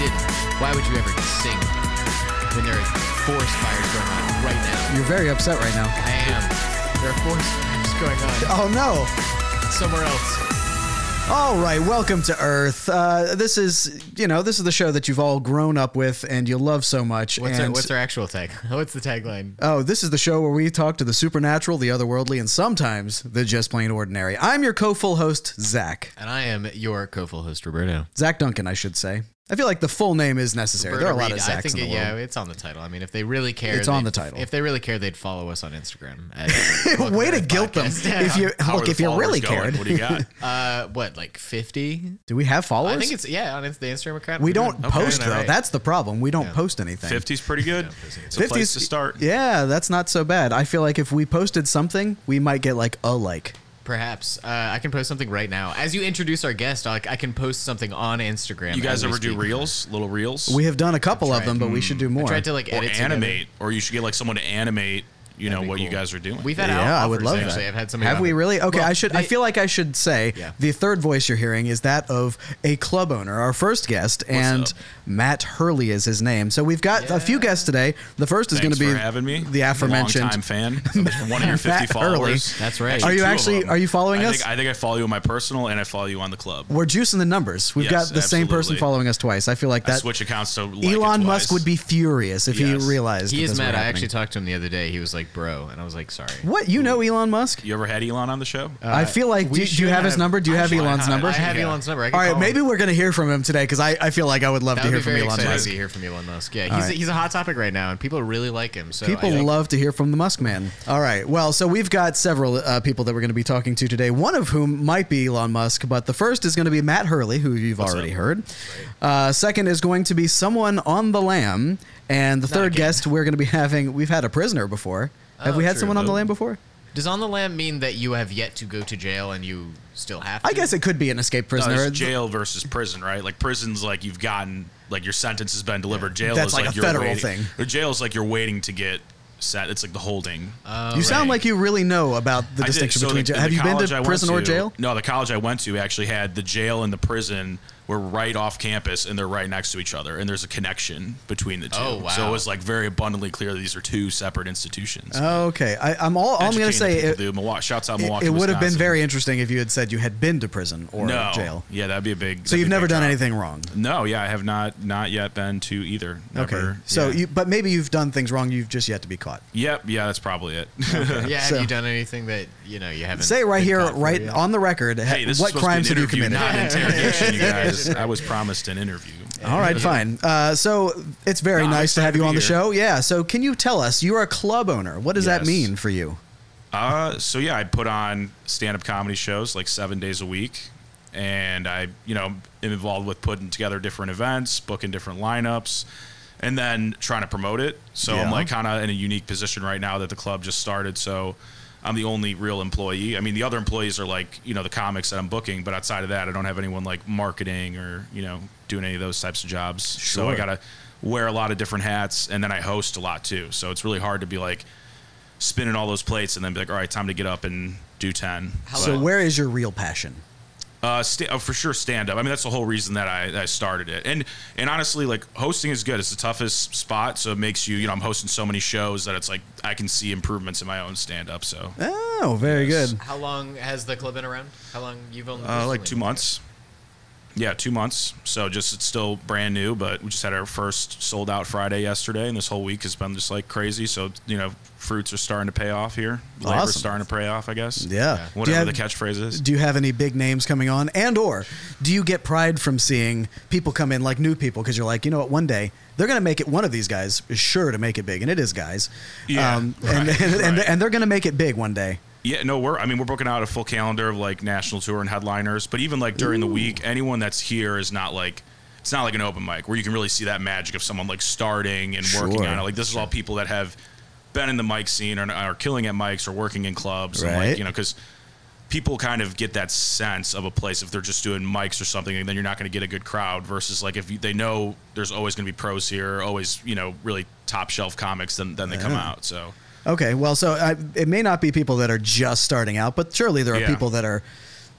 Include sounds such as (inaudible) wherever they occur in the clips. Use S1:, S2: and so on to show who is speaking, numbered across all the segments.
S1: Why would you ever sing when there are forest fires going on right now?
S2: You're very upset right now.
S1: I am. There are forest fires going on
S3: Oh no.
S1: somewhere else.
S3: All right, welcome to Earth. Uh, this is, you know, this is the show that you've all grown up with and you love so much.
S1: What's
S3: and
S1: our, what's our actual tag? (laughs) What's the tagline?
S3: Oh, this is the show where we talk to the supernatural, the otherworldly, and sometimes the just plain ordinary. I'm your co-full host, Zach.
S1: And I am your co-full host Roberto.
S3: Zach Duncan, I should say. I feel like the full name is necessary. there are a lot
S1: Roberto
S3: of
S1: Reed,
S3: Zachs
S1: I think
S3: in
S1: it-
S3: the
S1: yeah,
S3: world.
S1: it's on the title. I mean, if they really care,
S3: It's on the
S1: they'd-
S3: title.
S1: If they really care, they'd follow us on Instagram.
S3: (laughs)
S1: at Welcome
S3: Way to
S1: Earth
S3: guilt them.
S1: Podcast.
S3: If you
S4: How are
S3: look,
S4: the
S3: if you really
S4: followers going?
S3: cared,
S4: What do you
S3: (laughs)
S4: got?
S1: uh, what like fifty?
S3: do we have followers?
S1: I think it's yeah on the Instagram account.
S3: we
S1: We're
S3: don't
S1: doing-
S3: post
S1: all
S3: though.
S1: right.
S3: That's the problem. We don't post anything.
S4: 50's pretty good. It's a place to start.
S3: Yeah, that's not so bad. I feel like if we posted something, we might get like a like.
S1: Perhaps uh, I can post something right now. As you introduce our guest, I, I can post something on Instagram.
S4: You guys
S1: as we
S4: ever do
S1: speak.
S4: reels, little reels?
S3: We have done a couple of
S1: tried.
S3: them, but we should do more.
S1: I tried to like
S4: or
S1: edit together.
S4: animate, or you should get like someone to animate. You know
S1: That'd be
S4: what you
S1: cool.
S4: guys are doing.
S1: We've had out
S3: yeah, I would
S1: offers,
S3: love
S1: actually.
S3: that.
S1: I've had some.
S3: Have we really? Okay, I should. I
S1: they-
S3: feel like I should say
S1: Yeah.
S3: the third voice you're hearing is that of a club owner, our first guest, and
S4: up?
S3: Matt Hurley is his name. So we've got a few
S1: Yeah.
S3: guests today. The first is going
S4: Thanks
S3: to be
S4: for having me.
S3: the aforementioned.
S4: time fan, (laughs) one
S3: (laughs)
S4: of your fifty
S3: Matt Hurley.
S4: followers.
S1: That's right.
S3: Are you
S4: two of
S3: actually-
S4: them.
S3: are you following
S4: I
S3: us?
S4: Think, I think I follow you on my personal, and I follow you on the club.
S3: We're juicing the numbers. We've
S4: Yes,
S3: got the same person
S4: absolutely.
S3: following us twice. I feel like
S4: I
S3: that.
S4: switch accounts to like it
S3: Elon
S4: twice.
S3: Musk would be furious if
S4: Yes.
S3: he realized
S1: He
S3: that
S1: is
S3: this were
S1: mad. I actually
S3: happening.
S1: talked to him the other day. He was like, "Bro," and I was like, "Sorry."
S3: What you know, Elon Musk?
S4: You ever had Elon on the show?
S1: Uh,
S3: I feel like
S1: we
S3: do, do you
S1: should
S3: have his
S1: have-
S3: number? Do you have
S4: should
S3: Elon's
S4: have-
S3: number?
S1: I have
S4: Yeah.
S1: Elon's number. I could
S3: All right,
S1: call him.
S3: maybe we're gonna hear from him today because I, I feel like I would love
S1: that
S3: to
S1: would
S3: hear
S1: be
S3: from
S1: very
S3: Elon
S1: exciting
S3: Musk.
S1: to hear from Elon Musk. Yeah, he's,
S3: right.
S1: he's a hot topic right now, and people really like him. So I
S3: People
S1: think-
S3: love to hear from the Musk man. All right. Well, so we've got several uh, people that we're going to be talking to today, one of whom might be Elon Musk, but the first is going to be Matt Hurley, who you've already
S4: up?
S3: heard. Uh, second is going to be someone on the lam. And the third
S1: again.
S3: guest we're going to be having, we've had a prisoner before. Have
S1: Oh,
S3: we had
S1: true.
S3: someone on the
S4: Oh.
S3: lam before?
S1: Does on the lam mean that you have yet to go to jail and you still have? To?
S3: I
S1: (laughs)
S3: guess it could be an escaped
S4: No,
S3: prisoner.
S4: it's jail versus prison, right? Like prison's like you've gotten like your sentence has been delivered. Jail
S3: That's
S4: is
S3: like
S4: like,
S3: a
S4: you're
S3: federal
S4: waiting-
S3: thing.
S4: Or jail is like you're waiting to get set. It's like the holding.
S3: you sound
S1: right.
S3: like you really know about the
S4: I did.
S3: distinction
S4: So
S3: between
S4: the-
S3: jail.
S4: the
S3: Have you been
S4: college I
S3: to
S4: went
S3: prison or
S4: to-
S3: jail?
S4: No, the college I went to actually had the jail and the prison were right off campus and they're right next to each other and there's a connection between the two.
S1: Oh, wow.
S4: So it was like very abundantly clear that these are two separate institutions.
S3: Okay. I, I'm Uh, all, all I'm going to
S4: Educating
S3: say
S4: the people
S3: it,
S4: to do. Milwaukee. Shouts out
S3: it,
S4: Milwaukee.
S3: it would have been
S4: Wisconsin.
S3: very interesting if you had said you had been to prison or
S4: no
S3: jail.
S4: Yeah, that'd be a big.
S3: So
S4: that'd
S3: you've
S4: be a
S3: never
S4: big
S3: done
S4: job.
S3: anything wrong.
S4: No, yeah, I have not not yet been to either.
S3: Okay.
S4: Never.
S3: so,
S4: yeah.
S3: you, but maybe you've done things wrong. You've just yet to be caught.
S4: Yep. Yeah, that's probably it. (laughs)
S1: Yeah, have
S3: So-
S1: you done anything that you know you haven't?
S3: Say it right
S1: been
S3: here,
S1: caught for
S3: right
S1: yet?
S3: on the record, ha-
S4: hey, this is
S3: what
S4: supposed to be an
S3: crimes have you
S4: interview,
S3: committed?
S4: Not
S3: (laughs)
S4: an interrogation, you guys. I was promised an interview.
S3: All right, fine. Uh, so it's very
S4: No, I'm
S3: nice to
S4: excited
S3: have you
S4: to be
S3: on the
S4: here.
S3: show. Yeah. So can you tell us? You are a club owner. What does that
S4: Yes.
S3: mean for you?
S4: Uh, so yeah, I put on stand-up comedy shows like seven days a week, and I, you know, am involved with putting together different events, booking different lineups, and then trying to promote it. So
S3: Yeah.
S4: I'm like kind of in a unique position right now that the club just started. So I'm the only real employee. I mean, the other employees are like, you know, the comics that I'm booking, but outside of that, I don't have anyone like marketing or you know doing any of those types of jobs. So
S3: Sure.
S4: I gotta wear a lot of different hats, and then I host a lot too. So it's really hard to be like spinning all those plates and then be like, all right, time to get up and do 10.
S3: So
S4: But,
S3: where is your real passion?
S4: uh, sta- uh, for sure stand up. I mean, that's the whole reason that I, I started it. And and honestly, like hosting is good. It's the toughest spot, so it makes you, you know, I'm hosting so many shows that it's like I can see improvements in my own stand up. So
S3: Oh, very
S4: Yes.
S3: good.
S1: How long has the club been around? How long you've only?
S4: uh, like
S1: personally
S4: two
S1: been
S4: months. Yeah, two months. So just it's still brand new, but we just had our first sold out Friday yesterday, and this whole week has been just like crazy. So you know, fruits are starting to pay off here. Labor's
S3: Awesome.
S4: starting to pay off, I guess.
S3: Yeah. Do you
S4: Whatever
S3: have-
S4: the catchphrase is.
S3: Do you have any big names coming on, and or do you get pride from seeing people come in like new people because you're like, you know what, one day they're gonna make it. One of these guys is sure to make it big, and it is guys. Um,
S4: Yeah,
S3: and,
S4: right,
S3: (laughs) and, and
S4: right.
S3: and they're gonna make it big one day.
S4: Yeah, no, we're. I mean, we're booking out a full calendar of like national tour and headliners. But even like during the week, anyone that's here is not like it's not like an open mic where you can really see that magic of someone like starting and working
S3: Sure.
S4: on it. Like this is all people that have been in the mic scene or are killing at mics or working in clubs. And
S3: Right.
S4: like you know, because people kind of get that sense of a place if they're just doing mics or something, and then you're not going to get a good crowd. Versus like if you, they know there's always going to be pros here, always you know really top shelf comics, then then they come out. So.
S3: Okay, well, so I, it may not be people that are just starting out, but surely there are
S4: Yeah.
S3: people that are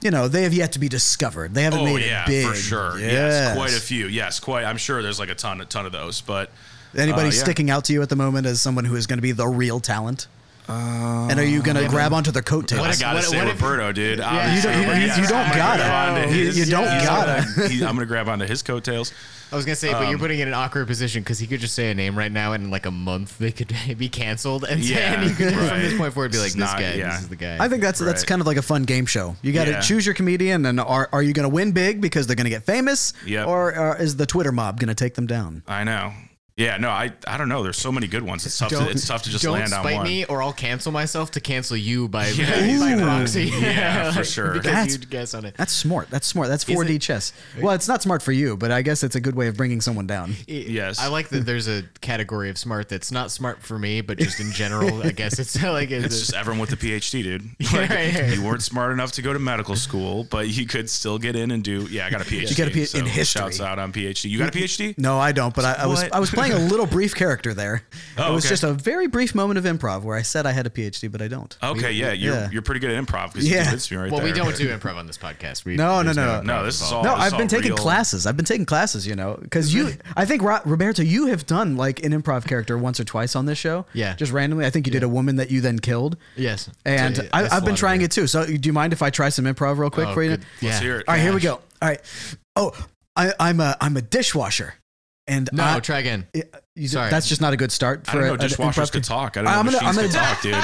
S3: you know, they have yet to be discovered. They haven't
S4: Oh
S3: made
S4: yeah,
S3: it big.
S4: for sure. Yes. quite a few. Yes, quite. I'm sure there's like a ton, a ton of those. But
S3: Anybody
S4: uh, yeah.
S3: sticking out to you at the moment as someone who is going to be the real talent? and are you going to grab onto their coattails?
S1: What
S4: I
S1: if-
S4: gotta
S1: what-
S4: say
S1: what if-
S4: Roberto, dude.
S1: Yeah. You don't-
S4: Obviously,
S1: you-
S4: yes,
S1: you don't
S4: I'm gonna
S1: gotta.
S4: grab onto
S1: You-
S4: his-
S1: you don't
S4: he's
S3: gotta.
S4: gonna- (laughs) he- I'm gonna grab onto his coattails.
S1: I was gonna say,
S4: Um,
S1: but you're putting it in an awkward position because he could just say a name right now, and in like a month they could (laughs) be canceled, and
S4: Yeah,
S1: then you could (laughs) from
S4: right.
S1: this point forward be
S4: This
S1: like,
S4: is
S1: this
S4: not-
S1: guy,
S4: yeah.
S1: this is the guy.
S3: I think that's that's
S4: Right.
S3: kind of like a fun game show. You got to
S4: Yeah.
S3: choose your comedian, and are are you going to win big because they're going to get famous,
S4: Yep.
S3: or, or is the Twitter mob going to take them down?
S4: I know. Yeah, no, I, I don't know. There's so many good ones. It's tough. To, it's tough to just
S1: don't
S4: land on
S1: spite
S4: one.
S1: me, or I'll cancel myself to cancel you by,
S4: Yeah,
S1: by
S4: Ooh.
S1: proxy.
S4: Yeah, for
S1: (laughs)
S4: sure.
S1: because
S3: That's-
S1: you'd guess on it.
S3: That's smart. That's smart. That's 4D
S1: it-
S3: chess. Well, it's not smart for you, but I guess it's a good way of bringing someone down.
S4: Yes.
S1: I like that. There's a category of smart that's not smart for me, but just in general,
S3: (laughs)
S1: I guess it's (laughs) like it's,
S4: It's just everyone with a
S1: (laughs)
S4: PhD, dude. Like,
S1: right, right.
S4: You weren't smart enough to go to medical school, but you could still get in and do. Yeah, I got a PhD.
S3: got a P- in history.
S4: Shouts out on PhD. You got a PhD?
S1: Mm-hmm.
S3: No, I don't. But I, I was
S4: What?
S3: I was playing a little brief character there.
S4: (laughs) Oh,
S3: it was
S4: okay.
S3: just a very brief moment of improv where I said I had a PhD, but I don't.
S4: Okay, yeah, you're
S3: yeah.
S4: you're pretty good at improv because
S3: Yeah.
S4: you convinced me right
S1: well,
S4: there.
S1: we don't do improv on this podcast. We,
S3: No, no,
S1: there's
S3: no,
S4: No, this is all.
S3: No,
S4: this is
S3: I've been
S4: all
S3: taking
S4: real.
S3: classes. I've been taking classes, you know, because you. I think Ro- Roberto, you have done like an improv character once or twice on this show.
S1: Yeah.
S3: just randomly. I think you did a woman that you then killed.
S1: Yes,
S3: and
S1: So, yeah,
S3: I,
S1: that's
S3: I've
S1: a
S3: been
S1: lot
S3: trying
S1: of
S3: it too. So, do you mind if I try some improv real quick
S1: Oh,
S3: for you?
S1: good.
S4: Let's
S1: Yeah.
S4: hear it.
S3: All right, here we
S4: Gosh.
S3: go. All right. Oh, I, I'm a I'm a dishwasher, and
S1: No,
S4: Uh,
S3: I,
S1: try again.
S3: you- you-
S1: sorry.
S3: that's just not a good start
S4: I
S3: for
S4: don't
S3: a,
S4: know.
S3: an
S4: Dishwashers
S3: improv-
S4: could talk. I don't know.
S3: I'm
S4: I'm
S3: gonna-
S4: gonna,
S3: I'm (laughs)
S4: talk, dude.
S3: All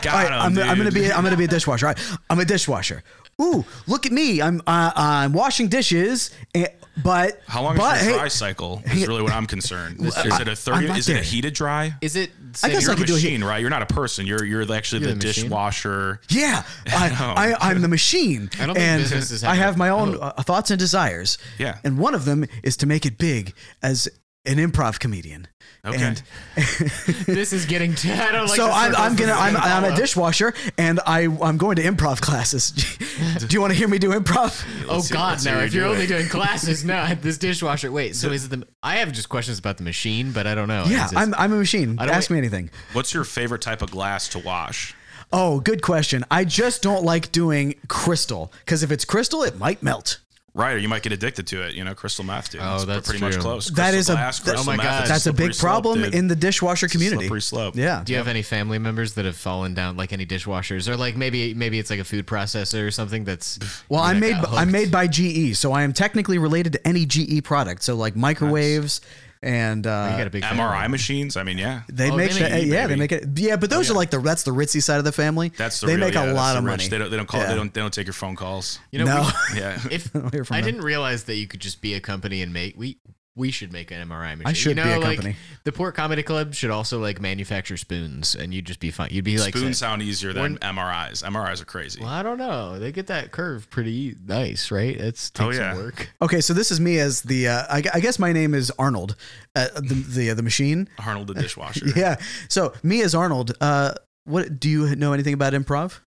S4: Got
S3: right,
S4: him,
S3: I'm, I'm
S4: dude.
S3: gonna be I'm gonna be a dishwasher. All right, I'm a dishwasher. Ooh, look at me. I'm uh, I'm washing dishes, eh, but
S4: How long
S3: but,
S4: is your
S3: hey,
S4: dry cycle? Is really what I'm concerned. is
S1: true.
S4: it a thirty?
S3: I'm not
S4: Is it
S3: there.
S4: a heated dry?
S1: Is it?
S3: I guess
S1: you're
S3: I
S4: You're
S3: could
S4: a
S3: do a heat-
S4: machine, right? You're not a person. You're you're actually
S1: You're
S4: the,
S1: the machine?
S4: dishwasher.
S1: (laughs)
S3: Yeah, I, I, I'm the machine.
S1: I don't think
S3: and
S1: business is Oh.
S3: I have my own
S1: happening.
S3: uh, thoughts and desires.
S4: Yeah.
S3: And one of them is to make it big as an improv comedian.
S4: Okay.
S3: And (laughs)
S1: this is getting. To, I don't like.
S3: so
S1: the
S3: I'm, I'm gonna
S1: circles this is
S3: I'm, I'm a
S1: follow.
S3: dishwasher and I I'm going to improv classes. (laughs) Do you want to hear me do improv?
S1: Oh
S4: see-
S1: God,
S4: let's
S1: no!
S4: hear
S1: If
S4: you
S1: you're
S4: do
S1: only
S3: (laughs)
S4: it.
S1: doing classes, no. This dishwasher. Wait, so is it the? I have just questions about the machine, but I don't know.
S3: Yeah,
S1: Is it-
S3: I'm, I'm a machine.
S1: don't
S3: Ask me anything.
S4: What's your favorite type of glass to wash?
S3: Oh, good question. I just don't like doing crystal because if it's crystal, it might melt.
S4: Right, or you might get addicted to it. You know, crystal meth, dude.
S1: Oh,
S4: It's
S1: that's
S4: pretty
S1: true.
S4: much close.
S3: That
S4: Crystal
S3: is a-
S4: glass,
S3: that-
S4: crystal
S1: oh my
S4: meth
S1: God.
S4: is
S3: That's a
S4: slippery
S3: big
S4: slope,
S3: problem
S4: dude.
S3: in the dishwasher community.
S4: Slippery slope.
S3: Yeah.
S1: Do you have any family members that have fallen down like any dishwashers, or like maybe maybe it's like a food processor or something that's?
S3: (sighs) Well, I'm
S1: that
S3: made
S1: got
S3: b- I'm
S1: (laughs) hooked?
S3: made by GE, so I am technically related to any GE product. So like microwaves and
S1: You got
S3: uh,
S1: a big family.
S4: MRI machines. I mean, yeah.
S3: they
S1: Oh,
S3: make
S1: they
S3: that,
S1: make-
S3: yeah they
S4: baby.
S3: make it yeah, but those
S4: Oh, yeah.
S3: are like the that's the ritzy side of the family.
S4: That's the
S3: they
S4: real-
S3: make
S4: yeah,
S3: a
S4: that's
S3: lot
S4: the
S3: of
S4: rich.
S3: money.
S4: They don't. They don't call.
S3: Yeah. (laughs)
S4: They don't. They don't take your phone calls.
S1: You know,
S3: No.
S1: we-
S4: Yeah.
S1: (laughs)
S3: (laughs)
S1: if
S3: hear from
S1: I
S3: them.
S1: didn't realize that you could just be a company and make we we should make an MRI machine.
S3: should
S1: you
S3: be a
S1: know, like,
S3: company.
S1: The Port Comedy Club should also like manufacture spoons, and you'd just be fine. You'd be like,
S4: Spoons
S1: saying,
S4: sound easier than
S1: When-
S4: MRIs. MRIs are crazy.
S1: well, I don't know. They get that curve pretty nice, right? It's takes
S4: Oh, yeah.
S1: some work.
S3: Okay, so this is me as the uh, I, gu- I guess my name is Arnold, uh, the the, the machine. (laughs)
S4: Arnold the dishwasher.
S3: Yeah. So me as Arnold. Uh, what do you know anything about improv?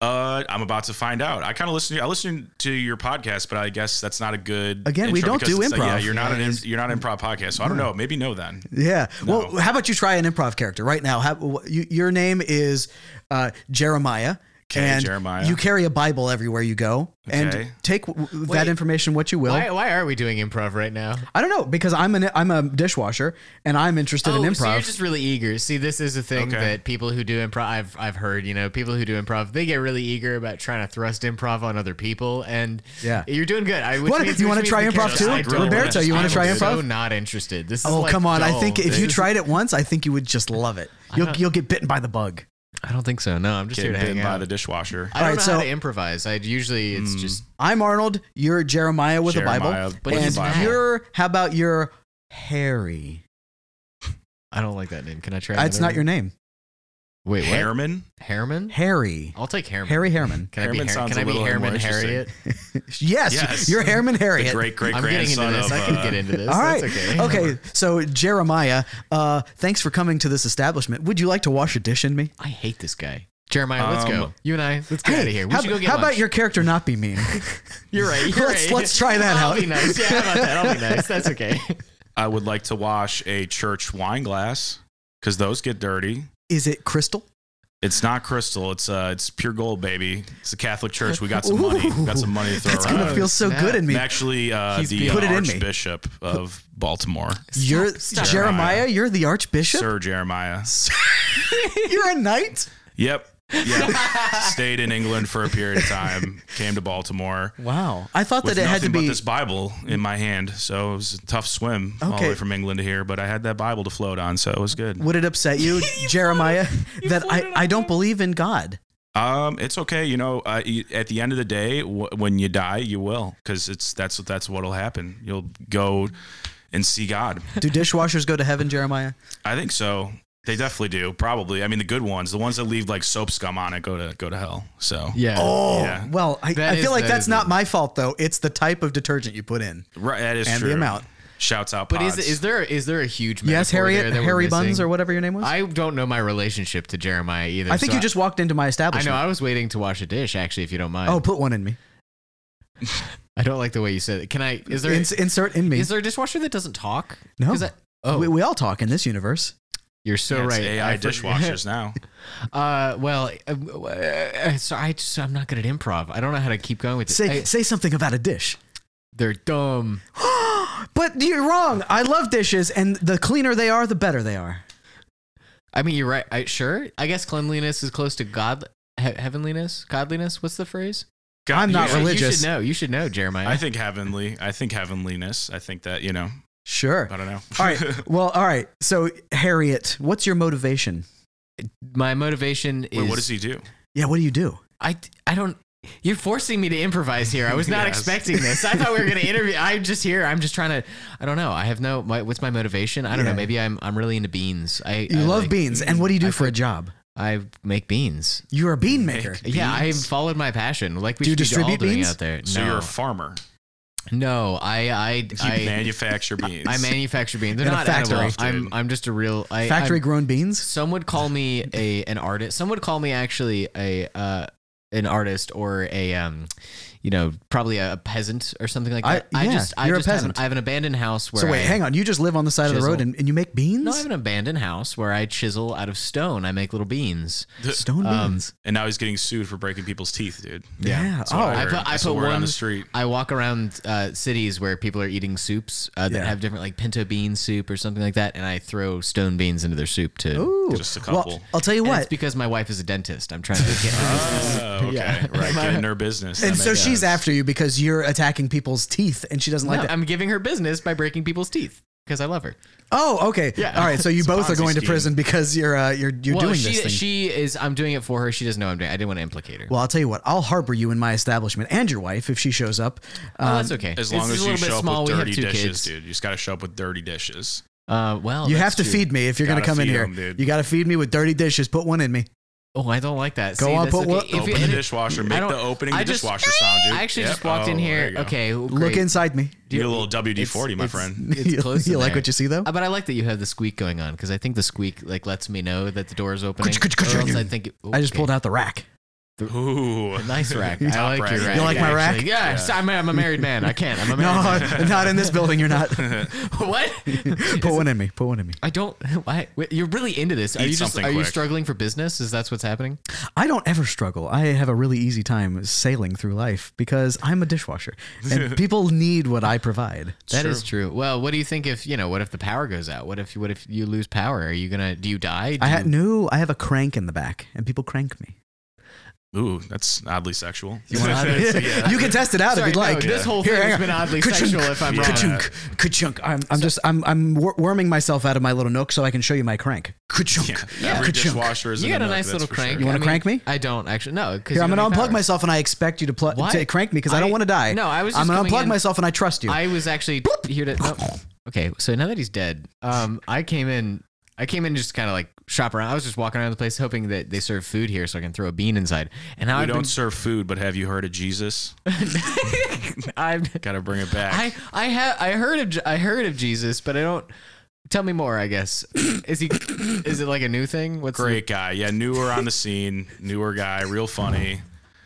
S4: Uh, I'm about to find out. I kind of listen. To, I listen to your podcast, but I guess that's not a good.
S3: Again, we
S4: intro
S3: don't
S4: because
S3: do
S4: it's like, yeah,
S3: improv. Hmm.
S4: you're not an in- you're not an improv podcast, so I don't know. Maybe no then.
S3: Yeah. Well,
S4: No.
S3: how about you try an improv character right now? How, wh- you, your name is uh, Jeremiah.
S4: Okay,
S3: and
S4: Jeremiah.
S3: You carry a Bible everywhere you go, and
S4: Okay.
S3: take w- w- that
S1: Wait.
S3: information what you will.
S1: Why, why are we doing improv right now?
S3: I don't know because I'm an I'm a dishwasher and I'm interested in
S1: Oh, So you're
S3: improv.
S1: just really eager. See, this is a thing
S4: Okay.
S1: that people who do improv, I've, I've heard, you know, people who do improv, they get really eager about trying to thrust improv on other people. And
S3: Yeah.
S1: you're doing good. I, which
S3: What if
S1: means-
S3: you
S1: which
S3: wanna
S1: means
S3: try
S1: the
S3: improv
S1: characters
S4: too?
S1: I don't
S4: Roberto,
S1: like.
S4: you wanna
S1: I'm
S4: try
S1: so
S3: improv?
S1: not interested. This is
S3: oh
S1: like
S3: come on! I
S1: dull.
S3: think if
S1: This
S3: you
S1: is-
S3: tried it once, I think you would just love it. You'll you'll get bitten by the bug.
S1: I don't think so. No, I'm just
S4: Get
S1: here to hang
S4: bitten by
S1: out.
S4: the dishwasher.
S1: I don't
S3: Alright,
S1: know
S3: so-
S1: how to improvise. I usually it's just
S3: I'm Arnold. You're Jeremiah with a
S4: Jeremiah
S3: Bible,
S4: uh, with
S1: a
S3: and
S1: Bible.
S3: you're how about your Harry?
S1: I don't like that name. Can I try?
S3: That's not your name,
S1: name. Wait, what?
S4: Harriman.
S1: Harriman?
S3: Harry.
S1: I'll take Harriman.
S3: Harry Harriman.
S1: Can I
S4: Harriman
S1: be, Har-
S4: sounds
S1: can I
S4: a
S1: be
S4: little
S1: Harriman
S4: more interesting.
S1: Harriet?
S3: Yes,
S4: Yes.
S3: you're Harriman Harriet.
S4: The great great
S1: I'm getting into
S4: grandson
S1: this.
S4: of.
S1: I can
S4: uh,
S1: get into this.
S3: All right.
S1: That's okay.
S3: So Jeremiah, uh, thanks for coming to this establishment. Would you like to wash a dish in me?
S1: I hate this guy. Jeremiah, let's go.
S4: Um,
S1: You and I, let's get out of here. We
S3: how,
S1: should go get
S3: how about
S1: lunch.
S3: your character not be mean? (laughs)
S1: You're right. You're
S3: Let's-
S1: right.
S3: let's try that
S1: I'll
S3: out.
S1: be nice. Yeah, how about
S3: (laughs)
S1: that? I'll be nice. That's okay.
S4: I would like to wash a church wine glass because those get dirty.
S3: Is it Crystal?
S4: It's not crystal. It's uh, it's pure gold, baby. It's the Catholic Church. We got some money. We got some money to throw
S3: That's
S4: around.
S3: gonna feel so
S1: Oh, snap.
S3: good in me.
S4: And actually, uh,
S1: He's
S4: the
S1: being- Put
S3: it in me.
S4: Archbishop of Baltimore,
S3: You're
S1: Stop.
S3: Jeremiah.
S4: Jeremiah.
S3: You're the Archbishop.
S4: Sir Jeremiah.
S3: (laughs) You're a knight.
S4: Yep.
S3: (laughs)
S4: Yep. Stayed in England for a period of time. Came to Baltimore.
S1: Wow.
S3: I thought
S4: With
S3: that it had to
S4: nothing but
S3: be.
S4: this Bible in my hand, so it was a tough swim all
S3: Okay.
S4: the way from England to here. But I had that Bible to float on, so it was good.
S3: Would it upset
S1: (laughs)
S3: you, Jeremiah, that
S1: floated
S3: I,
S1: on
S3: I don't
S1: me.
S3: believe in God?
S4: Um, it's okay. You know, uh, you- at the end of the day, w- when you die, you will, because it's that's what that's what'll happen. You'll go and see God.
S3: Do dishwashers go to heaven, Jeremiah?
S4: I think so. They definitely do. Probably. I mean, the good ones, the ones that leave like soap scum on it, go to go to hell. So
S1: Yeah.
S3: Oh,
S4: Yeah.
S3: well, I,
S1: That
S3: I feel
S1: is-
S3: like
S1: that
S3: that's
S1: is
S3: not
S1: the-
S3: my fault though. It's the type of detergent you put in.
S4: right, that is
S3: And the
S4: true.
S3: amount.
S4: Shouts out.
S1: But is
S4: pods.
S1: is there is there a huge
S3: yes,
S1: metaphor
S3: Harriet,
S1: there that we're
S3: Harry Buns
S1: missing?
S3: or whatever your name was. I,
S1: I don't know my relationship to Jeremiah either.
S3: think
S1: so
S3: you just walked into my
S1: I
S3: establishment.
S1: know. I was waiting to wash a dish actually. If you don't mind.
S3: Oh, put one in me.
S1: I don't like the way you said it. Can I? Is there
S3: Ins- insert in me.
S1: is there a dishwasher that doesn't talk?
S3: No.
S1: 'Cause I- oh,
S3: we, we all talk in this universe.
S1: you're so
S4: Yeah, it's
S1: right.
S4: AI
S1: I for- (laughs)
S4: dishwashers now?
S1: Uh, well, uh, uh, so I just, I'm not good at improv. I don't know how to keep going with this.
S3: Say
S1: I-
S3: say something about a dish. (gasps)
S1: they're dumb.
S3: But you're wrong. I love dishes, and the cleaner they are, the better they are.
S1: I mean, you're right. I, sure. I guess cleanliness is close to god, he- heavenliness, godliness. What's the phrase?
S4: God,
S3: I'm not
S4: yeah.
S3: religious.
S1: You should know. You should know, Jeremiah.
S4: I think heavenly. I think heavenliness. I think that you know.
S3: Sure.
S4: I don't know.
S3: All
S4: (laughs)
S3: right. Well, all right. So, Harriet, what's your motivation?
S1: my motivation is.
S4: Wait, what does he do?
S3: Yeah, what do you do?
S1: I I don't. You're forcing me to improvise here. I was not
S4: (laughs) Yes.
S1: expecting this. I thought we were going to interview. (laughs) I'm just here. I'm just trying to. I don't know. I have no. My, what's my motivation? I don't
S3: Yeah.
S1: know. Maybe I'm. I'm really into beans. I.
S3: You
S1: I
S3: love
S1: like-
S3: beans, and what do you do
S1: I
S3: for a job?
S1: I make beans.
S3: You're a bean maker.
S1: Yeah, I
S4: Beans?
S1: followed my passion. Like we
S3: Do you
S1: should be all
S3: distribute
S1: doing
S3: beans?
S1: out there.
S4: So
S1: no,
S4: you're a farmer.
S1: no, I I
S4: You
S1: I,
S4: manufacture beans.
S1: I
S4: (laughs)
S1: manufacture beans. They're
S3: In a
S1: not
S3: factory.
S1: edible. I'm I'm just a real I,
S3: Factory
S1: I'm-
S3: grown beans.
S1: some would call me a an artist. Some would call me actually a uh, an artist or a um, you know, probably a, peasant or something like
S3: I-
S1: that. I,
S3: yeah,
S1: just I
S3: you're a
S1: just have an-
S3: peasant.
S1: I have an abandoned house where
S3: So wait,
S1: I,
S3: hang on. You just live on the side of the road
S1: Chisel.
S3: and, and you make beans?
S1: No, I have an abandoned house where I chisel out of stone. I make little beans.
S3: Stone
S1: Um,
S3: beans.
S4: and now he's getting sued for breaking people's teeth, dude.
S3: Yeah.
S4: That's
S3: Oh,
S4: what
S1: I
S4: heard.
S1: put, I
S4: That's what
S1: put
S4: we're
S1: one
S4: on the street.
S1: I walk around uh, cities where people are eating soups uh, that
S3: Yeah.
S1: have different, like pinto bean soup or something like that, and I throw stone beans into their soup too.
S3: Ooh.
S4: Just a
S3: Well,
S4: couple.
S3: I'll tell you
S1: And
S3: what.
S1: It's because my wife is a dentist. I'm trying to get
S3: (laughs)
S1: her.
S4: Oh,
S1: (laughs)
S4: okay,
S1: Yeah.
S4: right. Get in their business.
S3: and
S4: That
S3: so
S4: makes
S3: she's
S4: sense.
S3: after you because you're attacking people's teeth and she doesn't like
S1: No,
S3: that.
S1: I'm giving her business by breaking people's teeth because I love her.
S3: oh, okay.
S1: Yeah.
S3: All right.
S1: (laughs)
S3: So you
S4: It's a
S3: both are
S4: Ponzi
S3: going to
S4: scheme.
S3: prison because you're uh, you're you're
S1: well,
S3: doing
S1: she,
S3: this thing.
S1: she is. I'm doing it for her. She doesn't know I'm doing. it. I didn't want to implicate her.
S3: well, I'll tell you what. I'll harbor you in my establishment and your wife if she shows up. Um,
S1: oh, that's okay.
S4: As long
S1: It's a
S4: as you
S1: little bit
S4: show up
S1: small.
S4: with
S1: We have
S4: dirty
S1: two
S4: dishes,
S1: kids.
S4: dude. You just got to show up with dirty dishes.
S1: Uh, well,
S3: You have
S1: that's
S3: to
S1: true.
S3: feed me if you're going to
S4: Gotta
S3: come in
S4: feed
S3: here.
S4: 'em, dude.
S3: you got to feed me with dirty dishes. Put one in me.
S1: Oh, I don't like that.
S3: Go
S1: See,
S3: on,
S1: that's
S3: put
S1: okay.
S3: what-
S1: If you-
S4: Open the dishwasher. Make
S1: don't-
S4: the opening
S1: I
S4: the
S1: just-
S4: dishwasher sound, Oh, dude.
S1: I actually
S4: Yep.
S1: just walked in
S4: Oh,
S1: here.
S4: there you go.
S1: Okay,
S3: Look
S1: great.
S3: inside me.
S1: Do you-
S4: Need a little WD-40, my
S1: it's-
S4: friend.
S3: (laughs)
S1: It's,
S3: You-
S1: it's close.
S3: you
S1: in
S3: like
S1: there.
S3: what you see, though?
S1: Uh, But I like that you have the squeak going on because I think the squeak like lets me know that the door is opening. or else I think it-
S3: I just
S1: okay.
S3: pulled out the rack.
S1: (laughs)
S4: Ooh,
S1: Nice
S4: (laughs)
S1: rack.
S4: Top
S1: I like
S4: rack.
S1: your
S3: (laughs)
S1: rack.
S3: You like my rack?
S1: actually. Yes, I'm, I'm a married man. I can't. I'm
S3: (laughs)
S1: a
S3: No,
S1: married
S3: not in this building. You're not.
S1: (laughs) man. (laughs)
S3: (laughs)
S1: what?
S3: Put one in me. Put one in me.
S1: I don't. (laughs) Why? wait, You're really into this. Are
S4: Eat
S1: you just? Are
S4: something
S1: you
S4: quick.
S1: struggling for business? Is that what's happening?
S3: I don't ever struggle. I have a really easy time sailing through life because I'm a
S1: (laughs)
S3: dishwasher and people need what I provide.
S1: That is true. Well, what do you think if you know? What if the power goes out? What if? What if you lose power? Are you gonna? Do you die? Do
S3: I ha-
S1: you-
S3: no, I have a crank in the back and people crank
S1: (laughs)
S3: me.
S4: Ooh, that's oddly sexual.
S3: (laughs) You, can test it out if
S1: Sorry,
S3: you'd like.
S1: no, this whole
S3: Here,
S1: thing
S3: hang on.
S1: has been oddly
S3: Ka-chunk,
S1: sexual. If I'm wrong.
S3: ka-chunk, ka-chunk. I'm, I'm just I'm I'm wor- worming myself out of my little nook so I can show you my crank. Ka-chunk,
S4: Every
S3: ka-chunk.
S4: dishwasher is.
S1: You
S4: in
S1: got a
S4: nook,
S1: nice
S4: that's
S1: little
S4: for sure.
S1: crank.
S3: You wanna
S1: I mean,
S3: crank me?
S1: I don't actually. No, because
S3: Here, I'm gonna unplug
S1: myself.
S3: myself and I expect you to, pl-
S1: Why?
S3: to crank me because I,
S1: I-
S3: don't want to die.
S1: No, I was
S3: I'm
S1: just
S3: gonna
S1: coming
S3: unplug
S1: in-
S3: myself and I trust you.
S1: I was actually here to. No. Okay, so now that he's dead, um, I came in. I came in just kind of like shop around. I was just walking around the place hoping that they serve food here so I can throw a bean inside. And now
S4: We
S1: I've
S4: don't serve food, but have you heard of Jesus?
S1: been, I've,
S4: Got to bring it
S1: (laughs)
S4: back.
S1: I I have I heard of Je- I heard of Jesus, but I don't. Tell me more. I
S4: (coughs)
S1: guess is he is it like a new thing? What's the-
S4: Great guy. Yeah, newer on the scene, newer guy, real funny.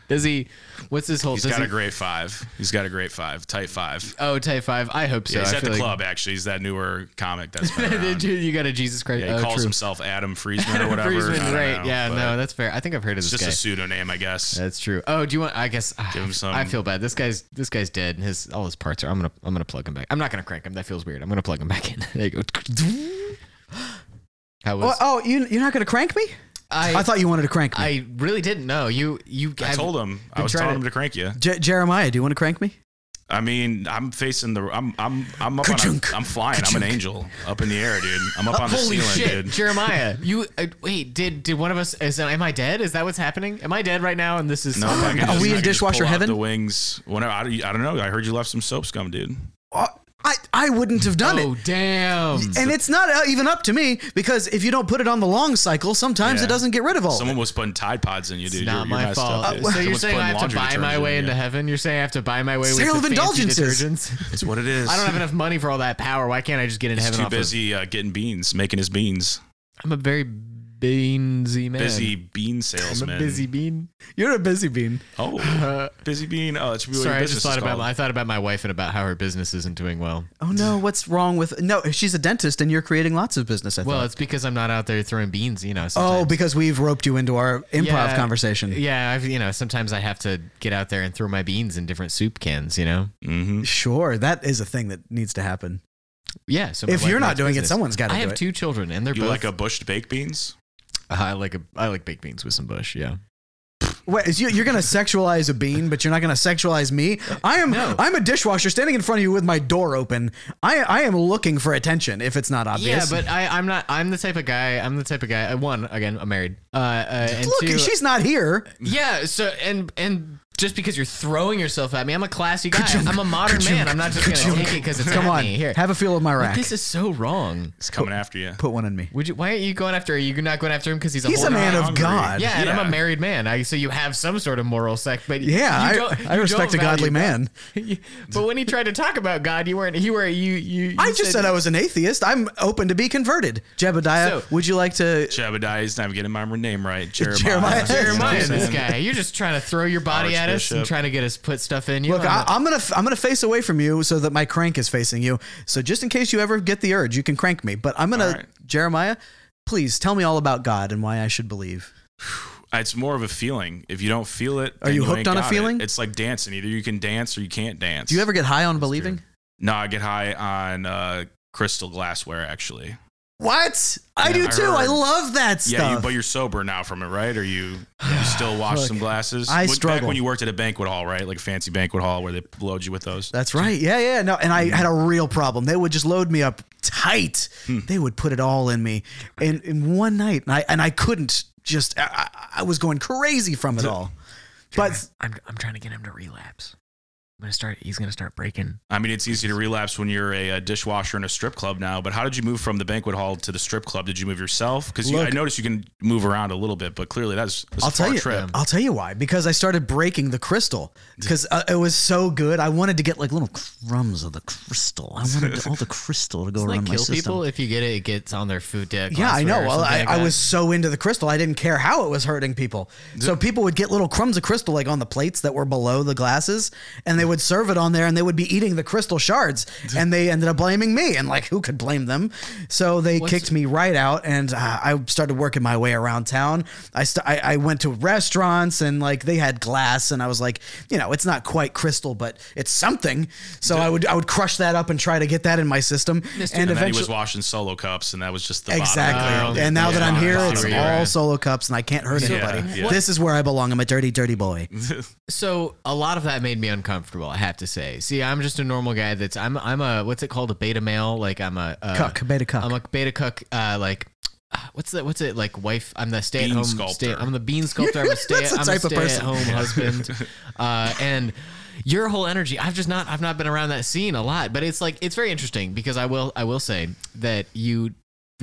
S1: Does he? What's his whole?
S4: He's
S1: does
S4: got
S1: he,
S4: a great five. He's got a great five, tight five.
S1: oh, type five. I hope so.
S4: Yeah, he's
S1: I
S4: at the
S1: feel like-
S4: club actually. He's that newer
S1: (laughs)
S4: comic that's been
S1: Dude,
S4: around.
S1: you got a Jesus Christ.
S4: Yeah, he
S1: oh,
S4: calls
S1: true.
S4: himself Adam Friesman or
S1: Adam
S4: whatever.
S1: Friesman,
S4: I don't
S1: right?
S4: know,
S1: yeah,
S4: but
S1: no, that's fair. I think I've heard of
S4: It's
S1: this
S4: just
S1: guy.
S4: a pseudonym, I guess.
S1: That's true. Oh, do you want? I guess
S4: Give him some-
S1: I feel bad. This guy's this guy's dead, and his all his parts are. I'm gonna I'm gonna plug him back. I'm not gonna crank him. That feels weird. I'm gonna plug him back in. (laughs) there you go. (gasps) How was?
S3: Oh, oh, you, you're not going to crank me?
S1: I
S3: I thought you wanted to crank me.
S1: I really didn't know you. You
S4: I
S1: have-
S4: told him. I
S1: been
S4: was
S1: trying
S4: telling
S1: to-
S4: him to crank you.
S3: Je- Jeremiah, do you want to crank me?
S4: I mean, I'm facing the. I'm. I'm. I'm up on. A,
S3: Ka-chunk.
S4: I'm flying. I'm an angel up in the air, dude.
S1: (laughs)
S4: I'm up on the
S1: Holy
S4: ceiling,
S1: shit,
S4: dude. (laughs)
S1: Jeremiah! You uh, wait. Did did one of us? Is am I dead? Is that what's happening? Am I dead right now? And this is oh
S4: No, if I can
S3: Are
S4: just-
S3: we
S4: I
S3: in
S4: can just
S3: dishwasher
S4: pull out
S3: heaven?
S4: The wings. Whenever I, don't- I don't know. I heard you left some soap scum, dude.
S3: Oh, I, I wouldn't have done
S1: Oh
S3: it.
S1: damn!
S3: And it's not uh, even up to me because if you don't put it on the long cycle, sometimes
S4: Yeah.
S3: it doesn't get rid of all. of
S4: Someone
S3: it.
S4: was putting Tide Pods in you, dude.
S1: Oh. It's not
S4: You're- you're
S1: my
S4: messed
S1: fault.
S4: up, dude.
S1: (laughs) so you're
S4: Someone's
S1: saying
S4: putting
S1: I have to
S4: laundry
S1: buy my
S4: detergent
S1: way
S4: in
S1: into
S4: you.
S1: heaven? You're saying I have to buy my way with
S3: Sale
S1: the
S3: of
S1: fancy
S3: indulgences.
S1: detergents?
S4: It's what it is.
S3: (laughs)
S1: I don't have enough money for all that power. Why can't I just get in
S4: He's
S1: heaven?
S4: too
S1: off Of,
S4: busy uh, getting beans, making his beans.
S1: I'm a very beansy man.
S4: Busy bean
S1: I'm
S4: salesman.
S1: a busy bean.
S3: You're a busy bean.
S4: Oh,
S1: Uh,
S3: (laughs)
S4: busy bean. Oh, that should be what
S1: sorry,
S4: your
S1: I
S4: business
S1: just thought
S4: is
S1: about
S4: called.
S1: my, I thought about my wife and about how her business isn't doing well.
S3: Oh no, what's wrong with no? She's a dentist, and you're creating lots of business. I
S1: Well,
S3: thought.
S1: it's because I'm not out there throwing beans, you know.
S3: Oh,
S1: Sometimes.
S3: because we've roped you into our improv
S1: Yeah.
S3: conversation.
S1: yeah, I've, you know, sometimes I have to get out there and throw my beans in different soup cans, you know.
S4: Mhm.
S3: Sure, that is a thing that needs to happen.
S1: Yeah. So my
S3: If
S1: wife
S3: you're not
S1: runs
S3: doing it,
S1: business.
S3: someone's got to
S1: I
S3: do
S1: have
S3: it.
S1: two children, and they're
S4: You
S1: both.
S4: like a bushed baked beans?
S1: I like a. I like baked beans with some bush. Yeah.
S3: Wait, is you, you're going to sexualize a bean, but you're not going to sexualize me. I am.
S1: No.
S3: I'm a dishwasher standing in front of you with my door open. I I am looking for attention. If it's not
S1: Yeah,
S3: obvious.
S1: but I, I'm not. I'm the type of guy. I'm the type of guy. uh, One again, I'm married. Uh, uh and
S3: look,
S1: two,
S3: she's not here.
S1: yeah. So and and just because you're throwing yourself at me, I'm a classy guy. I'm a modern man. I'm not just gonna take it because
S3: (laughs) (laughs)
S1: it's
S3: Come
S1: at
S3: on,
S1: me. Here,
S3: have a feel of my rack.
S1: this is so wrong.
S4: It's coming after you.
S3: Put one on me.
S1: Would you? Why aren't you going after? Are you not going after him because he's a
S3: He's a
S1: whole
S3: man
S1: guy?
S3: of
S4: hungry.
S3: God.
S1: Yeah, and I'm a
S4: Yeah.
S1: married man. I, so you have some sort of moral sect, but
S3: Yeah,
S1: you
S3: I, I respect a
S1: don't value
S3: godly man.
S1: God. (laughs) but when he tried to talk about God, you weren't. You were. You. You. you
S3: I just said I was an atheist. I'm open to be converted. Jebediah,
S1: So-
S3: would you like to?
S4: Jebediah, he's not getting my name right.
S3: (laughs) Jeremiah.
S4: Jeremiah. You know what I'm
S1: Jeremiah,
S4: saying?
S1: this guy. You're just trying to throw your body at us and
S4: Archbishop.
S1: trying to get us put stuff in you.
S3: Look, I, I'm gonna f- I'm gonna face away from you so that my crank is facing you. So just in case you ever get the urge, you can crank me. But I'm gonna
S4: All right.
S3: Jeremiah, please tell me all about God and why I should believe.
S4: It's more of a feeling. If you don't feel it,
S3: Are
S4: then
S3: you
S4: ain't
S3: hooked on a
S4: got it.
S3: feeling?
S4: It's like dancing. Either you can dance or you can't dance.
S3: Do you ever get high on believing?
S4: No, I get high on uh, crystal glassware actually.
S3: What? I
S4: Yeah,
S3: do
S4: I
S3: too. I
S4: heard.
S3: love that stuff.
S4: Yeah, you, but you're sober now from it, right? Or you,
S3: (sighs)
S4: you still wash
S3: Look,
S4: some glasses?
S3: I
S4: Look Back
S3: struggle.
S4: when you worked at a banquet hall, right? Like a fancy banquet hall where they load you with those.
S3: That's right. Yeah, yeah. No, and I had a real problem. They would just load me up tight. They would put it all in me, and in one night, and I and I couldn't just. I, I, I was going crazy from it all. But
S1: I'm, I'm trying to get him to relapse. I'm gonna start. He's gonna start breaking.
S4: I mean, it's easy to relapse when you're a, uh dishwasher in a strip club now. But how did you move from the banquet hall to the strip club? Did you move yourself? Because I
S3: Look-
S4: noticed you can move around a little bit, but clearly that's, that's
S3: I'll
S4: a far
S3: tell you.
S4: trip.
S1: um,
S3: I'll tell you why. Because I started breaking the crystal. Because uh, it was so good, I wanted to get like little crumbs of the crystal. I wanted all the crystal to go
S1: Doesn't
S3: around
S1: that
S3: my
S1: kill
S3: system.
S1: people if you get it? It gets on their food deck.
S3: Yeah, I know. Well,
S1: Well,
S3: I, I was so into the crystal, I didn't care how it was hurting people. So people would get little crumbs of crystal like on the plates that were below the glasses, and they would serve it on there, and they would be eating the crystal shards, and they ended up blaming me, and like who could blame them? So they kicked me right out, and uh, I started working my way around town. I, st- I I went to restaurants, and like they had glass, and I was like, you know, it's not quite crystal, but it's something. So I would I would crush that up and try to get that in my system, and
S4: And then he
S3: eventually
S4: was washing solo cups, and that was just the bottom.
S3: Exactly. and now that
S1: yeah.
S3: I'm here,
S1: Yeah.
S3: it's
S1: Yeah.
S3: all solo cups and I can't hurt anybody.
S4: yeah.
S3: This is where I belong. I'm a dirty, dirty boy.
S1: so a lot of that made me uncomfortable. I have to say. See, I'm just a normal guy. That's I'm I'm a what's it called a beta male. Like I'm a, uh
S3: Cuck, beta cuck.
S1: I'm a beta cuck. Uh, like. ah, What's that? What's it like? Wife? I'm the stay at
S4: Bean
S1: home.
S4: sculptor.
S1: Stay, I'm the bean sculptor.
S4: (laughs)
S1: I'm a stay.
S3: That's the
S1: I'm
S3: type
S1: a
S3: of
S1: stay
S3: person.
S1: at home husband. Uh, and your whole energy. I've just not. I've not been around that scene a lot. But it's like it's very interesting because I will. I will say that you.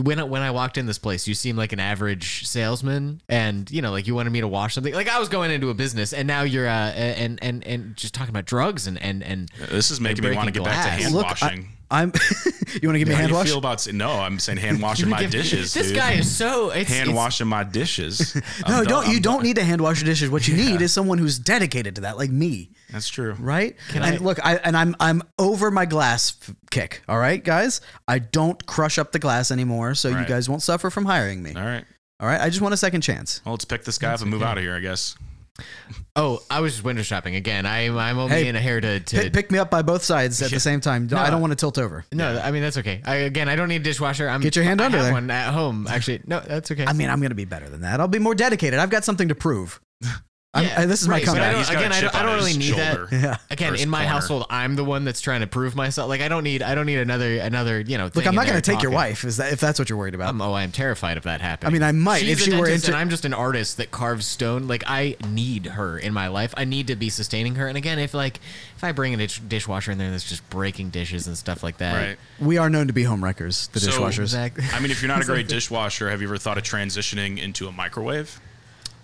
S1: When I, when I walked in this place, you seemed like an average salesman, and you know, like you wanted me to wash something. Like I was going into a business, and now you're uh, and and and just talking about drugs and and and
S4: This is making me
S1: breaking
S4: want to get back to
S1: glass.
S4: hand
S3: Look, I-
S4: washing.
S3: I'm. (laughs) you want to give me a
S4: How do
S3: hand
S4: you
S3: wash?
S4: feel about? No, I'm
S1: (laughs)
S4: saying hand washing my dishes.
S1: This
S4: dude.
S1: guy is so it's,
S4: hand
S1: it's-
S4: washing my dishes.
S1: (laughs)
S4: I'm
S3: No,
S4: done-
S3: don't. You
S4: I'm
S3: don't
S4: done.
S3: need to hand wash your dishes. What you need is someone who's dedicated to that, like me.
S4: That's true.
S3: Right? and
S1: I-
S3: look, I and I'm I'm over my glass f- kick. All right, guys. I don't crush up the glass anymore, so you
S4: Right.
S3: guys won't suffer from hiring me.
S4: All right.
S3: All right. I just want a second chance.
S4: Well, let's pick this guy up and move out of here. I guess.
S1: Oh, I was just window shopping again. I'm I'm only
S3: Hey,
S1: in a hair to, to
S3: Pick, pick me up by both sides at the same time. No, I don't want to tilt over.
S1: No, I mean that's okay. I, again, I don't need a dishwasher. I'm
S3: Get your hand
S1: I
S3: under
S1: have
S3: there.
S1: One at home, actually. No, that's okay.
S3: I mean, I'm going to be better than that. I'll be more dedicated. I've got something to prove. (laughs) I'm, I- this is
S1: right,
S3: my
S1: but I
S3: comeback.
S1: don't-
S4: He's got a
S1: again, I
S4: chip
S1: don't, I
S4: on
S1: don't
S4: his
S1: really need
S4: shoulder.
S1: (laughs)
S3: (laughs)
S1: that.
S3: Yeah.
S1: Again,
S4: First
S1: in my
S4: corner.
S1: household, I'm the one that's trying to prove myself. Like I don't need I don't need another another you know.
S3: Look,
S1: thing
S3: I'm
S1: in
S3: not going to
S1: there
S3: take your
S1: talking.
S3: wife. Is that if that's what you're worried about?
S1: Um, oh, I am terrified of that happening.
S3: I mean, I might,
S1: She's
S3: if
S1: a
S3: she were
S1: dentist
S3: into-
S1: and I'm just an artist that carves stone. Like I need her in my life. I need to be sustaining her. And again, if like if I bring a dish- dishwasher in there that's just breaking dishes and stuff like that,
S4: Right.
S3: we are known to be home wreckers, the
S4: So-
S3: dishwashers.
S1: Zach-
S4: I mean, if you're not
S3: (laughs)
S4: a great dishwasher, have you ever thought of transitioning into a microwave?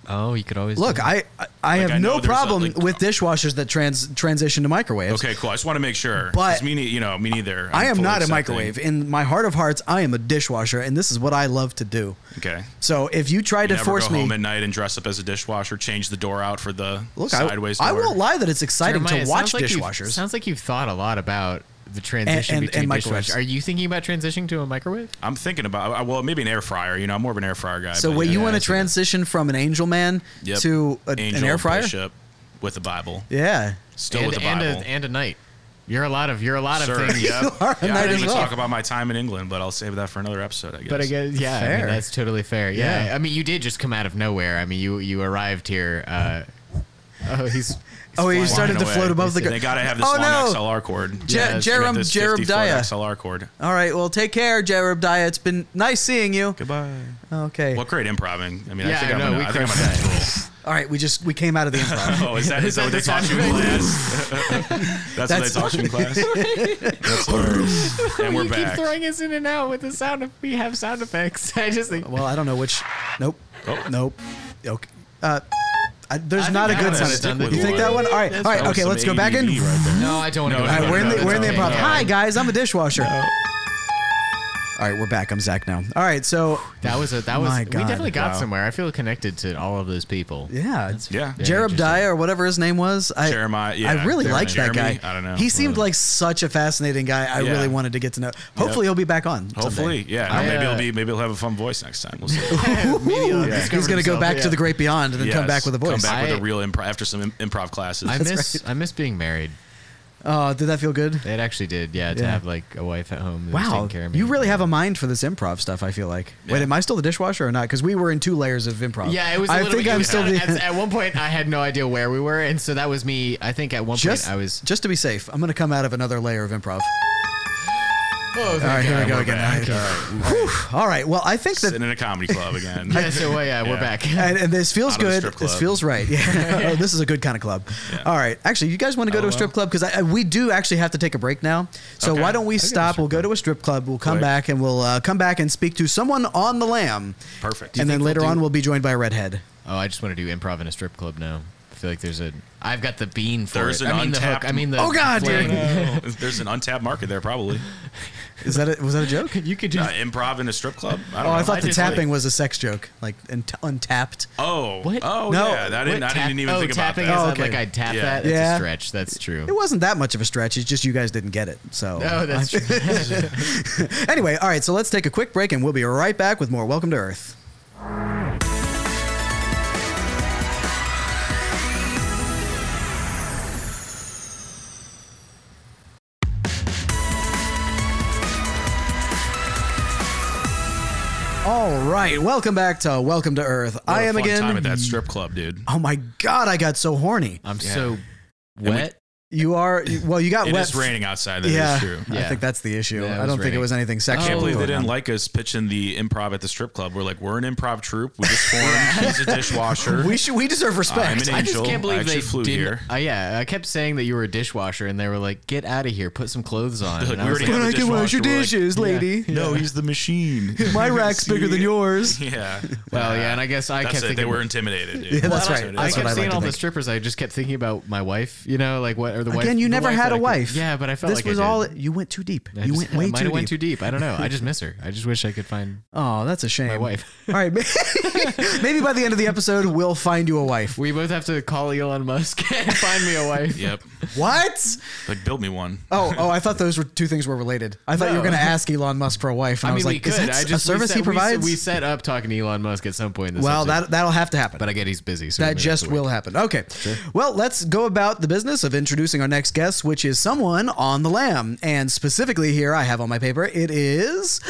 S1: Oh, you could always
S3: Look,
S1: do-
S3: I I I have
S4: I know
S3: no
S4: there's a,
S3: problem
S4: like-
S3: with dishwashers that trans transition to microwaves.
S4: Okay, cool. I just want to make sure.
S3: But-
S4: 'Cause me, nei- you know, me neither. I'm
S3: I am
S4: fully
S3: not a
S4: accepting.
S3: microwave. In my heart of hearts, I am a dishwasher, and this is what I love to do.
S4: Okay.
S3: So if you try
S4: You
S3: to
S4: never
S3: force
S4: go
S3: me,
S4: home at night and dress up as a dishwasher, change the door out for the
S3: look, I,
S4: sideways
S3: I
S4: door.
S3: won't lie that it's exciting
S1: Jeremiah,
S3: to
S1: it
S3: watch
S1: sounds like you've-
S3: dishwashers.
S1: Sounds like you've thought a lot about the transition
S3: and-
S1: between
S3: and microwaves.
S1: microwaves. Are you thinking about transitioning to a microwave?
S4: I'm thinking about I- well, maybe an air fryer. You know, I'm more of an air fryer guy.
S3: So
S4: but
S3: what
S4: yeah,
S3: you
S4: yeah,
S3: want
S4: I
S3: to
S4: see that.
S3: transition from an angel man
S4: Yep.
S3: to a, an
S4: Angel
S3: air fryer?
S4: bishop with the Bible,
S3: Yeah.
S4: still
S1: and,
S4: with the
S1: and
S4: Bible.
S1: a, and a night. You're a lot of you're a lot
S4: Sir,
S1: of things.
S4: yeah.
S3: (laughs) You are a
S4: yeah,
S3: knight
S4: I
S3: as
S4: didn't
S3: well.
S4: talk about my time in England, but I'll save that for another episode, I
S1: (laughs)
S4: guess.
S1: But again, yeah, I mean,
S3: Fair.
S1: that's totally fair. Yeah.
S3: Yeah.
S1: I mean, you did just come out of nowhere. I mean, you you arrived here. Uh, oh, he's, (laughs) he's
S3: Oh, he
S1: flying.
S3: started to (laughs)
S4: Flying
S3: float
S4: away.
S3: above the
S4: They
S3: ground.
S4: gotta have this
S3: Oh,
S4: long
S3: no.
S4: XLR cord.
S3: Je-
S4: Yes. They
S3: Jerem-
S4: got this
S3: Jerem
S4: 50 foot
S3: Daya.
S4: XLR cord.
S3: All right. Well, take care, Jerubdiah. It's been nice seeing you.
S4: Goodbye.
S3: Okay.
S4: What great improving. I mean,
S1: Yeah,
S4: I think
S1: I
S4: I'm
S1: know,
S4: gonna,
S1: we
S4: I think I'm
S1: crushed
S4: gonna-
S3: All right. We just we came out of the improv.
S4: Oh, is that is that what they
S1: Is that
S4: taught
S1: the
S4: you in class? (laughs) That's, what they
S3: That's-
S4: taught you in class.
S3: (laughs)
S4: That's hilarious. And we're
S1: you
S4: back.
S1: keep throwing us in and out with the sound. Of, we have sound effects. (laughs) I just think.
S3: (laughs) Well, I don't know which. Nope.
S4: Oh.
S3: Nope. Okay. Uh, I, there's
S1: I
S3: not a
S1: think
S3: good
S1: that
S3: sound.
S1: one's done
S3: effect. You
S1: the
S3: think that
S1: job.
S3: one? All right. All right.
S4: That was
S3: Okay.
S4: some
S3: Let's go back in.
S4: ADD right there.
S1: no, I don't want
S4: No,
S1: to.
S4: no,
S1: go
S3: All right,
S1: back.
S3: we're in the
S4: No,
S3: we're in the
S4: that's
S3: improv.
S4: okay.
S3: Hi guys, I'm a dishwasher. All right, we're back. I'm Zach now. All right, so
S1: That was a that was.
S3: My
S1: We
S3: God.
S1: definitely got
S4: Wow.
S1: somewhere. I feel connected to all of those people.
S3: yeah,
S4: Yeah.
S1: Yeah.
S3: Jeremiah or whatever his name was. I,
S4: Jeremiah, yeah,
S3: I really
S4: Jeremy.
S3: liked that
S4: Jeremy?
S3: guy.
S4: I don't know.
S3: He seemed
S4: Well.
S3: like such a fascinating guy. I
S4: Yeah.
S3: really wanted to get to know. Hopefully, he'll be back on. someday.
S4: Hopefully, yeah. no,
S1: I,
S4: maybe
S1: uh,
S4: he'll be. Maybe he'll have a fun voice next time. We'll see.
S1: (laughs) Maybe he'll
S4: Yeah.
S1: discover
S3: uh, he's gonna go
S1: himself.
S3: back
S1: Yeah.
S3: to the great beyond and then come
S4: Yes,
S3: back with a voice.
S4: Come back with
S1: I-
S4: a real improv after some im- improv
S3: (laughs)
S4: classes.
S1: I miss
S3: right.
S1: I miss being married.
S3: Oh, did that feel good?
S1: It actually did, yeah, to
S3: Yeah.
S1: have like a wife at home. That was
S3: Wow,
S1: taking care of me.
S3: you really have a mind for this improv stuff. I feel like. Wait,
S4: Yeah.
S3: am I still the dishwasher or not? Because we were in two layers of improv.
S1: Yeah, it was. I
S3: I think I'm still the. (laughs)
S1: at, at one point. I had no idea where we were, and so that was me. I think at one
S3: just
S1: point I was.
S3: just to be safe. I'm gonna come out of another layer of improv.
S1: Oh,
S3: All right, here we go
S4: we're
S3: again.
S4: back.
S3: All right. Whew. All right. Well, I think that.
S4: Sitting in a comedy
S3: (laughs)
S4: club again.
S1: Yeah, so
S3: oh,
S1: well, yeah, we're (laughs)
S4: Yeah.
S1: back.
S3: And, and this feels
S4: Out of the
S3: good.
S4: strip
S3: This
S4: club.
S3: feels right. Yeah.
S4: (laughs)
S3: Oh, this is a good kind of club. All right. Actually, you guys want to go to a
S4: well.
S3: strip club because I, I- we do actually have to take a break now. So
S4: Okay.
S3: why don't we
S4: I'll go to
S3: stop? We'll go to a strip club. We'll come
S4: Quick.
S3: back and we'll uh, come back and speak to someone on the lam.
S4: Perfect.
S3: And then
S1: think
S3: later
S1: we'll
S3: on,
S1: do-
S3: we'll be joined by a redhead.
S1: oh, I just want to do improv in a strip club now. I feel like there's a. I've got the bean for
S4: There's
S1: it.
S4: an
S1: I mean
S4: untapped-
S1: the hook. I mean the.
S3: Oh, God, dude.
S1: (laughs) fling.
S4: Oh, There's an untapped market there, probably.
S3: Is that a, was that a
S4: (laughs)
S3: joke?
S1: (laughs) You could do.
S4: Uh, improv in a strip club. I
S3: Oh,
S4: don't know.
S3: I thought the
S1: just like-
S3: tapping was a sex joke, like un- untapped.
S4: Oh,
S1: What?
S4: oh,
S3: No.
S4: yeah. I didn't,
S1: What,
S4: I didn't
S1: tap-
S4: even
S1: oh,
S4: think about
S1: tapping
S4: that.
S1: is
S3: Oh,
S1: not
S3: okay.
S1: like I'd tap
S4: Yeah.
S1: that. That's
S3: Yeah.
S1: a stretch. That's true.
S3: (laughs) It wasn't that much of a stretch. It's just you guys didn't get it. So
S1: Oh, that's true.
S3: anyway, all right. So let's take a quick break, and we'll be right back with more. Welcome to Earth. All right, welcome back to Welcome to Earth.
S4: What
S3: I
S4: a
S3: am
S4: fun
S3: again.
S4: time Uh, at that strip club, dude.
S3: Oh my god, I got so horny.
S1: (laughs) I'm so wet.
S3: You are well. You got
S4: It
S3: wet.
S4: is raining outside. That is
S3: yeah, Oh,
S4: true.
S3: I
S1: Yeah.
S3: think that's the issue.
S1: Yeah, it
S3: I
S1: was
S3: don't think it
S1: raining.
S3: was anything
S4: I
S3: sexual.
S4: can't believe they
S3: going
S4: didn't
S3: on.
S4: like us pitching the improv at the strip club. We're like, we're an improv troupe. We just formed. He's a
S1: (laughs)
S4: dishwasher.
S3: (laughs) We should. We deserve
S4: I'm
S3: respect.
S4: an
S1: I just
S4: angel.
S1: can't
S4: I
S1: believe
S4: actually
S1: they
S4: flew
S1: didn't.
S4: here.
S1: Uh, yeah, I kept saying that you were a dishwasher, and they were like, "Get out of here, put some clothes on."
S4: They're like,
S1: And I
S4: "We
S1: was
S4: already (laughs) have a dishwasher, like-
S3: lady.
S1: (laughs)
S4: No, he's the machine.
S3: My rack's bigger than yours.
S4: (laughs) yeah.
S1: Well, yeah, and I guess I
S4: That's
S1: kept
S4: it.
S1: thinking
S4: They were intimidated. Dude.
S3: Yeah, that's
S4: Well,
S3: right.
S4: it.
S1: I
S3: That's
S1: kept
S3: what I like
S1: seeing
S3: to
S1: all the
S3: think.
S1: strippers. I just kept thinking about my wife. You know, like what? or the wife.
S3: Again, you
S1: the
S3: never
S1: wife
S3: had
S1: that
S3: a
S1: I could-
S3: wife.
S1: yeah, but I felt
S3: this
S1: like I
S3: was
S1: did.
S3: all. You went too deep.
S1: I
S3: you
S1: just-
S3: went way
S1: I might
S3: too
S1: have
S3: deep.
S1: went too deep. I don't know. I
S3: (laughs)
S1: just miss her. I just wish I could find.
S3: oh, that's a shame. My
S1: wife.
S3: (laughs)
S1: (laughs)
S3: all right, maybe, maybe by the end of the episode, we'll find you a wife.
S1: We both have to call Elon Musk (laughs) and find me a wife.
S4: Yep.
S3: What?
S4: Like build me one.
S3: Oh, oh! I thought those were two things were related. I thought you were
S1: No.
S3: going to ask Elon Musk for a wife, and I,
S1: I mean,
S3: was
S1: we
S3: like,
S1: could.
S3: "Is that
S1: I just
S3: a
S1: we
S3: service
S1: set-
S3: he
S1: we set-
S3: provides?"
S1: We, set up talking to Elon Musk at some point. This
S3: well,
S1: episode,
S3: that that'll have to happen.
S1: But I get he's busy. So
S3: that
S1: maybe
S3: just
S1: we'll
S3: will happen. Okay. Well, let's go about the business of introducing our next guest, which is someone on the lam. And specifically here, I have on my paper, it is.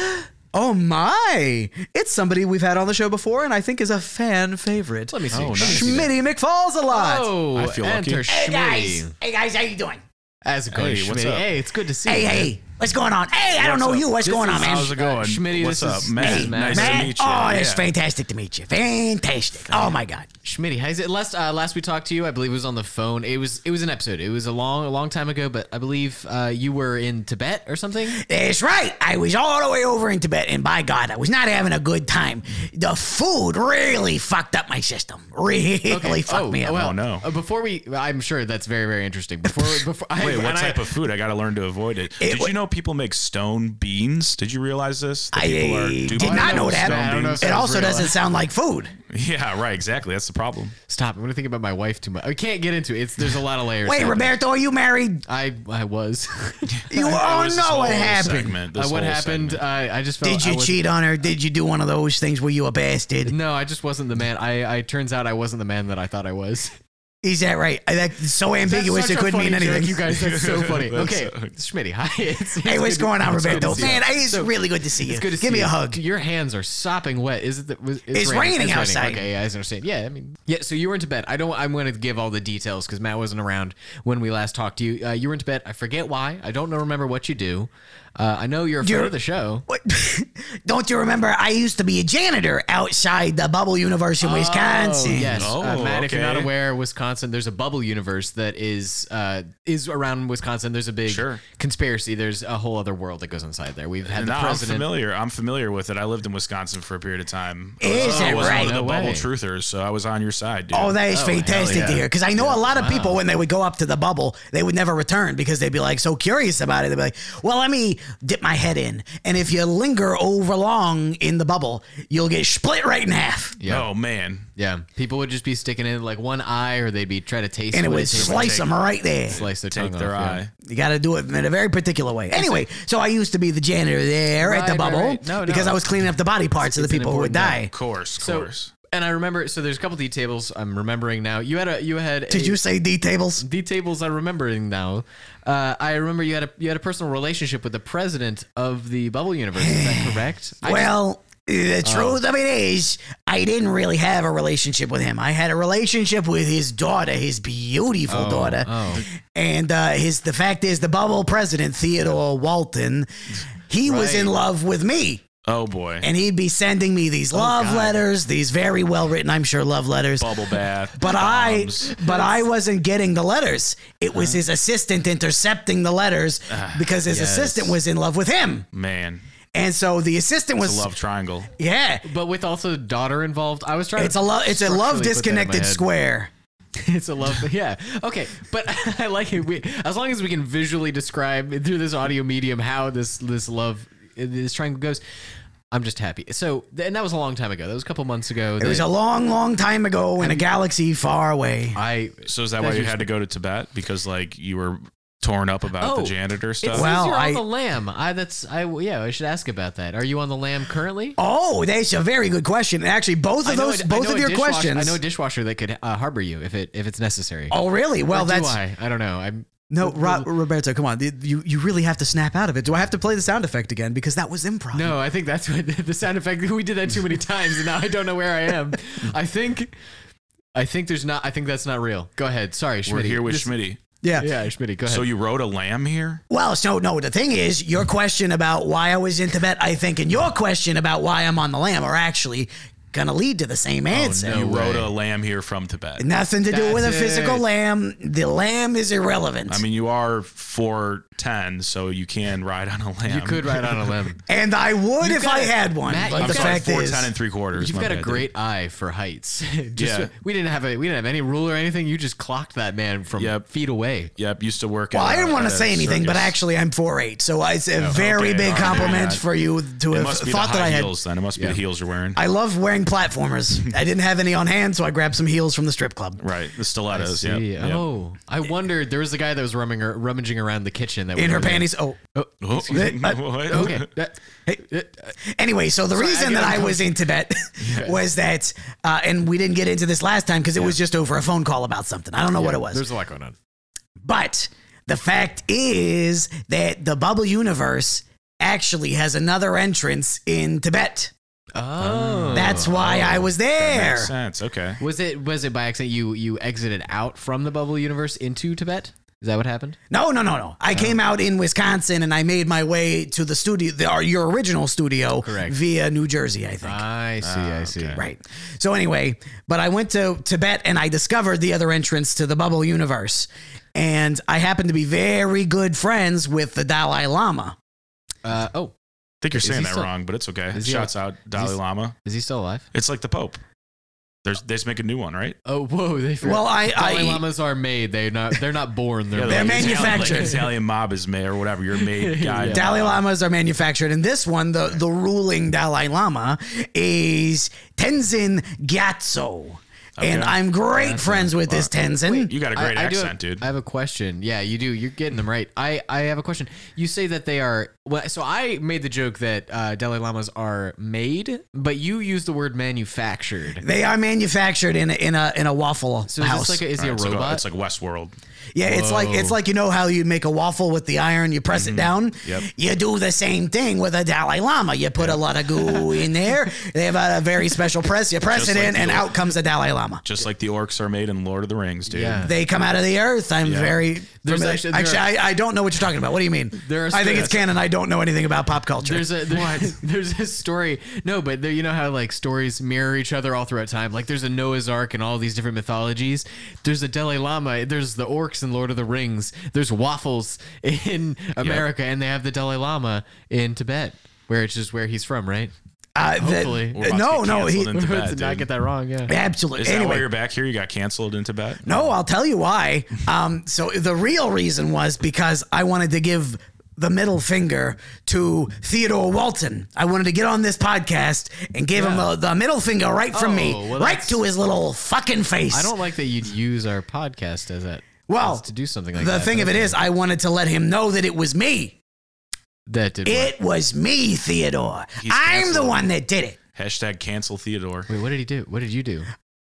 S3: Oh my! It's somebody we've had on the show before, and I think is a fan favorite.
S1: Let me see.
S4: Oh, nice.
S3: Schmitty McFalls a lot.
S1: Oh,
S4: I feel
S1: enter
S4: lucky.
S2: Hey guys,
S1: Schmitty.
S2: hey guys, how you doing?
S1: As a
S4: Hey,
S1: coach,
S4: what's
S1: Schmitty.
S4: up?
S1: Hey, it's good to see
S2: Hey,
S1: you.
S2: hey, what's going on? Hey, I don't know
S4: up?
S2: you. What's
S1: This
S2: going on,
S1: is-
S2: man?
S4: How's it going?
S1: Uh, Schmitty,
S4: What's
S1: this
S4: up,
S1: is-
S4: Matt?
S1: Hey,
S4: nice
S2: Matt?
S4: to meet you.
S2: Oh, it's
S4: Yeah.
S2: fantastic to meet you. Fantastic. Oh my god.
S1: Schmitty, how's it? Last uh, last we talked to you, I believe it was on the phone. It was it was an episode. It was a long a long time ago, but I believe uh, you were in Tibet or something.
S2: That's right. I was all the way over in Tibet, and by God, I was not having a good time. The food really fucked up my system. Really (laughs) fucked
S1: oh,
S2: me up.
S1: Well,
S4: Oh, no.
S1: uh, Before we, I'm sure that's very very interesting.
S4: (laughs)
S1: Before before, I,
S4: Wait, what
S1: and I-
S4: type of food? I got to learn to avoid it. Did
S2: wa-
S4: you know people make stone beans? Did you realize this? That
S2: I
S4: people are
S2: did
S4: Dubai
S2: not know
S4: knows
S2: that.
S4: stone
S2: I
S1: don't know
S4: beans.
S1: if
S2: it
S1: sounds
S2: also
S1: real.
S2: doesn't sound
S1: (laughs)
S2: like food.
S4: Yeah, right. Exactly. That's the problem.
S1: Stop! I'm gonna think about my wife too much. I can't get into it. It's there's a lot of layers.
S2: Wait,
S1: happening.
S2: Roberto, are
S1: (laughs)
S2: you married?
S1: I I was.
S2: You all
S4: was (laughs) this
S2: know
S4: whole
S2: what happened.
S4: segment, this
S1: Uh, what
S4: whole
S1: happened?
S4: segment.
S1: I I just felt.
S2: Did
S1: I
S2: you
S1: wasn't-
S2: cheat on her? Did you do one of those things where you a bastard?
S1: (laughs) No, I just wasn't the man. I I turns out I wasn't the man that I thought I was.
S2: Is that right? I- That's so ambiguous
S1: That's
S2: it
S1: such a
S2: couldn't mean
S1: funny
S2: anything.
S1: joke, you guys, that's
S2: (laughs)
S1: so funny.
S4: That's-
S1: okay, (laughs) Schmitty, hi. It's,
S2: hey,
S1: it's
S2: what's
S1: good-
S2: going on,
S1: it's good to
S2: Roberto?
S1: see you.
S2: Man, I- it's
S1: So,
S2: really good to see you.
S1: it's good to
S2: Give
S1: see
S2: me
S1: you.
S2: a hug.
S1: Your hands are sopping wet. Is it? The, was,
S2: It's raining outside.
S1: Okay, yeah, I understand. Yeah, I mean, yeah. So you were in Tibet. I don't. I'm going to give all the details because Matt wasn't around when we last talked to you. Uh, you were in Tibet. I forget why. I don't know. Remember what you do. Uh, I know you're a fan
S2: You're-
S1: of the show.
S2: What? (laughs) Don't you remember? I used to be a janitor outside the Bubble Universe in Wisconsin.
S1: Oh, yes, uh,
S4: Oh,
S1: Matt. If you're
S4: okay.
S1: not aware, Wisconsin, there's a bubble universe that is uh, is around Wisconsin. There's a big
S4: Sure.
S1: conspiracy. There's a whole other world that goes inside there. We've had
S4: And
S1: the
S4: now I'm
S1: president.
S4: familiar. I'm familiar with it. I lived in Wisconsin for a period of time.
S2: Is
S4: I
S2: that
S4: was
S2: right?
S4: one of the
S1: No
S4: bubble
S1: way.
S4: truthers, so I was on your side, dude.
S2: Oh, that is
S1: Oh,
S2: fantastic
S1: hell
S2: to
S1: yeah.
S2: hear. Because I know a lot of people when they would go up to the bubble, they would never return because they'd be like so curious about it. They'd be like, "Well, let me dip my head in." And if you linger over long in the bubble, you'll get split right in half,
S1: Yeah.
S4: Oh man.
S1: Yeah, people would just be sticking in like one eye, or they'd be trying to taste
S2: and it
S1: what
S2: would
S1: tastes
S2: slice them right there.
S1: slice their
S4: Take
S1: tongue
S4: their
S1: off, yeah.
S4: eye.
S2: You got to do it in a very particular way. Anyway, so I used to be the janitor there at
S1: Right,
S2: the
S1: right,
S2: bubble
S1: right. No, no.
S2: because I was cleaning up the body parts of
S1: It's
S2: the
S1: an
S2: people who would
S1: important
S2: die.
S4: Of course, of
S1: So,
S4: course.
S1: and I remember. So there's a couple D tables I'm remembering now. You had a you had a,
S2: Did you say D tables?
S1: D tables I'm remembering now. Uh, I remember you had a you had a personal relationship with the president of the bubble universe. Is that
S2: (sighs)
S1: correct? I just- Oh.
S2: Well, the truth of it is, I didn't really have a relationship with him. I had a relationship with his daughter, his beautiful daughter.
S1: oh.
S2: And uh, his the fact is, the bubble president, Theodore Walton, he was
S1: Right.
S2: in love with me.
S4: Oh boy.
S2: And he'd be sending me
S1: Oh,
S2: these love letters, these very well written, I'm sure, love letters.
S4: bubble bath.
S2: But I,
S4: bombs.
S2: but I wasn't getting the letters. It
S1: Uh-huh.
S2: was his assistant intercepting the letters
S1: Ah,
S2: because his assistant was in love with him,
S4: man,
S2: and so the assistant
S4: the
S2: was
S4: love triangle.
S2: yeah.
S1: But with also daughter involved, I was trying.
S2: It's
S1: to
S2: a love. It's a
S1: structurally
S2: love
S1: put that in my
S2: disconnected
S1: head.
S2: square.
S1: (laughs) It's a love. Yeah. Okay. But (laughs) I like it. We, as long as we can visually describe through this audio medium how this this love this triangle goes, I'm just happy. So, and that was a long time ago. That was a couple months ago.
S2: It was a long, long time ago in a galaxy far away.
S1: I.
S4: So is that
S1: That's
S4: why you
S1: your-
S4: had to go to Tibet because like you were torn up about
S1: Oh,
S4: the janitor
S1: It
S4: stuff?
S1: says
S2: Well,
S1: you're on
S2: I-
S1: the lamb. I that's I yeah. I should ask about that. Are you on the lamb currently?
S2: Oh, that's a very good question. Actually, both
S1: I
S2: of
S1: know
S2: those,
S1: a- I
S2: both
S1: know
S2: of
S1: a
S2: your
S1: dishwasher-
S2: questions.
S1: I know a dishwasher that could uh, harbor you if it if it's necessary.
S2: oh, really? Well,
S1: Or
S2: that's
S1: do I? I don't know. I'm.
S3: No,
S1: Well,
S3: Ro- Roberto, come on. You you really have to snap out of it. Do I have to play the sound effect again because that was improv?
S1: No, I think that's what (laughs) the sound effect. We did that too many times, and now I don't know where I am. I think, I think there's not. I think that's not real. Go ahead. Sorry, Schmitty.
S4: We're here with
S1: This-
S4: Schmitty.
S3: Yeah.
S1: Yeah, Schmitty. Go ahead.
S4: So you rode a lamb here?
S2: well. So no, the thing is, your question about why I was in Tibet, I think, and your question about why I'm on the lamb are actually going to lead to the
S4: Oh,
S2: same answer.
S1: no.
S4: You rode
S1: way.
S4: a lamb here from Tibet.
S2: Nothing to do with a
S1: That's
S2: physical
S1: it.
S2: lamb. The lamb is irrelevant.
S4: I mean, you are for ten, so you can ride on a lamb.
S1: You could ride on a (laughs) limb.
S2: And I would
S1: You've
S2: if
S1: got
S2: I
S1: a-
S2: had one.
S1: Matt, you've
S2: but
S4: (laughs)
S2: the
S4: I'm sorry,
S2: fact
S4: four
S2: is,
S4: ten and three quarters.
S1: You've
S4: my
S1: got a
S4: bad,
S1: great eye for heights. (laughs) Just-
S4: Yeah.
S1: we didn't have a we didn't have any rule or anything. You just clocked that man from
S4: Yep.
S1: feet away.
S4: dude. Yep, used to work.
S2: well,
S4: at
S2: I
S4: a-
S2: didn't want to
S4: at a
S2: say anything, but
S4: circus.
S2: actually, I'm 4'8", so I- it's a very
S4: okay,
S2: big
S4: all right,
S2: compliment
S4: yeah.
S2: for you to
S4: it
S2: have
S4: must be
S2: thought
S4: the
S2: that I
S4: high
S2: had.
S4: heels. Then it must be
S1: Yeah.
S4: the heels you're wearing.
S2: I love wearing platformers. I didn't have any on hand, so I grabbed some heels from the strip club.
S4: right, the stilettos. Yeah.
S1: See, Oh, I wondered. There was a guy that was rumming, rummaging around the kitchen that we
S2: In her
S1: were there.
S2: panties. Oh,
S4: Oh, (laughs) what?
S1: Okay.
S4: (laughs)
S1: That- uh,
S2: Anyway, so the reason
S1: I
S2: that
S1: got
S2: I was
S1: (laughs)
S2: in Tibet was that, uh, and we didn't get into this last time because it was just over a phone call about something. I don't know what it was.
S1: There's a lot going on.
S2: But the fact is that the bubble universe actually has another entrance in Tibet.
S1: Oh,
S2: That's why I was there.
S4: Makes sense. Okay.
S1: was it was it by accident you you exited out from the bubble universe into Tibet? Is that what happened?
S2: No, no, no, no. I came out in Wisconsin and I made my way to the studio, the, or your original studio,
S1: Correct.
S2: via New Jersey, I
S1: (laughs)
S2: think.
S1: I see. I see.
S4: Ah, okay.
S2: Right. So anyway, but I went to Tibet and I discovered the other entrance to the bubble universe. And I happened to be very good friends with the Dalai Lama.
S1: Uh, oh,
S4: I think you're saying
S1: he
S4: that
S1: still-
S4: wrong, but it's okay.
S1: is he
S4: Shouts out Dalai
S1: he-
S4: Lama.
S1: is he still alive?
S4: It's like the Pope. There's they just make a new one, right?
S1: Oh, whoa! They forgot-
S2: Well, I,
S1: Dalai
S2: I
S1: Lamas are made. They're not. They're not born. They're,
S2: They're
S1: made.
S4: like Italian-
S2: manufactured.
S4: like Italian mob is made or whatever. You're made
S2: (laughs)
S4: guy.
S1: Yeah.
S2: Dalai Lamas are manufactured, and this one, the the ruling Dalai Lama is Tenzin Gyatso. And
S4: Okay.
S2: I'm great friends with
S1: Uh,
S2: this Tenzin.
S4: You got a great
S1: I- I do
S4: accent,
S1: have-
S4: dude.
S1: I have a question. Yeah, you do. You're getting them right. I, I have a question. You say that they are. Well, so I made the joke that uh, Dalai Lamas are made, but you use the word manufactured.
S2: They are manufactured in a, in a in a waffle
S1: So is
S2: house.
S1: this like a, is he a
S4: All right, it's like
S1: robot?
S4: It's like Westworld.
S2: yeah, it's like it's like you know how you make a waffle with the iron, you press it down.
S4: Mm-hmm. Yep.
S2: You do the same thing with a Dalai Lama. You put a lot of goo
S4: (laughs)
S2: in there. They have a very special press. You press
S4: Just
S2: it
S4: like
S2: in,
S4: the
S2: and
S4: old-
S2: out comes the Dalai Lama.
S4: Just like the orcs are made in Lord of the Rings, dude.
S1: Yeah.
S2: They come out of the earth. I'm
S4: Yeah.
S2: very.
S1: There's
S2: familiar.
S1: actually-
S2: Actually,
S1: there are-
S2: I, I don't know what you're talking about. What do you mean?
S1: There are
S2: I think it's
S1: spirits.
S2: canon. I don't know anything about pop culture.
S1: there's
S2: (laughs)
S1: a there's, (laughs) there's a story. No, but there, you know how like stories mirror each other all throughout time. Like there's a Noah's Ark and all these different mythologies. There's a Dalai Lama. There's the orcs in Lord of the Rings. There's waffles (laughs) in America, and they have the Dalai Lama in Tibet, where it's just where he's from,
S2: (laughs)
S1: right?
S2: Uh, the-
S1: hopefully.
S4: We're about to
S2: no,
S4: get
S2: no, he (laughs)
S4: canceled in Tibet,
S1: Did not
S4: dude.
S1: get that wrong. Yeah.
S2: absolutely.
S4: Is that why
S2: anyway,
S4: you're back here? You got canceled in Tibet?
S2: No, I'll tell you why. Um, so the real reason was because I wanted to give the middle finger to Theodore Walton. I wanted to get on this podcast and give him the, the middle finger right from
S1: Oh,
S2: me,
S1: well,
S2: right
S1: that's-
S2: to his little fucking face.
S1: I don't like that you'd use our podcast as that.
S2: Well,
S1: as to do something like
S2: Oh, the
S1: that.
S2: thing of it is, I wanted to let him know that it was me.
S1: that did. work.
S2: It was me, Theodore. I'm the
S4: canceled.
S2: one that did it.
S4: Hashtag cancel Theodore.
S1: Wait, what did he do? What did you do?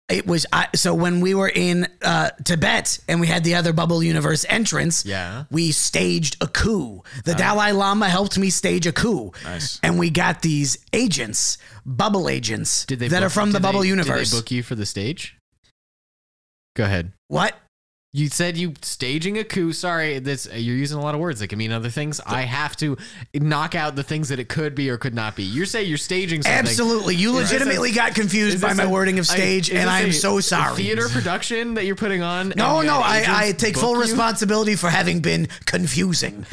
S2: It was I, so when we were in uh, Tibet and we had the other bubble universe entrance.
S1: Yeah.
S2: we staged a coup. The Dalai Lama helped me stage a coup. (laughs)
S4: Nice.
S2: And we got these agents, bubble agents,
S1: Did they
S2: that
S1: book-
S2: are from the
S1: did they-
S2: bubble
S1: did
S2: universe.
S1: they book you for the stage? Go ahead.
S2: what?
S1: You said you staging a coup. Sorry, this you're using a lot of words that can mean other things. I have to knock out the things that it could be or could not be. You're saying you're staging something.
S2: Absolutely. You
S1: this
S2: legitimately got confused
S1: Is
S2: by
S1: this
S2: my
S1: a-
S2: wording of
S1: I-
S2: stage,
S1: is
S2: and
S1: this
S2: I am
S1: a
S2: so sorry.
S1: Theater production that you're putting on.
S2: No,
S1: and you
S2: no,
S1: had
S2: I, I
S1: agents
S2: take
S1: book
S2: full
S1: you?
S2: responsibility for having been
S1: (laughs)
S2: confusing.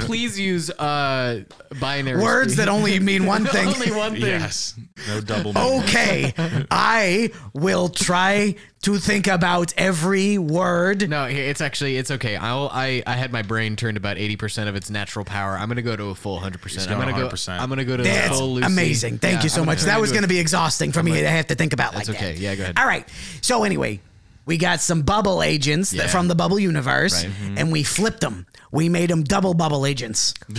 S1: Please use uh, binary
S2: Words
S1: speak.
S2: that only mean one
S1: (laughs)
S2: thing.
S1: only one thing.
S4: Yes. No double.
S2: Oh.
S4: meaning.
S2: Okay, I will try to think about every word.
S1: No, here- it's actually it's okay. I'll, I I had my brain turned about eighty percent of its natural power. I'm gonna go to a full hundred percent. I'm
S4: going
S1: gonna go.
S4: 100%.
S1: I'm gonna go to a
S2: That's
S1: full Lucy.
S2: amazing. Thank
S1: Yeah,
S2: you so
S1: I'm
S2: much.
S1: gonna-
S2: That
S1: I'm
S2: was going
S1: gonna
S2: to be exhausting for me to have to think about like
S1: That's okay.
S2: that.
S1: Yeah, go ahead.
S2: All right. So anyway, we got some bubble agents
S1: Yeah.
S2: that from the bubble universe,
S1: Right. Mm-hmm.
S2: and we flipped them. We made them double bubble agents.
S1: do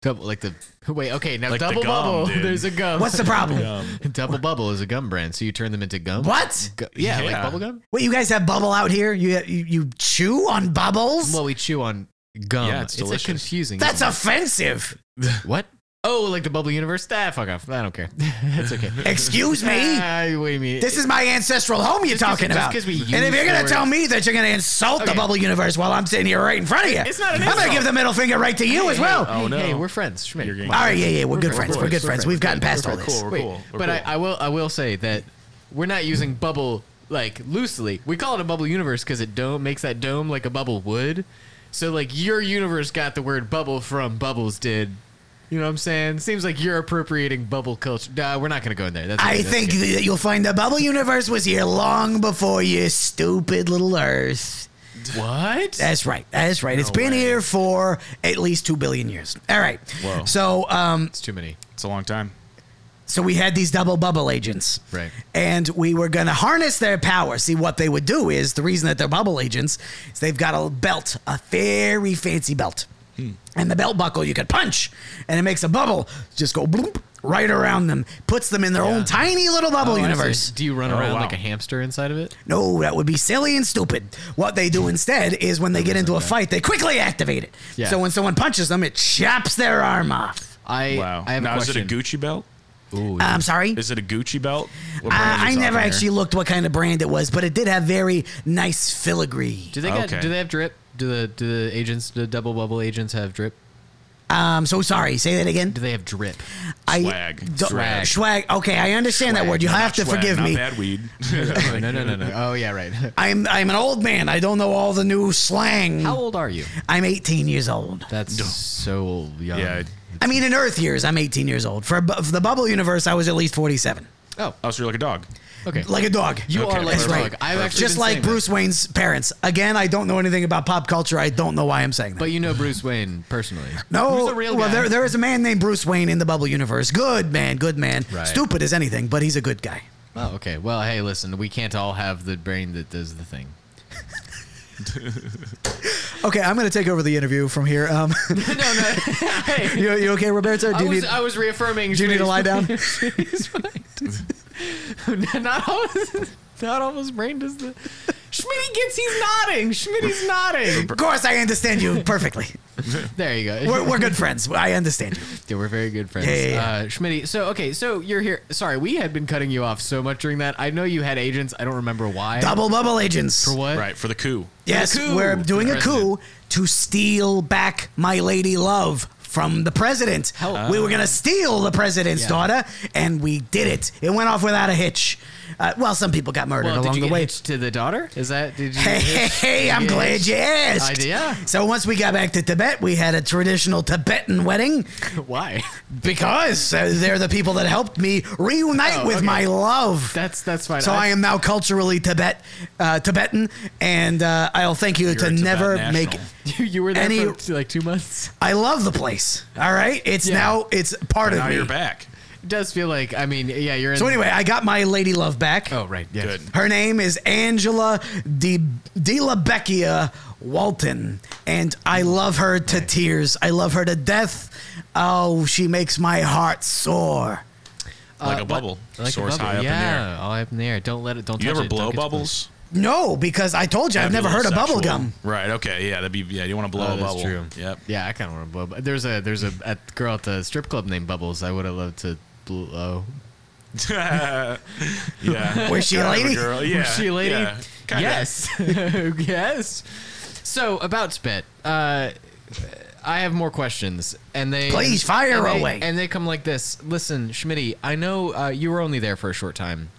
S1: double like the wait. Okay, now
S4: Like the
S1: double
S4: gum,
S1: bubble. (laughs)
S4: dude.
S1: There's a gum.
S2: What's the problem?
S1: (laughs) double bubble is a gum brand. So you turn them into gum.
S2: What?
S1: Gu- yeah, like
S4: Yeah.
S1: bubble gum.
S2: What you guys have bubble out here? You you, you chew on bubbles?
S1: Well, we chew on gum.
S4: Yeah, it's
S1: a
S4: delicious.
S1: confusing.
S2: That's offensive.
S1: what? Oh, like the bubble universe. Ah, fuck off. I don't care. (laughs) That's
S2: (laughs)
S1: okay.
S2: Excuse me.
S1: (laughs) Ah, wait a minute.
S2: This is my ancestral home you're
S1: 'cause-
S2: talking
S1: just
S2: about.
S1: 'cause we
S2: and if
S1: use
S2: you're
S1: the
S2: gonna
S1: word-
S2: tell me that you're gonna insult the
S1: Okay.
S2: bubble universe while I'm sitting here right in front of you,
S1: It's not an
S2: I'm gonna
S1: insult.
S2: give the middle finger right to you as well.
S1: Hey,
S4: Oh, no.
S1: hey, we're friends. Schmidt.
S4: You're
S1: Come
S4: getting-
S1: on.
S2: All right, yeah, yeah, we're good
S1: We're
S2: friends. We're
S1: boys.
S2: good
S1: We're
S2: friends.
S1: friends.
S2: We've gotten past all
S4: We're
S2: this.
S4: cool. We're
S1: Wait,
S4: cool. We're
S1: but
S4: cool.
S1: I, I will I will say that we're not using bubble like loosely. We call it a bubble universe because it dome makes that dome like a bubble would. So like your universe got the word bubble from Bubbles did. You know what I'm saying? Seems like you're appropriating bubble culture. Nah, we're not gonna go in there. That's
S2: I
S1: that's
S2: think
S1: good.
S2: that you'll find the bubble universe was here long before you stupid little Earth.
S1: what?
S2: That's right. That's right. it's been
S4: way.
S2: here for at least two billion years. All right.
S4: Whoa.
S2: So, um,
S1: It's too many.
S4: It's a long time.
S2: so we had these double bubble agents,
S1: Right.
S2: And we were going to harness their power. See, what they would do is the reason that they're bubble agents is they've got a belt, a very fancy belt,
S1: Hmm.
S2: and the belt buckle you could punch, and it makes a bubble just go bloop right around them, puts them in their own tiny little bubble
S1: Oh, I see.
S2: universe.
S1: Do you run
S4: Oh,
S1: around
S4: wow.
S1: like a hamster inside of it?
S2: No, that would be silly and stupid. What they do instead is when they get into a fight, they quickly activate it.
S1: Yeah.
S2: So when someone punches them, it chops their arm off.
S1: I
S4: Wow.
S1: I have
S4: now
S1: a question.
S4: is it a Gucci belt?
S2: I'm sorry.
S4: Is it a Gucci belt? What brand are we
S2: Uh, I, I
S4: talking
S2: never
S4: here?
S2: actually looked what kind of brand it was, but it did have very nice filigree.
S1: Do they got,
S4: Okay.
S1: do they have drip? Do the do the agents the double bubble agents have drip?
S2: I'm Um, so sorry. Say that again.
S1: Do they have (laughs) drip?
S2: I-
S4: Swag.
S2: don't-
S1: Swag.
S2: Swag. Okay, I understand that word. You
S4: Not
S2: have to
S4: swag,
S2: forgive
S4: not
S2: me.
S4: Bad weed. (laughs)
S1: no, no, no, no. Oh yeah, (laughs) right.
S2: I'm I'm an old man. I don't know all the new slang.
S1: How old are you?
S2: I'm 18 years old.
S1: That's so young.
S4: yeah.
S2: I mean, in Earth years, I'm 18 years old. For, bu- for the bubble universe, I was at least 47.
S1: Oh,
S4: Oh, so you're like a dog.
S1: okay.
S2: Like a dog.
S1: you
S4: Okay,
S1: are like
S4: that's
S1: a
S2: right.
S1: dog. I've actually
S2: just
S1: been
S2: like
S1: saying that.
S2: Bruce Wayne's parents. Again, I don't know anything about pop culture. I don't know why I'm saying that.
S1: But you know Bruce Wayne personally.
S2: no,
S1: who's a real
S2: well,
S1: guy?
S2: there there is a man named Bruce Wayne in the bubble universe. Good man, good man.
S1: Right.
S2: Stupid as anything, but he's a good guy.
S1: Oh, okay. Well, hey, listen, we can't all have the brain that does the thing.
S3: Okay, I'm going to take over the interview from here. Um,
S1: (laughs)
S3: (laughs)
S1: no, no. (laughs) Hey,
S3: you, you okay, Roberto?
S1: I
S3: Do you
S1: was
S3: need?
S1: I was reaffirming.
S3: do you need to lie (laughs) down?
S1: She's fine. (laughs) not all. Not all his brain does (laughs) the. Schmitty gets. He's nodding. Schmitty's nodding.
S2: Of course, I understand you perfectly.
S1: There you go.
S2: We're, we're good friends. I understand you.
S1: Yeah, we're very good friends.
S2: Yeah, yeah, yeah.
S1: Uh, Schmitty, so, okay, so you're here. Sorry, we had been cutting you off so much during that. I know you had agents. I don't remember why.
S2: Double bubble agents.
S1: Or what?
S4: Right for the coup.
S2: Yes,
S1: coup.
S2: we're doing a
S1: President.
S2: coup to steal back my lady love from the president.
S1: How-
S2: we were going to steal the president's
S1: uh, Yeah.
S2: daughter, and we did it. It went off without a hitch. Uh, well, some people got murdered
S1: Well, did
S2: along
S1: you
S2: the
S1: get
S2: way.
S1: hitched to the daughter? Is that did you?
S2: (laughs) Hey,
S1: get
S2: (laughs) hey,
S1: hitched?
S2: hey, I'm
S1: Did you get
S2: glad
S1: hitched?
S2: you asked.
S1: Idea.
S2: So once we got back to Tibet, we had a traditional Tibetan wedding
S1: Why? (laughs)
S2: because uh, they're the people that helped me reunite
S1: Oh,
S2: with
S1: okay.
S2: my love.
S1: That's that's fine.
S2: so I, am now culturally Tibet, uh, Tibetan, and uh, I'll thank you to
S4: a Tibetan
S2: never
S4: national.
S1: (laughs)
S2: make.
S1: you, you were there
S2: any-
S1: for t- like two
S2: (laughs)
S1: months.
S2: I love the place. All right, it's
S1: Yeah.
S2: now it's part
S4: Now
S2: of me.
S4: you're back.
S1: It does feel like I mean yeah you're in.
S2: So anyway, I got my lady love back.
S1: oh right yes.
S4: Good.
S2: Her name is Angela Di Becchia Walton, and I
S1: Mm.
S2: love her to tears. I love her to death. Oh, she makes my heart sore.
S4: Like a
S1: Uh, but-
S4: bubble.
S1: Like a
S4: Source
S1: bubble.
S4: high up
S1: yeah,
S4: in there.
S1: all up in the air. Don't let it. Don't
S4: You
S1: touch
S4: ever
S1: it. Don't
S4: blow
S1: get to
S4: bubbles?
S2: No, because I told you
S4: That'd
S2: I've
S4: be
S2: never
S4: a
S2: heard
S4: little
S2: of bubble
S4: sexual.
S2: gum.
S4: Right. Okay. Yeah. That'd be. Yeah. You want to blow
S1: Oh,
S4: a
S1: that's
S4: bubble?
S1: true. (laughs)
S4: Yep.
S1: Yeah, I kind of want to blow. But there's a there's a, a girl at the strip club named Bubbles. I would have loved to blow.
S4: yeah.
S2: Was she a
S4: Kind of
S2: lady?
S4: girl. Yeah.
S1: she a lady?
S4: Yeah. Kinda. (laughs)
S1: Yes, (laughs) yes. So about spit, uh, I have more questions, and they
S2: Please, fire
S1: and they-
S2: away.
S1: And they come like this. Listen, Schmitty, I know uh, you were only there for a short time.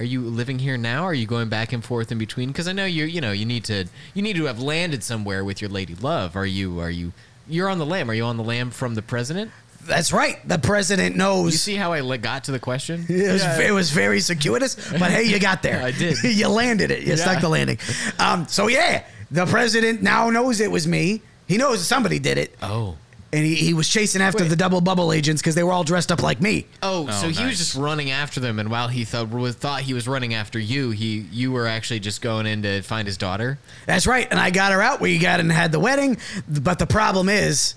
S1: Are you living here now? Are you going back and forth in between? Because I know you you know you need to you need to have landed somewhere with your lady love. Are you are you you're on the lam? Are you on the lam from the president?
S2: That's right. The president knows.
S1: You see how I like, got to the question?
S2: It was, it was very circuitous, but hey, you got
S1: (laughs)
S2: there.
S1: I did.
S2: (laughs) you landed it. You stuck the landing. Um, so yeah, the president now knows it was me. He knows somebody did it,
S1: Oh.
S2: and he, he was chasing after
S1: Wait.
S2: the double bubble agents because they were all dressed up like me.
S1: Oh, so he was
S4: nice.
S1: just running after them, and while he thought was- thought he was running after you, he you were actually just going in to find his daughter.
S2: That's right. And I got her out. We got and had the wedding, but the problem is,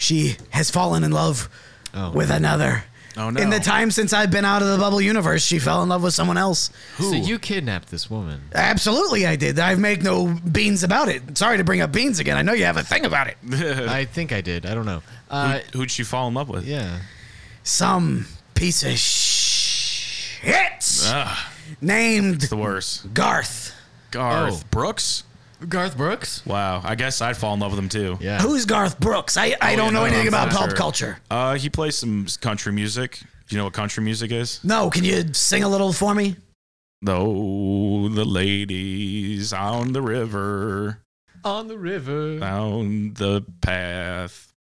S2: she has fallen in love
S1: Oh.
S2: with another.
S4: Oh, no.
S2: In the time since I've been out of the bubble universe, she fell in love with someone else.
S1: So you kidnapped this woman.
S2: Absolutely, I did. I make no beans about it. Sorry to bring up beans again. I know you have a thing
S4: (laughs)
S2: about it.
S4: Uh,
S1: I think I did. I don't know. Uh,
S4: Who'd she fall in love with?
S1: yeah.
S2: some piece of shit
S4: Ugh,
S2: named
S4: Ah, the worst.
S2: Garth.
S4: Garth
S1: Oh.
S4: Brooks.
S1: Garth Brooks.
S4: Wow. I guess I'd fall in love with him too.
S1: Yeah.
S2: Who's Garth Brooks? I,
S4: uh, Oh,
S2: I don't
S4: yeah,
S2: know
S4: no,
S2: anything
S4: I'm
S2: about
S4: not
S2: pop
S4: sure.
S2: culture.
S4: Uh, he plays some s- country music. Do you know what country music is?
S2: No, can you sing a little for me?
S4: No, the ladies on the river.
S1: on the river,
S4: Down the path.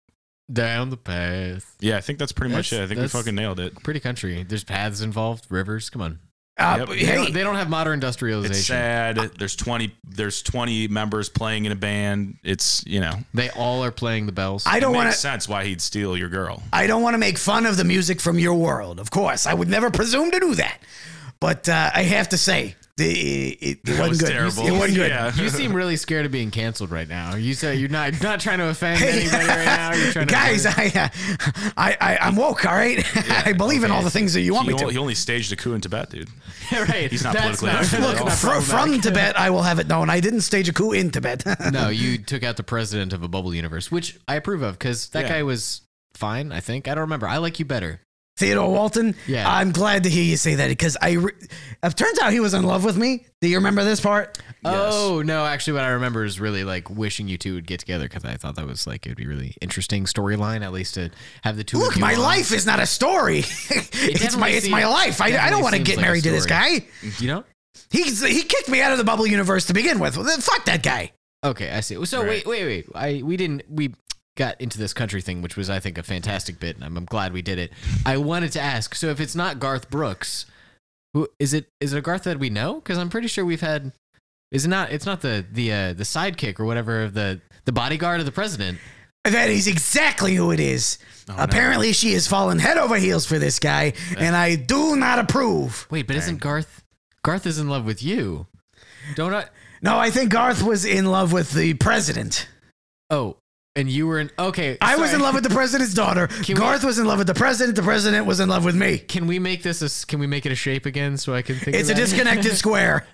S1: down the path.
S4: Yeah, I think that's pretty much
S1: That's-
S4: it. I think we
S1: that's-
S4: fucking nailed it.
S1: Pretty country. There's paths involved, rivers. Come on.
S2: Uh,
S4: Yep.
S2: but
S1: They
S2: Hey,
S1: don't, they don't have modern industrialization.
S4: It's sad. There's 20 there's 20 members playing in a band. It's, you know,
S1: They all are playing the bells.
S2: I
S4: it
S2: don't want
S4: makes
S2: to.
S4: sense why he'd steal your girl.
S2: I don't want to make fun of the music from your world. Of course, I would never presume to do that. But uh, I have to say, the, it, it
S4: That
S2: wasn't
S4: was
S2: good.
S4: terrible.
S2: It wasn't good.
S1: (laughs)
S4: Yeah.
S1: you seem really scared of being canceled right now. You say you're not you're not trying to offend anybody right now. You're
S4: (laughs)
S1: trying to (laughs)
S2: Guys, I, uh, I, I, I'm woke. All right, (laughs) I believe in all the things that you want
S4: He,
S2: me
S4: o-
S2: to.
S4: he only staged a coup in Tibet, dude.
S1: right?
S4: he's not
S1: that's
S4: politically active
S1: that's
S4: at
S2: Look,
S4: all.
S1: not
S2: fr- from
S1: problematic.
S2: Tibet, I will have it known. I didn't stage a coup in Tibet. (laughs)
S1: no, you took out the president of a bubble universe, which I approve of because that
S4: Yeah.
S1: guy was fine. I think I don't remember. I like you better.
S2: Theodore Walton.
S1: Yeah.
S2: I'm glad to hear you say that because I. Re- it turns out he was in love with me. Do you remember this part?
S1: Oh no, actually, what I remember is really like wishing you two would get together because I thought that was like it'd be really interesting storyline at least to have the two. of
S2: Look,
S1: you
S2: my
S1: on.
S2: life is not a story. (laughs) it's my
S1: definitely
S2: it's my
S1: seems-
S2: life. I, I
S1: definitely
S2: don't want to
S1: seems
S2: get
S1: like a
S2: married to this
S1: story.
S2: guy.
S1: You know?
S2: He's he kicked me out of the bubble universe to begin with. Well, then Fuck that guy.
S1: Okay, I see. So wait,
S4: Right.
S1: wait, wait. I we didn't we got into this country thing, which was I think a fantastic bit, and I'm, I'm glad we did it. I wanted to ask. So if it's not Garth Brooks, who is it? Is it a Garth that we know? Because I'm pretty sure we've had. Is it not? It's not the the uh, the sidekick or whatever of the the bodyguard of the president.
S2: That is exactly who it is.
S1: Oh,
S4: no.
S2: Apparently, she has fallen head over heels for this guy, and I do not approve.
S1: Wait, but isn't Garth? Garth is in love with you. Don't I?
S2: No, I think Garth was in love with the president.
S1: Oh, and you were in. Okay,
S2: I was
S1: sorry.
S2: in love with the
S1: (laughs)
S2: president's daughter.
S1: we-
S2: Garth was in love with the president. The president was in love with me.
S1: Can we make this? A, s- can we make it a shape again so I can think?
S2: It's a
S1: about it?
S2: disconnected square.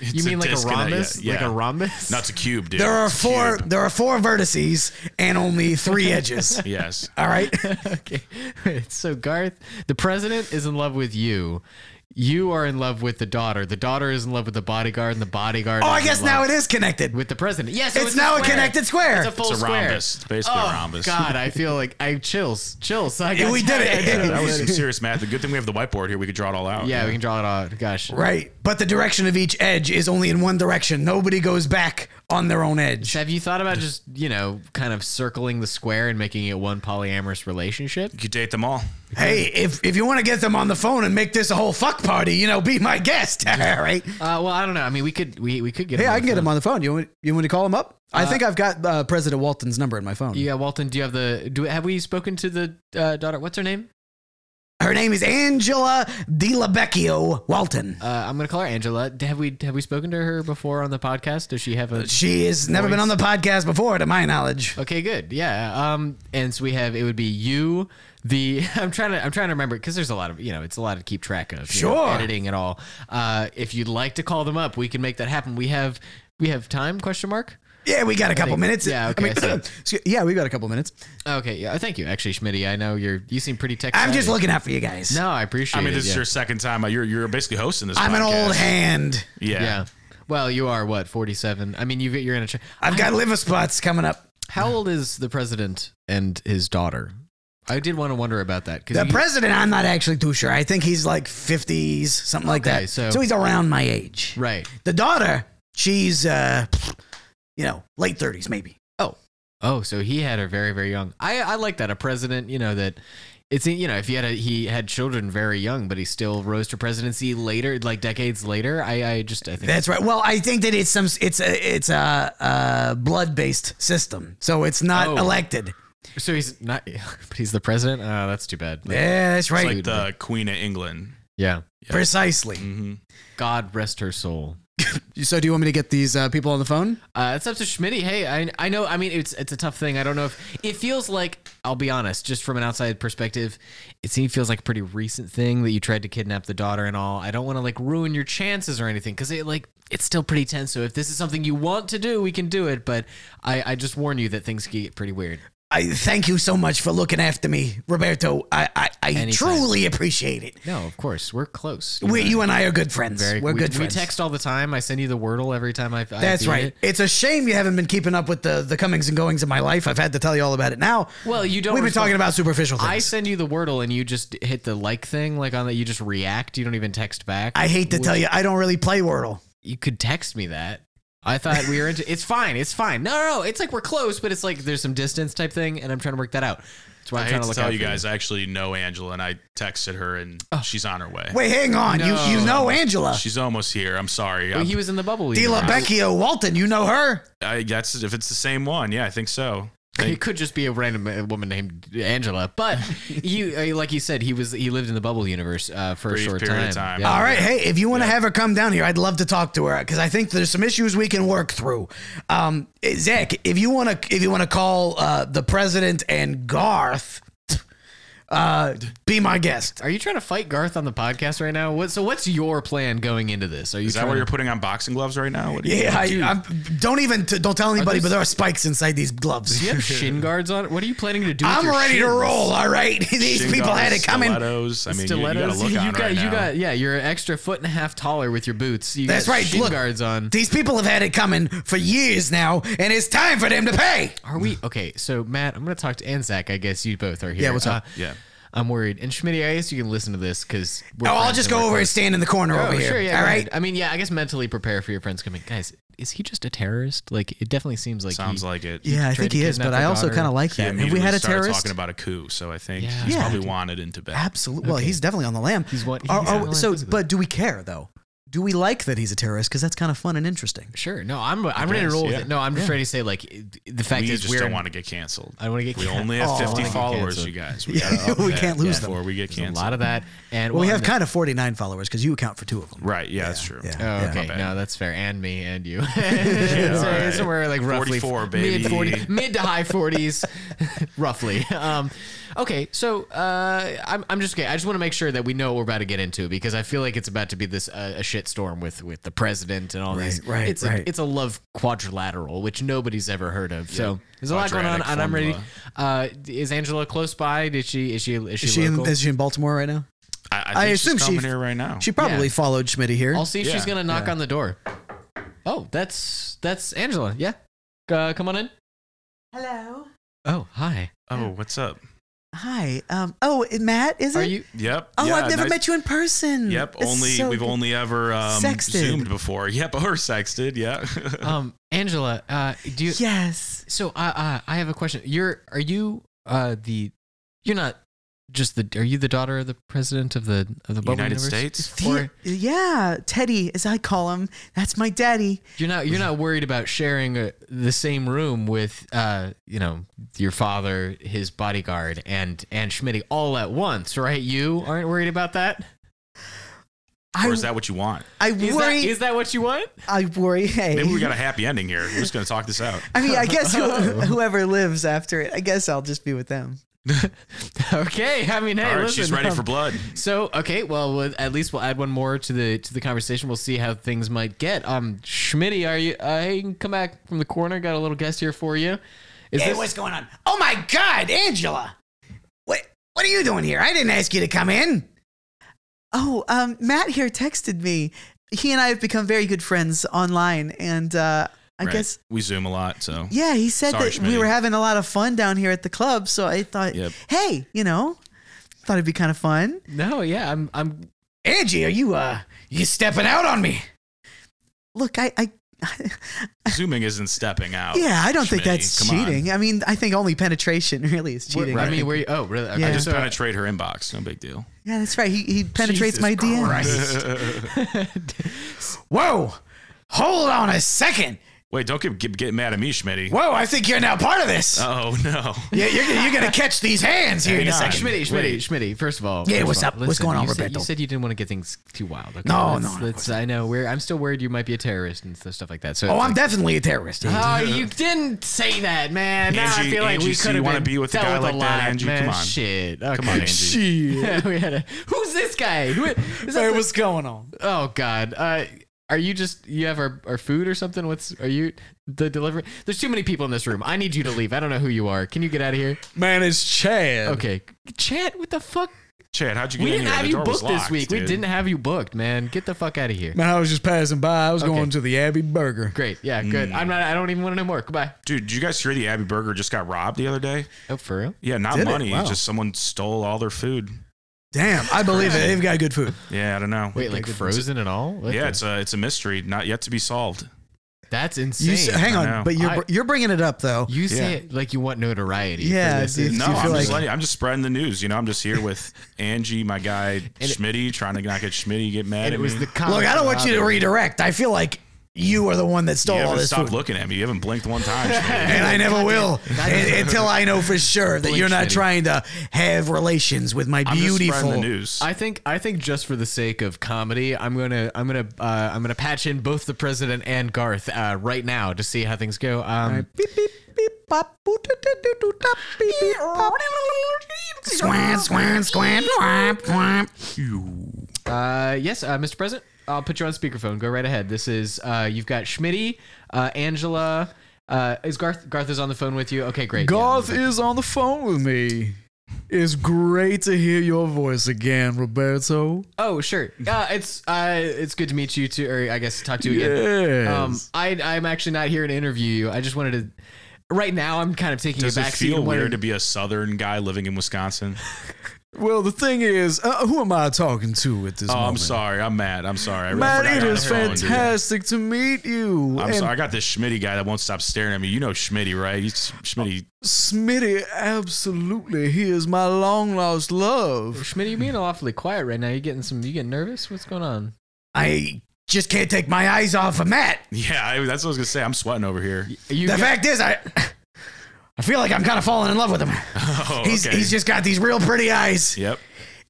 S1: You
S4: It's
S1: mean like a
S4: disconnect.
S1: rhombus?
S4: Yeah,
S1: Like
S4: yeah.
S1: a rhombus?
S4: No, it's a cube, dude.
S1: (laughs)
S2: There are
S4: It's a
S2: four.
S4: cube.
S2: There are four vertices and only three
S1: (laughs)
S2: edges.
S4: Yes.
S2: All right.
S1: okay. (laughs) Wait, So Garth, the president is in love with you. You are in love with the daughter. The daughter is in love with the bodyguard, and the bodyguard.
S2: Oh, I guess now it is connected.
S1: with the president. Yes, so
S2: It's now a
S1: square.
S2: connected square.
S1: It's a full
S4: It's a
S1: square.
S4: rhombus. It's basically
S1: oh
S4: a rhombus.
S1: God, I feel like I chills, chills. I got
S2: We did it.
S1: I got
S4: That was some
S2: (laughs)
S4: serious math. The good thing we have the whiteboard here. We could draw it all out.
S1: yeah, we can draw it out. Gosh,
S2: Right. But the direction of each edge is only in one direction. Nobody goes back on their own edge.
S1: have you thought about just you know kind of circling the square and making it one polyamorous
S2: (laughs)
S1: relationship?
S4: You could date them all.
S2: Hey, if, if you want to get them on the phone and make this a whole fuck party, you know, be my guest. (laughs) All right.
S1: Uh, well, I don't know. I mean, we could we we could get.
S3: Hey,
S1: him
S3: I
S1: on the
S3: can get
S1: phone.
S3: him on the phone. You want, you want to call him up? I think I've (laughs) got uh, President Walton's number in my phone.
S1: Yeah, Walton, do you have the do have we spoken to the uh, daughter? What's her name?
S2: Her name is Angela DiLabecchio Walton.
S1: Uh, I'm gonna call her Angela. D- Have we have we spoken to her before on the podcast? Does she have a?
S2: She has never been on the podcast before, to my knowledge.
S1: Okay, good. Yeah. Um, and so we have it would be you, the (laughs) I'm trying to I'm trying to remember because there's a lot of you know it's a lot to keep track of. you know,
S2: Sure.
S1: editing and all. Uh, if you'd like to call them up, we can make that happen. We have we have time? Question mark.
S2: Yeah, we got a couple minutes.
S1: Yeah.
S3: I
S1: Okay.
S3: mean,
S1: so-
S2: (clears throat)
S3: excuse- yeah, we've got a couple minutes.
S1: okay. Yeah. uh, Thank you. Actually, Schmitty, I know you're you seem pretty tech.
S2: I'm just
S1: savvy.
S2: looking out for you guys.
S1: No, I appreciate.
S4: I mean,
S1: it,
S4: this
S1: yeah.
S4: is your second time. You're you're basically hosting this.
S2: I'm an
S4: podcast.
S2: old hand.
S4: Yeah.
S1: Yeah. Well, you are what 47. I mean, you've you're in a. Tra-
S2: I've got liver spots coming up.
S1: How old is the president and his daughter? I did want to wonder about that because
S2: The president, I'm not actually too sure. I think he's like 50s, something like
S1: Okay,
S2: that.
S1: so-
S2: So, he's around my age.
S1: right.
S2: The daughter, she's, uh, you know, late 30s maybe.
S1: Oh, so he had her very very young. I I like that a president. You know that it's you know if he had a, he had children very young, but he still rose to presidency later, like decades later. I I just I think
S2: That's right. Well, I think that it's some, it's a, it's a, uh blood based system, so it's not
S1: Oh.
S2: elected.
S1: so. He's not, (laughs) but he's the president. Oh, that's too bad. Like,
S2: Yeah, that's
S4: It's
S2: right.
S4: like the Queen of England.
S1: yeah.
S2: Precisely.
S4: Mm-hmm.
S1: God rest her soul.
S3: So, do you want me to get these uh, people on the phone?
S1: Uh, it's up to Schmitty. Hey, I, I know. I mean, it's it's a tough thing. I don't know if it feels like. I'll be honest, just from an outside perspective, it seems feels like a pretty recent thing that you tried to kidnap the daughter and all. I don't want to like ruin your chances or anything because it like it's still pretty tense. So if this is something you want to do, we can do it. But I I just warn you that things can get pretty weird.
S2: I thank you so much for looking after me, Roberto. I, I, I
S1: Anytime.
S2: truly appreciate it.
S1: No, of course we're close.
S2: We, you and I are good friends. We're
S1: we,
S2: good
S1: We
S2: friends.
S1: text all the time. I send you the wordle every time I. I
S2: That's
S1: beat
S2: right.
S1: it.
S2: It's a shame you haven't been keeping up with the the comings and goings of my life. I've had to tell you all about it now.
S1: Well, you don't
S2: We've been
S1: respond-
S2: talking about superficial
S1: I
S2: things.
S1: send you the wordle and you just hit the like thing, like on that. You just react. You don't even text back.
S2: I, hate to tell you, I don't really play Wordle.
S1: you could text me that. I thought we were into. It's fine. It's fine. No, no, no. It's like we're close, but it's like there's some distance type thing, and I'm trying to work that out. That's why I'm
S4: I
S1: trying
S4: hate
S1: to
S4: to
S1: look
S4: tell
S1: out
S4: you
S1: for Oh.
S4: guys, I actually know Angela, and I texted her, and she's on her way.
S2: Wait, hang on.
S1: No.
S2: You you know Angela.
S4: She's almost here. I'm sorry.
S1: Well,
S4: I'm-
S1: he was in the bubble. we
S2: Dila
S1: were in.
S2: Becchio Walton, you know her?
S4: I, that's if it's the same one. Yeah, I think so.
S1: It could just be a random uh, woman named Angela, (laughs) but you, uh, like you said, he was he lived in the bubble universe uh, for
S4: Brief
S1: a short
S4: period of time.
S1: Yeah.
S2: All right, hey, if you want to have her come down here, I'd love to talk to her because I think there's some issues we can work through. Um, eh, Zach, if you want to, if you want to call uh, the president and Garth, uh, be my guest.
S1: Are you trying to fight Garth on the podcast right now? What, so what's your plan going into this? Are you
S4: Is that
S1: trying
S4: where you're
S1: to,
S4: putting on boxing gloves right now? What do you
S2: Yeah, I, I'm, don't even t- don't tell anybody, but there are spikes inside these gloves. (laughs)
S1: do you have shin guards on? What are you planning to do? with
S2: I'm
S1: your
S2: ready to
S1: shins?
S2: roll. All right, (laughs) these
S4: Shin
S2: people had
S4: guards,
S2: it coming.
S4: Stilettos. I mean, you-
S1: Stilettos.
S4: you, got a look on
S1: got,
S4: right
S1: you
S4: now.
S1: got, yeah, you're an extra foot and a half taller with your boots. You
S2: That's
S1: got
S2: right,
S1: Shin
S2: look.
S1: guards on.
S2: These people have had it coming for years now, and it's time for them to pay.
S1: Are we okay? So Matt, I'm gonna talk to Anzac. I guess you both are here. Yeah,
S2: what's up?
S4: Yeah.
S1: I'm worried. And Schmidt, I guess you can listen to this because
S2: Oh, I'll just go over and stand in the corner over
S1: Oh,
S2: here.
S1: sure, yeah.
S2: all
S1: go
S2: right.
S1: ahead. I mean, yeah, I guess mentally prepare for your friends coming. Guys, is he just a terrorist? Like, it definitely seems like
S4: Sounds
S1: he,
S4: like it.
S3: Yeah, I
S1: tried
S3: think
S1: to
S3: he is,
S1: kidnap
S3: but
S1: her
S3: I also
S1: daughter.
S3: kind of like
S4: He
S3: him. Have we
S4: immediately
S3: had a
S4: started
S3: terrorist?
S4: talking about a coup, so I think
S1: Yeah.
S4: he's
S1: Yeah.
S4: probably wanted in Tibet.
S3: Absolutely. Well,
S1: Okay.
S3: he's definitely on the lam.
S1: He's what-
S2: Oh,
S3: Are-
S1: he's
S3: are-
S1: on the lam
S3: so,
S1: because of
S3: but do we care though? Do we like that he's a terrorist? Because that's kind of fun and interesting.
S1: Sure. No, I'm I'm ready to
S4: guess,
S1: roll
S4: yeah.
S1: with it. No, I'm just ready to say like the fact
S4: we
S1: is
S4: just
S1: we're
S4: don't want to get canceled.
S1: I don't wanna get
S4: We
S1: can-
S4: only have
S1: Oh, I
S4: 50
S1: wanna get
S4: followers,
S1: canceled. (laughs)
S4: you guys. We,
S3: Yeah,
S4: gotta up
S3: we
S4: that
S3: can't lose them.
S4: before we get
S1: a
S4: canceled.
S1: lot of that. And
S3: Well, we
S1: well,
S3: have
S1: no-
S3: kind of 49 followers because you account for two of them.
S4: right? Yeah, that's true.
S3: yeah.
S1: Oh, okay,
S4: bad.
S1: no, that's fair, and me and (laughs) you.
S4: all
S1: so
S4: right.
S1: Somewhere like roughly
S4: 44,
S1: mid,
S4: baby.
S1: 40, mid to high forties, (laughs) roughly. Um, okay, so uh, I'm I'm just okay. I just want to make sure that we know what we're about to get into because I feel like it's about to be this uh, a shit storm with with the president and all these.
S3: right,
S1: it's
S3: right.
S1: A, it's a love quadrilateral, which nobody's ever heard of. So there's a lot going on,
S4: Quadratic
S1: and I'm ready.
S4: formula.
S1: Uh, is Angela close by? Did she is she is she,
S3: Is she, in,
S1: local?
S3: is she in Baltimore right now?
S4: I, I, think
S3: I
S4: she's
S3: assume she-
S4: coming here right now.
S3: She probably
S1: Yeah.
S3: followed Schmidt here.
S1: I'll see if she's
S4: Yeah.
S1: gonna knock on the door. Oh, that's that's Angela. Yeah, uh, come on in.
S3: Hello.
S1: Oh, hi.
S4: oh, what's up?
S3: Hi. Um, oh, Matt, is it?
S1: Are you?
S4: Yep.
S3: oh,
S4: yeah,
S3: I've never
S4: nice-
S3: met you in person.
S4: Yep.
S3: It's
S4: only
S3: so
S4: we've
S3: good.
S4: only ever um,
S3: Sexted.
S4: zoomed before. Yep, or sexted. Yeah. (laughs)
S1: Um, Angela. Uh, do you?
S3: Yes.
S1: So, uh, uh, I have a question. You're are you uh the? You're not just the. Are you the daughter of the president of the of the bubble
S4: United
S1: universe?
S4: States.
S3: The-
S1: Or-
S3: yeah, Teddy, as I call him. That's my daddy.
S1: You're not you're not worried about sharing uh, the same room with uh you know your father, his bodyguard, and and Schmitty all at once, right? You aren't worried about that.
S3: I,
S4: Or is that what you want?
S3: I
S1: Is
S3: worry.
S1: that is that what you want?
S3: I worry. Hey.
S4: Maybe we got a happy ending here. We're just gonna talk this out.
S3: I mean, I guess who, (laughs) whoever lives after it, I guess I'll just be with them.
S1: (laughs) Okay, I mean, hey,
S4: All right,
S1: listen,
S4: she's ready
S1: um,
S4: for blood.
S1: So, okay, well, we'll- at least we'll add one more to the to the conversation. We'll see how things might get. Um, Schmitty, are you? Uh, hey, you can come back from the corner. Got a little guest here for you. Is
S2: Hey,
S1: this-
S2: what's going on? Oh my God, Angela! What what are you doing here? I didn't ask you to come in.
S3: Oh, um, Matt here texted me. He and I have become very good friends online, and uh, I
S4: Right.
S3: guess
S4: we zoom a lot, so
S3: yeah, he said
S4: Sorry,
S3: that we
S4: Schmitty.
S3: were having a lot of fun down here at the club. So I thought,
S4: Yep.
S3: hey, you know, thought it'd be kind of fun.
S1: No, yeah, I'm. I'm.
S2: Angie, are you uh you stepping out on me?
S3: Look, I, I
S4: zooming isn't stepping out.
S3: yeah, I don't think
S4: Schmitty,
S3: that's
S4: come on.
S3: cheating. I mean, I think only penetration (laughs) really is cheating.
S1: I mean, were you? Oh, really? Okay,
S3: Yeah.
S4: I just
S1: so-
S4: penetrate her inbox. No big deal.
S3: yeah, that's right. He, he penetrates
S1: Jesus
S3: my DMs.
S2: Whoa! Hold on a second.
S4: (laughs) Wait, don't get get, get mad at me, Schmitty.
S2: Whoa, I think you're now part of this.
S4: Oh no.
S2: yeah, you're, you're gonna catch these hands here in a
S4: Hang on.
S2: second.
S1: Schmitty, Schmitty,
S4: Wait.
S1: Schmitty. First of all,
S2: Yeah,
S1: first
S2: what's
S1: of all,
S2: up? What's going on,
S1: you Said,
S2: Roberto?
S1: you said you didn't want to get things too wild. Okay,
S2: No,
S1: let's-
S2: no, no,
S1: let's- I know. We're. I'm still worried you might be a terrorist and stuff like that. So.
S2: Oh,
S1: it's
S2: I'm
S1: like-
S2: definitely a terrorist.
S4: (laughs)
S1: Oh, you didn't say that, man. Now I
S4: Angie-
S1: feel like
S4: Angie,
S1: we
S4: so
S1: could
S4: you
S1: have
S4: wanna
S1: been
S4: be with a
S1: dealt
S4: guy like
S1: a
S4: that,
S1: lot,
S4: Angie?
S1: Man.
S4: Come on.
S1: shit. Okay.
S4: Come on,
S1: (laughs)
S4: Angie.
S1: Yeah, we had a, who's this guy? Who, is that
S3: Hey,
S1: the-
S3: what's going on?
S1: oh God. Uh, are you just you have our, our food or something? What's are you the delivery? There's too many people in this room. I need you to leave. I don't know who you are. Can you get out of here?
S3: Man, it's Chad.
S1: Okay, Chad. What the fuck?
S4: Chad, how'd you get
S1: We
S4: in
S1: didn't
S4: here?
S1: have
S4: The
S1: you
S4: door was
S1: booked this
S4: locked,
S1: week. We
S4: dude.
S1: didn't have you booked, man. Get the fuck out of here.
S3: Man, I was just passing by. I was
S1: Okay.
S3: going to the Abbey Burger.
S1: Great. Yeah. Good.
S4: Mm.
S1: I'm not. I don't even want to know more. Goodbye.
S4: Dude, did you guys hear the Abbey Burger just got robbed the other day?
S1: Oh, for real?
S4: Yeah, not
S3: Did it?
S4: money.
S3: Wow.
S4: Just someone stole all their food.
S3: Damn, I believe it. They've got good food.
S4: Yeah, I don't know.
S1: Wait, like
S4: It's-
S1: frozen and all? What
S4: Yeah,
S1: the-
S4: it's a it's a mystery not yet to be solved.
S1: That's insane.
S3: You, s- hang
S4: I know.
S3: on, but you're
S1: I-
S3: you're bringing it up though.
S1: You say
S4: Yeah.
S1: it like you want notoriety. for
S3: Yeah,
S1: this.
S3: dude.
S1: It's-
S4: No,
S3: Do you
S4: I'm
S3: feel
S4: just
S3: like-
S4: letting, I'm just spreading the news. You know, I'm just here with Angie, my guy Schmitty, trying to not get Schmitty get mad.
S1: And
S4: at
S1: it was
S4: me.
S1: the
S2: Look, I don't want you to
S1: camaraderie.
S2: redirect. I feel like you are the one that stole
S4: You
S2: all
S4: haven't
S2: this
S4: stopped
S2: food.
S4: looking at me. You haven't blinked one time. Schmitty.
S2: and I
S4: (laughs)
S2: never will
S1: Goddamn.
S2: un- until I know for sure that
S1: Blink
S2: you're not
S1: shitty.
S2: trying to have relations with my
S4: I'm just spreading the
S2: beautiful.
S4: news.
S1: I think I think just for the sake of comedy, I'm gonna I'm gonna uh, I'm gonna patch in both the president and Garth uh, right now to see how things go. Um,
S3: Beep, beep, beep, bop, boo, doo, doo, doo, doo, dop, beep, beep, bop.
S2: Squint, squint, squint, whomp, whomp.
S1: Uh, yes, uh, Mr. President, I'll put you on speakerphone. Go right ahead. This is uh, you've got Schmitty, uh, Angela. Uh, is Garth? Garth is on the phone with you. Okay, great. yeah.
S5: Garth is on the phone with me. It's great to hear your voice again, Roberto.
S1: Oh, sure. Uh, it's uh, it's good to meet you too, or I guess talk to you again.
S5: Yes.
S1: Um, I I'm actually not here to interview you. I just wanted to. Right now, I'm kind of taking
S4: Does
S1: a
S4: it
S1: back
S4: feel
S1: seat.
S4: weird to be a Southern guy living in Wisconsin?
S5: Well, the thing is, uh, who am I talking to at this
S4: Oh,
S5: moment?
S4: I'm sorry. I'm mad. I'm sorry. I really
S5: Matt,
S4: forgot
S5: it
S4: I
S5: is
S4: had a phone, dude.
S5: fantastic to meet you.
S4: I'm
S5: and
S4: sorry. I got this Schmitty guy that won't stop staring at me. You know Schmitty, right? He's Schmitty.
S5: Smitty, absolutely, he is my long lost love.
S1: Schmitty, you're
S4: (laughs)
S1: being awfully quiet right now. You getting some? You getting nervous? What's going on?
S2: I just can't take my eyes off of Matt.
S4: (laughs) Yeah, I, that's what I was gonna say. I'm sweating over here.
S1: You
S2: The
S1: got-
S2: fact is, I (laughs) I feel like I'm kind of falling in love with him.
S4: (laughs) Oh,
S2: He's
S4: okay.
S2: he's just got these real pretty eyes,
S4: Yep,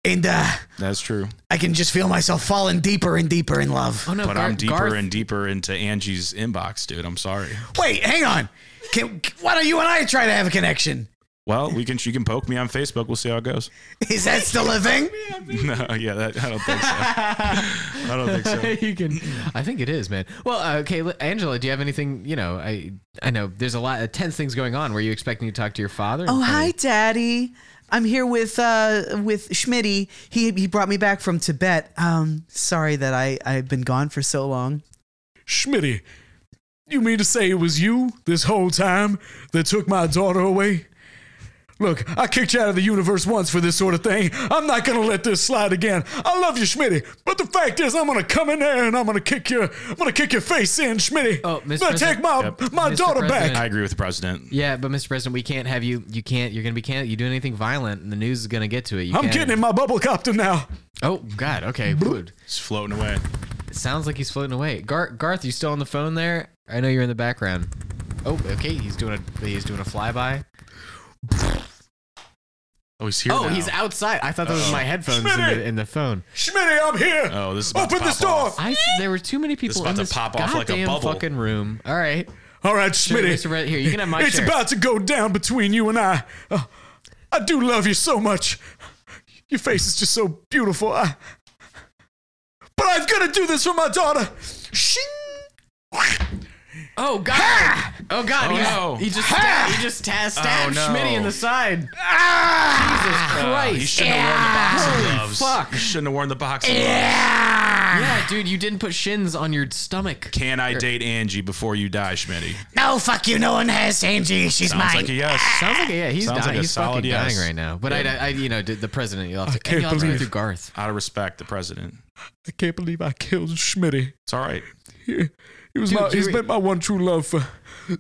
S2: and uh,
S4: that's true.
S2: I can just feel myself falling deeper and deeper in love.
S1: oh no,
S4: But
S1: Gar-
S4: I'm deeper
S1: Garth, (laughs)
S4: and deeper into Angie's inbox, dude. I'm sorry.
S2: Wait, hang on. Can, why don't you and I try to have a connection?
S4: Well, we can. You can poke me on Facebook. We'll see how it goes.
S2: Is that still a thing?
S4: (laughs) No, yeah, that, I don't think so. I don't think so.
S1: you can. I think it is, man. Well, uh, okay, l- Angela, do you have anything? You know, I I know there's a lot of tense things going on. Were you expecting to talk to your father?
S3: Oh, hi, Daddy. I'm here with uh, with Schmitty. He he brought me back from Tibet. Um, sorry that I I've been gone for so long.
S5: Schmitty, you mean to say it was you this whole time that took my daughter away? Look, I kicked you out of the universe once for this sort of thing. I'm not gonna let this slide again. I love you, Schmitty, but the fact is, I'm gonna come in there and I'm gonna kick your, I'm gonna kick your face in, Schmitty.
S1: Oh, Mr.
S5: I'm gonna take my
S4: Yep.
S5: my
S1: Mr.
S5: daughter
S2: (laughs)
S1: President.
S5: back.
S4: I agree with the president.
S1: Yeah, but Mr. President, we can't have you. You can't. You're gonna be can't. You do anything violent, and the news is gonna get to it. You
S5: I'm
S1: can't-
S5: getting in my bubble copter now.
S1: Oh God. Okay. Good.
S4: It's floating away.
S1: It sounds like he's floating away. Gar- Garth, you still on the phone there? I know you're in the background. Oh, okay. He's doing a he's doing a flyby.
S4: Oh, he's here.
S1: Oh, (laughs)
S4: now.
S1: he's outside. I thought that was my headphones in the, in the phone.
S5: Schmitty, I'm here.
S4: Oh, this is about
S5: open
S4: to
S5: this
S4: pop
S5: door.
S4: off.
S1: I there were too many people
S4: about
S1: in
S4: to
S1: this
S4: pop off
S1: goddamn
S4: like a bubble.
S1: fucking room. All right.
S5: All right,
S1: Sure,
S5: Schmitty.
S1: Mr. Red, here you can have my
S5: it's
S1: chair.
S5: about to go down between you and I. Oh, I do love you so much. Your face is just so beautiful. I, but I've got to do this for my daughter. Shing.
S1: oh God! Oh God!
S4: Oh,
S1: he's-
S4: no. Oh,
S1: He just stabbed, he just ta- stabbed
S4: no.
S1: Schmitty in the side.
S2: Ah!
S1: Jesus
S4: Uh,
S1: Ah, Christ!
S4: he shouldn't have worn the boxing
S1: Holy
S4: gloves.
S1: fuck.
S4: He shouldn't have worn the boxing gloves.
S1: Yeah, dude, you didn't put shins on your stomach.
S4: Can I date Angie before you die, Schmitty?
S2: No, fuck you. No one has Angie. She's
S4: Sounds
S2: mine.
S4: like a yes.
S1: Sounds like yeah, he's
S4: Sounds
S1: dying.
S4: like a
S1: he's
S4: solid
S1: fucking
S4: yes.
S1: dying right now. But I, I, you know, the president, you'll have to,
S5: can't
S1: you'll have to go
S5: believe-
S1: through Garth.
S4: Out of respect, the president.
S5: I can't believe I killed Schmitty.
S4: It's all right.
S5: He, he was
S1: Dude,
S5: my, he's
S1: you-
S5: been my one true love for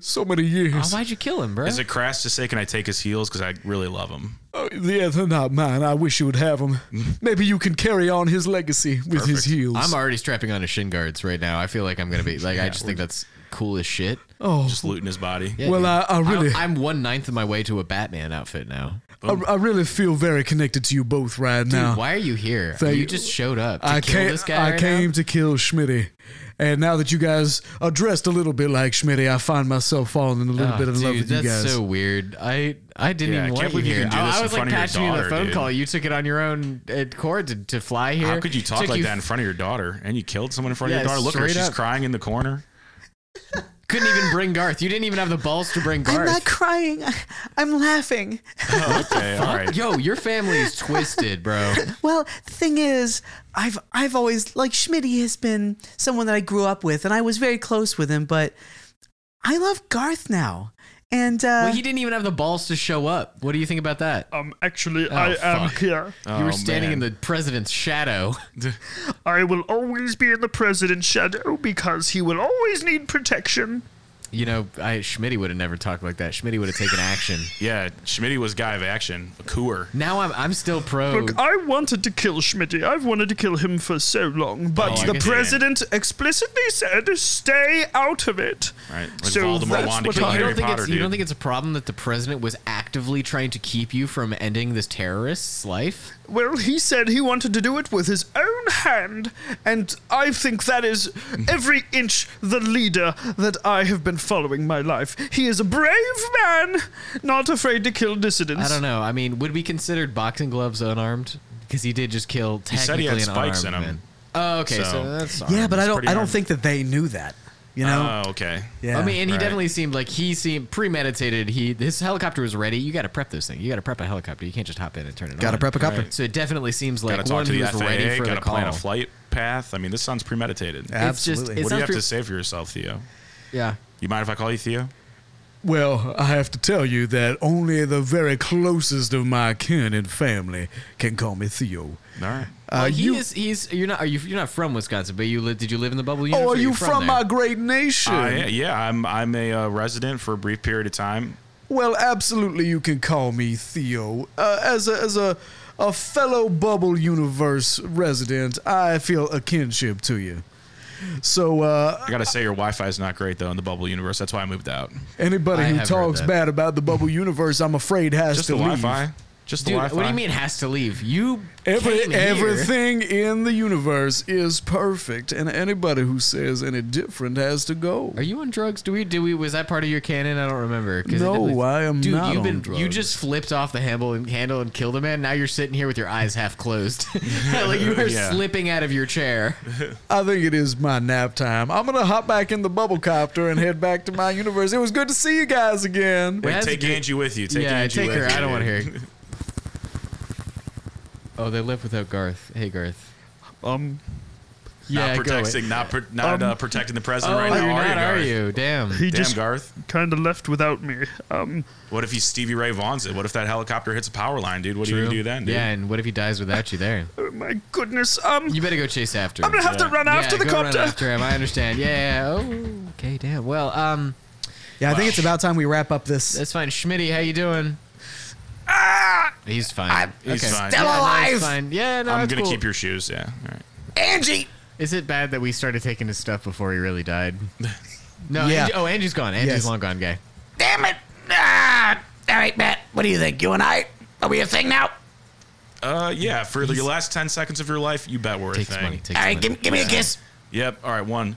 S5: so many years.
S1: Oh, why'd you kill him, bro?
S4: Is it crass to say, can I take his heels? Because I really love him.
S5: Oh, yeah, they're not mine. I wish you would have them. Maybe you can carry on his legacy with his
S4: Perfect.
S5: heels.
S1: I'm already strapping on his shin guards right now. I feel like I'm gonna be like, I just think that's cool as shit.
S5: oh,
S4: Just looting his body.
S1: Yeah,
S5: Well,
S1: dude.
S3: Oh,
S5: I- I really-
S1: I'm, I'm one ninth of my way to a Batman outfit now.
S5: I, I really feel very connected to you both right
S1: Dude,
S5: now.
S1: why are you here?
S5: Thank
S1: you
S5: you.
S1: just showed up to
S5: I
S1: kill
S5: came,
S1: this guy.
S5: I
S1: right
S5: came
S1: now?
S5: to kill Schmitty. And now that you guys are dressed a little bit like Schmitty, I find myself falling in a little
S1: Oh,
S5: bit in love
S1: dude,
S5: with you
S1: that's
S5: guys.
S1: so weird. I I didn't
S4: Yeah, I
S1: even
S4: can't
S1: want you
S4: believe you
S1: here.
S4: can do
S1: I,
S4: this
S1: I
S4: in
S1: was
S4: front
S1: like
S4: of your
S1: patching you in
S4: daughter,
S1: the phone
S4: dude.
S1: call. You took it on your own uh, cord to, to fly here.
S4: How could you talk
S1: Took
S4: like that in front of your daughter? And you killed someone in front of
S1: Yeah,
S4: your daughter? Look at her.
S1: straight
S4: She's
S1: up.
S4: crying in
S1: (laughs)
S4: the corner.
S1: (laughs) Couldn't even bring Garth. You didn't even have the balls to bring Garth.
S3: I'm not crying. (laughs) I, I'm laughing.
S4: okay, all right.
S1: Yo, your family is twisted, bro.
S3: Well, the thing is, I've I've always like Schmitty has been someone that I grew up with, and I was very close with him. But I love Garth now,
S6: And uh,
S1: Well, he didn't even have the balls to show up. What do you think about that?
S7: Um, actually,
S4: Oh,
S7: I am
S1: fuck.
S7: here.
S1: you were standing in the president's shadow. (laughs)
S7: I will always be in the president's shadow because he will always need protection.
S1: You know, I Schmitty would have never talked like that. Schmitty would have taken action.
S4: Yeah, Schmitty was guy of action, a cooer.
S1: now I'm I'm still pro.
S4: Oh.
S7: Look, I wanted to kill Schmitty. I've wanted to kill him for so long, but
S4: Oh, I
S7: the
S4: understand.
S7: president explicitly said, "Stay out of it."
S4: Right, like
S7: So
S4: Voldemort
S7: that's
S4: wanted
S7: what
S4: to kill
S1: you
S7: I-
S4: Harry
S1: don't think
S4: Potter,
S1: it's you
S4: dude.
S1: don't think it's a problem that the president was actively trying to keep you from ending this terrorist's life?
S7: Well, he said he wanted to do it with his own hand, and I think that is every inch the leader that I have been following my life. He is a brave man, not afraid to kill dissidents.
S1: I don't know. I mean, would be considered boxing gloves unarmed because he did just kill
S4: said
S1: technically
S4: he had
S1: an
S4: spikes
S1: unarmed
S4: in him.
S1: man. Oh, okay, so,
S4: So-
S1: that's Uh,
S3: Yeah, but I don't.
S4: pretty
S3: I don't
S4: armed.
S3: think that they knew that. You know.
S4: Oh, okay.
S3: yeah.
S1: I mean, and he
S4: right.
S1: definitely seemed like he seemed premeditated. He his helicopter was ready. You got to prep this thing. You got to prep a helicopter. You can't just hop in and turn it on.
S3: Gotta prep a copter.
S1: So it definitely seems
S4: Got to
S1: like
S4: talk
S1: one
S4: to
S1: who
S4: the
S1: was ready
S4: FAA.
S1: for
S4: Got
S1: the
S4: to
S1: call.
S4: plan a flight path. I mean, this sounds premeditated.
S1: It's just
S3: Absolutely.
S1: it
S4: what do you
S1: sounds
S4: have
S1: pre-
S4: to say for yourself, Theo?
S1: yeah.
S4: You mind if I call you Theo?
S5: Well, I have to tell you that only the very closest of my kin and family can call me Theo.
S4: All right.
S1: well, he is. He's. You're not. Are you? You're not from Wisconsin, but you live. Did you live in the bubble? unit,
S5: Oh,
S1: or
S5: are you from
S1: there?
S5: my great nation?
S4: I- yeah, I'm I'm a uh, resident for a brief period of time.
S5: Well, absolutely, you can call me Theo. Uh, as a, as a, a fellow Bubble Universe resident, I feel a kinship to you. So, uh,
S4: I gotta say, your Wi-Fi is not great though in the bubble universe. That's why I moved out.
S5: anybody
S1: I have
S5: who
S1: heard
S5: talks
S1: that.
S5: bad about the Bubble Universe, I'm afraid, has
S4: Just
S5: to
S4: the
S5: leave.
S4: Wi-Fi. Just the
S1: Dude,
S4: Wi-Fi.
S1: what do you mean has to leave? You
S5: Every
S1: came here.
S5: everything in the universe is perfect, and anybody who says any different has to go.
S1: Are you on drugs? Do we do we was that part of your canon? I don't remember. 'cause it
S5: No,
S1: definitely-
S5: I am
S1: Dude,
S5: not
S1: you've been
S5: on drugs.
S1: you just flipped off the handle and handle and killed a man. Now you're sitting here with your eyes half
S7: (laughs)
S1: closed, (laughs) like you are
S4: Yeah.
S1: slipping out of your chair.
S5: I think it is my nap time. I'm gonna hop back in the bubble copter and head back to my universe. It was good to see you guys again.
S1: Wait,
S4: Hey,
S1: that's
S4: take
S1: a good-
S4: Angie with you. Take
S1: yeah,
S4: Angie
S1: take
S4: with
S1: her.
S4: you.
S1: I don't want to
S4: dude.
S1: hear.
S4: (laughs)
S1: it. Oh, they live without Garth. Hey, Garth.
S7: Um,
S1: Yeah,
S4: not
S1: go away.
S4: protecting, not pro- not uh, protecting the president
S1: Oh,
S4: right
S1: you're
S4: now.
S1: not, are
S4: Garth?
S1: you? Damn.
S7: he
S4: Damn,
S7: just
S4: Garth.
S7: kind of left without me. Um,
S4: What if he Stevie Ray Vaughn's it? What if that helicopter hits a power line, dude? What do you
S1: True.
S4: do then, dude?
S1: Yeah, and what if he dies without you there?
S7: oh my goodness. Um,
S1: You better go chase after.
S7: I'm
S1: him.
S7: gonna have to
S4: Yeah.
S7: run
S1: Yeah,
S7: after the
S1: go run
S7: copter.
S1: after him. I understand. Yeah. Oh, okay. Damn. Well, um,
S3: yeah, I think it's about time we wrap up this.
S1: that's fine. Schmitty, how you doing? He's fine.
S4: He's fine.
S2: still
S1: Yeah, no,
S2: alive.
S1: it's fine. Yeah, no,
S4: I'm
S1: it's
S4: gonna
S1: cool.
S4: keep your shoes. Yeah. All right.
S2: Angie.
S1: Is it bad that we started taking his stuff before he really died? No.
S3: Yeah.
S1: Angie, oh, Angie's gone. Angie's
S3: Yes.
S1: long gone, guy.
S2: Damn it. Ah. All right, Matt. What do you think? You and I? Are we a thing now?
S4: Uh, yeah. For your last ten seconds of your life, you bet we're a
S1: Takes
S4: thing.
S1: money. Takes
S2: All right,
S1: money.
S2: give, give me a kiss.
S4: Yep. All right. One.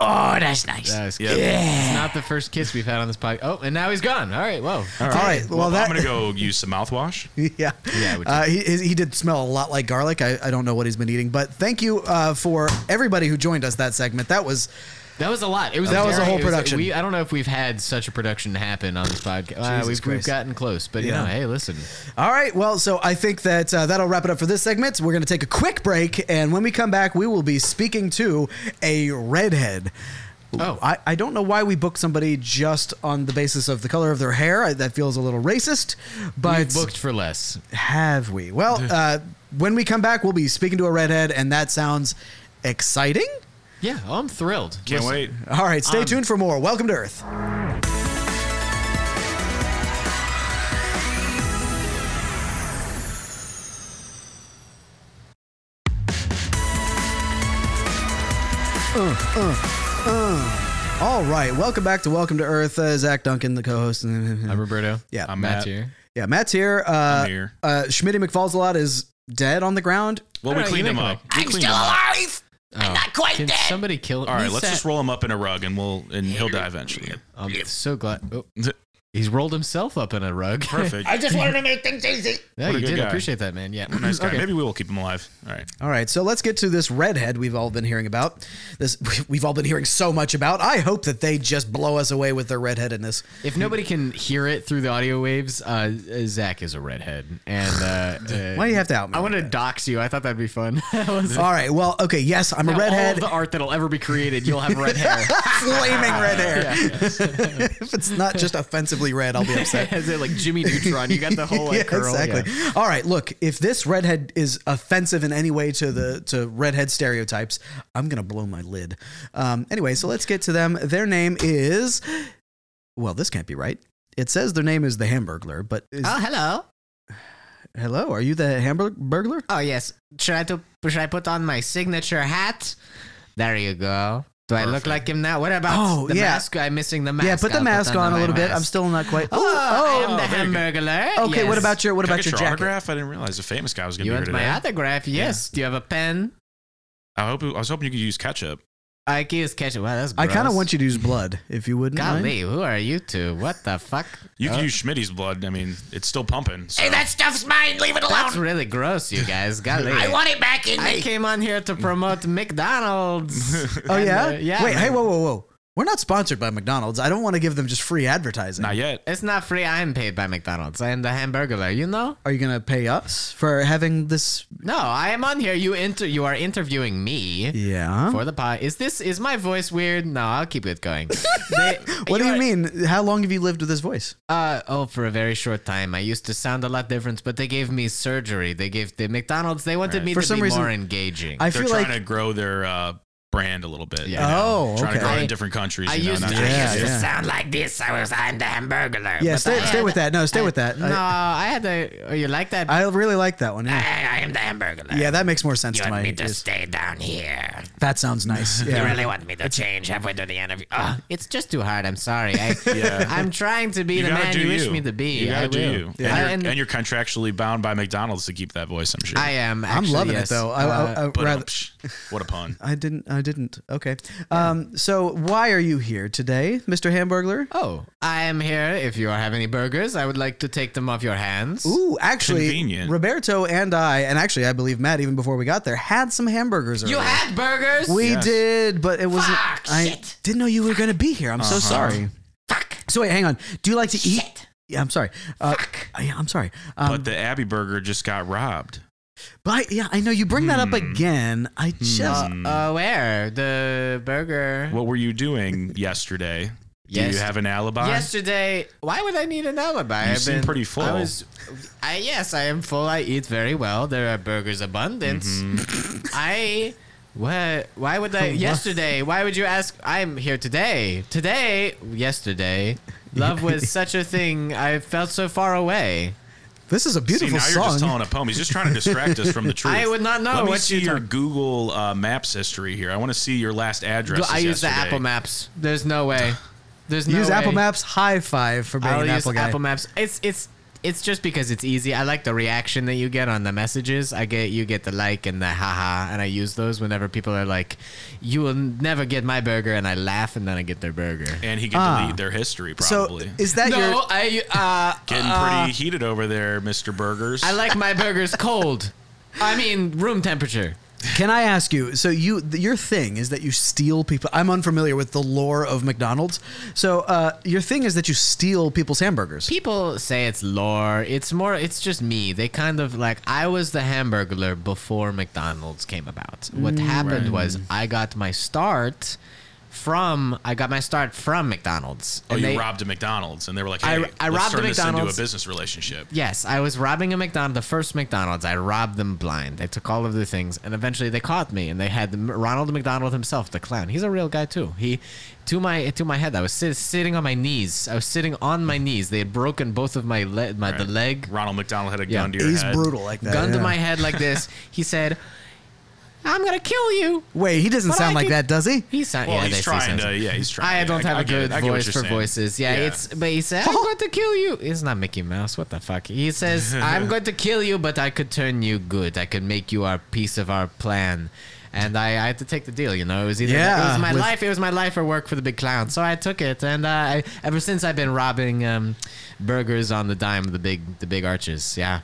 S2: Oh, that's nice.
S1: That was
S4: Yeah.
S1: cute. It's not the first kiss we've had on this podcast. Oh, and now he's gone. All right. Whoa.
S3: All right. Well,
S4: Well,
S3: that.
S4: I'm gonna go use some mouthwash.
S3: (laughs) yeah.
S1: Yeah, I would
S3: Uh, he, he he did smell a lot like garlic. I, I don't know what he's been eating, but thank you uh, for everybody who joined us that segment. That was
S1: That was a lot. It was.
S3: That was a
S1: very-
S3: whole
S1: it
S3: production.
S1: we, I don't know if we've had such a production happen on this podcast. Uh,
S3: Jesus
S1: we've, we've
S3: Christ.
S1: gotten close, but
S3: Yeah.
S1: you know, hey, listen.
S3: all right. Well, so I think that uh, that'll wrap it up for this segment. We're going to take a quick break, and when we come back, we will be speaking to a redhead.
S1: Oh.
S3: I, I don't know why we booked somebody just on the basis of the color of their hair. I, that feels a little racist, but
S1: We've booked for less.
S3: Have we? Well, uh, when we come back, we'll be speaking to a redhead, and that sounds exciting.
S1: Yeah, oh, I'm thrilled.
S4: Can't
S1: Listen,
S4: wait.
S3: All right, stay tuned for more. Welcome to Earth. Uh, uh, All right, welcome back to Welcome to Earth. Uh, Zach Duncan, the co-host. (laughs)
S1: I'm Roberto.
S3: yeah,
S4: I'm
S1: Matt's
S4: Matt.
S1: here.
S3: yeah, Matt's here. Uh,
S4: I'm here.
S3: Uh, Schmitty McFalsalot is dead on the ground.
S4: Well, we
S1: All right,
S4: cleaned
S1: you
S4: him
S1: make
S4: up.
S1: it
S4: We
S2: I'm
S4: cleaned
S2: still
S4: him up.
S2: alive. I'm
S3: Oh,
S2: not quite
S1: Can
S2: dead.
S1: somebody kill?
S4: All right. Let's just roll him up in a rug, and we'll and he'll die eventually.
S3: (laughs)
S1: I'm so glad. Oh,
S2: He's rolled himself up in a rug. (laughs)
S4: Perfect.
S1: I just
S3: (laughs)
S1: wanted to make things easy.
S2: yeah,
S4: What a
S2: you
S4: good
S2: did
S4: guy.
S2: appreciate that, man.
S4: (laughs)
S2: Yeah.
S4: nice guy.
S2: Okay.
S4: Maybe we will keep him alive. All right.
S3: All right, so let's get to this redhead we've all been hearing about. This (laughs) we've all been hearing so much about. I hope that they just blow us away with their redheadedness.
S2: If nobody can hear it through the audio waves, uh, Zach is a redhead, and
S3: (laughs)
S2: uh, uh,
S3: Why do you have to out me
S2: I
S3: like
S2: want to dox you. I thought that'd be fun. (laughs) That was-
S3: All right, well, okay, yes, I'm a
S2: Now,
S3: redhead,
S2: All of the art that'll ever be created, you'll have
S3: (laughs)
S2: red hair. (laughs)
S3: flaming red hair. (laughs) if it's not just offensively red, (laughs) I'll be upset.
S2: Is it like Jimmy Neutron? You got the
S3: (laughs)
S2: whole like,
S3: yeah,
S2: curl.
S3: exactly.
S2: Yeah.
S3: All right, look, if this redhead is offensive in any way to the to redhead stereotypes, I'm gonna blow my lid. Um, anyway, so let's get to them. Their name is well, this can't be right. It says their name is the Hamburglar, but is,
S1: Oh, hello.
S3: hello, are you the Hamburglar?
S1: Oh, yes. Should I, to, should I put on my signature hat? There you go. Do I look like him now? What about
S3: Oh,
S1: the
S3: yeah.
S1: mask? I'm missing the mask.
S3: Yeah, put the
S1: I'll
S3: mask on a
S1: my
S3: little bit. I'm
S1: mask.
S3: still not quite.
S1: Oh,
S3: Oh,
S1: I am the hamburger.
S3: oh. okay. What about your what
S4: Can I
S3: about your
S4: get your,
S3: jacket?
S4: autograph? I didn't realize a famous guy was going
S1: You
S4: to be here
S1: want
S4: today.
S1: my autograph? Yes. Do you have a pen?
S4: I hope I was hoping you could use ketchup.
S1: I use ketchup. Wow, that's
S3: I
S1: gross.
S3: kind of want you to use blood, if you wouldn't. mind.
S1: Golly, who are you two? What the fuck?
S4: You could use Schmidt's blood. I mean, it's still pumping. So.
S1: Hey, that stuff's mine. Leave it alone. That's really gross, you
S3: (laughs)
S1: guys. Golly. I want it back in I came on here to
S3: (laughs)
S1: promote McDonald's.
S3: Oh
S1: And,
S3: yeah?
S1: uh, yeah.
S3: Wait, hey, whoa, whoa, whoa. We're not sponsored by McDonald's. I don't want to give them just free advertising.
S4: Not yet.
S1: It's not free. I am paid by McDonald's. I am the hamburger, you know?
S3: Are you gonna pay us for having this?
S1: No, I am on here. You inter you are interviewing me
S3: Yeah.
S1: for the pod. Is this is my voice weird? No, I'll keep
S3: (laughs)
S1: it going. They-
S3: what do you
S1: are-
S3: mean? How long have you lived with this voice?
S1: Uh, oh, for a very short time. I used to sound a lot different, but they gave me surgery. They gave the McDonald's. They wanted me
S3: For
S1: to
S3: some
S1: be
S3: reason,
S1: more engaging.
S3: I
S4: They're
S3: feel
S4: trying
S3: like
S4: to grow their uh, brand a little bit.
S1: Yeah.
S4: you know?
S3: Oh,
S4: Trying
S3: okay.
S4: to grow
S1: I-
S4: in different countries.
S1: I
S4: you know,
S1: used
S4: not
S1: to,
S4: just-
S3: Yeah,
S1: I used
S3: yeah.
S1: to sound like this. I was I'm the hamburger.
S3: yeah.
S1: but
S3: Stay,
S1: I
S3: stay
S1: had-
S3: with that. No, stay with that.
S1: No,
S3: I,
S1: I had to. Oh, you like that? I,
S3: I really like that one. Yeah.
S1: I am the hamburger.
S3: Yeah, that makes more sense
S1: You
S3: to
S1: want
S3: my.
S1: me to
S3: ears.
S1: stay down here?
S3: That sounds (laughs) nice.
S1: You
S3: Yeah.
S1: really want me to change halfway through the interview? Ugh, it's just too hard. I'm
S3: (laughs)
S1: sorry. I,
S4: Yeah.
S1: I'm trying to be
S4: You
S1: the
S4: gotta
S1: man
S4: do
S1: you,
S4: you.
S1: wish me to be.
S4: You gotta
S1: I
S4: do
S1: will.
S4: you.
S1: I,
S4: And,
S1: and
S4: you're, and you're contractually bound by McDonald's to keep that voice. I'm sure.
S1: I am.
S3: I'm
S1: actually,
S3: loving
S1: yes.
S3: it though. I, I, I,
S4: But, um,
S3: rather,
S4: psh, what a pun.
S3: I didn't. I didn't. Okay. Um. So why are you here today, Mr. Hamburglar?
S1: Oh, I am here. If you have any burgers, I would like to take them off your hands.
S3: Ooh, actually,
S4: Convenient.
S3: Roberto and I, and actually, I believe Matt, even before we got there, had some hamburgers.
S1: You
S3: earlier.
S1: had burgers?
S3: We
S4: Yes.
S3: did, but it wasn't.
S1: Fuck,
S3: I
S1: shit.
S3: didn't know you were going to be here. I'm
S1: Uh-huh.
S3: so sorry.
S1: Fuck.
S3: So wait, hang on. Do you like to eat? Yeah, I'm sorry. Uh, yeah, I'm sorry. Um,
S4: but the Abbey Burger just got robbed.
S3: but I, yeah, I know you bring that up again. I just
S1: Hmm.
S4: Mm.
S1: Uh, where? The burger.
S4: What were you doing yesterday? Do
S1: Yes.
S4: you have an alibi?
S1: Yesterday, why would I need an alibi?
S4: You
S1: I've
S4: seem
S1: been-
S4: pretty full.
S1: I was, I yes, I am full. I eat very well. There are burgers abundance.
S4: Mm-hmm.
S1: I what? Why
S3: (laughs)
S1: would I? Yesterday, why would you ask? I'm here today. Today, yesterday,
S3: (laughs)
S1: love was such a thing. I felt so far away.
S3: this is a
S4: See,
S3: beautiful
S4: now you're just
S3: song.
S4: telling a poem. He's just trying to distract us
S1: (laughs)
S4: from the truth.
S1: I would not know
S4: Let me
S1: what
S4: see
S1: you're
S4: your
S1: talk-
S4: Google uh, Maps history here. I want to see your last address.
S1: I use the Apple Maps. There's no way. There's no
S3: Use Apple
S1: way.
S3: Maps. High five for being
S1: I'll
S3: an
S1: use
S3: Apple guy.
S1: Apple Maps. It's it's it's just because it's easy. I like the reaction that you get on the messages. I get you get the like and the haha, and I use those whenever people are like, "You will never get my burger," and I laugh, and then I get their burger.
S4: And he can
S3: Ah.
S4: delete their history
S3: so
S4: probably.
S3: is that your?
S1: No, I uh,
S4: Getting pretty heated over there, Mr. Burgers.
S1: I like my burgers cold. I mean, room temperature.
S3: Can I ask you? So you, th- your thing is that you steal people. I'm unfamiliar with the lore of McDonald's. So uh, your thing is that you steal people's hamburgers.
S1: People say it's lore. It's more. It's just me. They kind of like I was the hamburger before McDonald's came about. What
S4: Mm.
S1: happened was I got my start from I got my start from McDonald's.
S4: Oh,
S1: And
S4: you
S1: they-
S4: robbed a McDonald's, and they were like,
S1: I-
S4: "Hey,
S1: I
S4: let's
S1: robbed a
S4: turn this into a
S1: McDonald's.
S4: business relationship."
S1: Yes, I was robbing a McDonald's, the first McDonald's. I robbed them blind. I took all of their things, and eventually they caught me. And they had the- Ronald McDonald himself, the clown. He's a real guy too. He, to my to my head, I was sit, sitting on my knees. I was sitting on my knees. They had broken both of my le- my the
S4: Right.
S1: leg
S4: Ronald McDonald had a
S1: Yeah.
S4: gun to your
S3: He's
S4: head.
S3: brutal like that.
S1: gun to
S3: yeah.
S1: my head
S3: (laughs)
S1: like this. He said, "I'm gonna kill you."
S3: Wait, he doesn't
S1: But
S3: sound
S1: I
S3: like
S1: could-
S3: that, does he?
S1: He sound,
S4: Well,
S1: yeah, they
S4: he's
S1: say
S4: trying
S1: so.
S4: to. Yeah, he's trying.
S1: I don't
S4: a
S1: have a good voice for voices. Yeah, it's but he said, "I'm going to kill you." It's not Mickey Mouse. What the fuck? He
S4: (laughs)
S1: says, "I'm going to kill you, but I could turn you good. I could make you our piece of our plan." and I, I had to take the deal. You know, it was either
S3: Yeah,
S1: it was my
S3: with-
S1: life, it was my life or work for the big clown. So I took it, and uh, I, ever since I've been robbing um, burgers on the dime of the big the big arches. Yeah.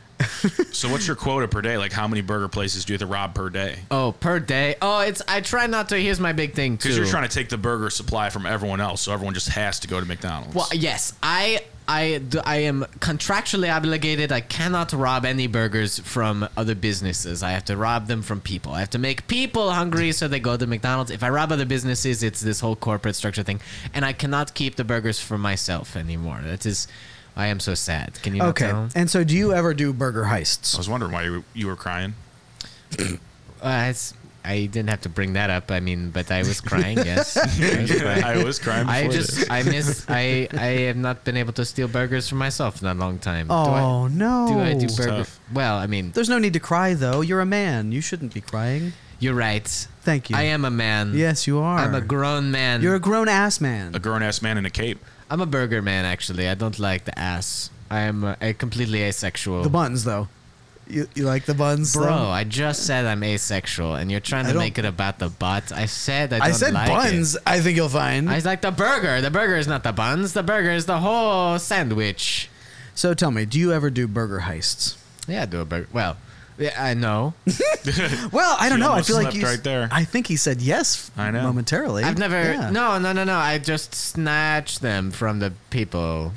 S4: So what's your quota per day? Like how many burger places do you have to rob per day?
S1: Oh, per day. Oh, it's I try not to. Here's my big thing too.
S4: Because you're trying to take the burger supply from everyone else, so everyone just has to go to McDonald's.
S1: Well, yes, I. I, do- I am contractually obligated. I cannot rob any burgers from other businesses. I have to rob them from people. I have to make people hungry so they go to McDonald's. If I rob other businesses, it's this whole corporate structure thing. And I cannot keep the burgers for myself anymore. That is, I am so sad. Can you not
S3: Okay.
S1: tell?
S3: And so, do you ever do burger heists?
S4: I was wondering why you, you were crying.
S1: Uh, it's, I didn't have to bring that up. I mean, but I was crying, yes. I was crying.
S4: (laughs) I was crying.
S1: I
S4: before
S1: just, I miss, I, I have not been able to steal burgers for myself in a long time. Do I-
S3: Oh no!
S1: Do I do burger?
S4: tough.
S1: Well, I mean,
S3: There's no need to cry though. You're a man. You shouldn't be crying.
S1: you're right.
S3: Thank you.
S1: I am a man.
S3: Yes, you are.
S1: I'm a grown man.
S3: You're a grown ass man.
S4: a grown ass man in a cape.
S1: I'm a burger man. Actually, I don't like the ass. I am uh, a completely asexual.
S3: the buns though. You, you like the buns,
S1: Bro,
S3: though?
S1: I just said I'm asexual, and you're trying
S3: I
S1: to
S3: don't-
S1: make it about the butt. I said I don't
S3: I said
S1: like
S3: buns.
S1: It.
S3: I think you'll find.
S1: I like the burger. The burger is not the buns. The burger is the whole sandwich.
S3: so tell me, do you ever do burger heists?
S1: Yeah, I do a burger. Well, yeah, I know.
S3: Well, I don't
S4: You
S3: know. I
S4: almost
S3: feel like
S4: slept
S3: you. s-
S4: right there.
S3: I think he said yes.
S4: I know.
S3: Momentarily,
S1: I've never.
S3: Yeah.
S1: No, no, no, no. I just snatch them from the
S3: (laughs)
S1: people.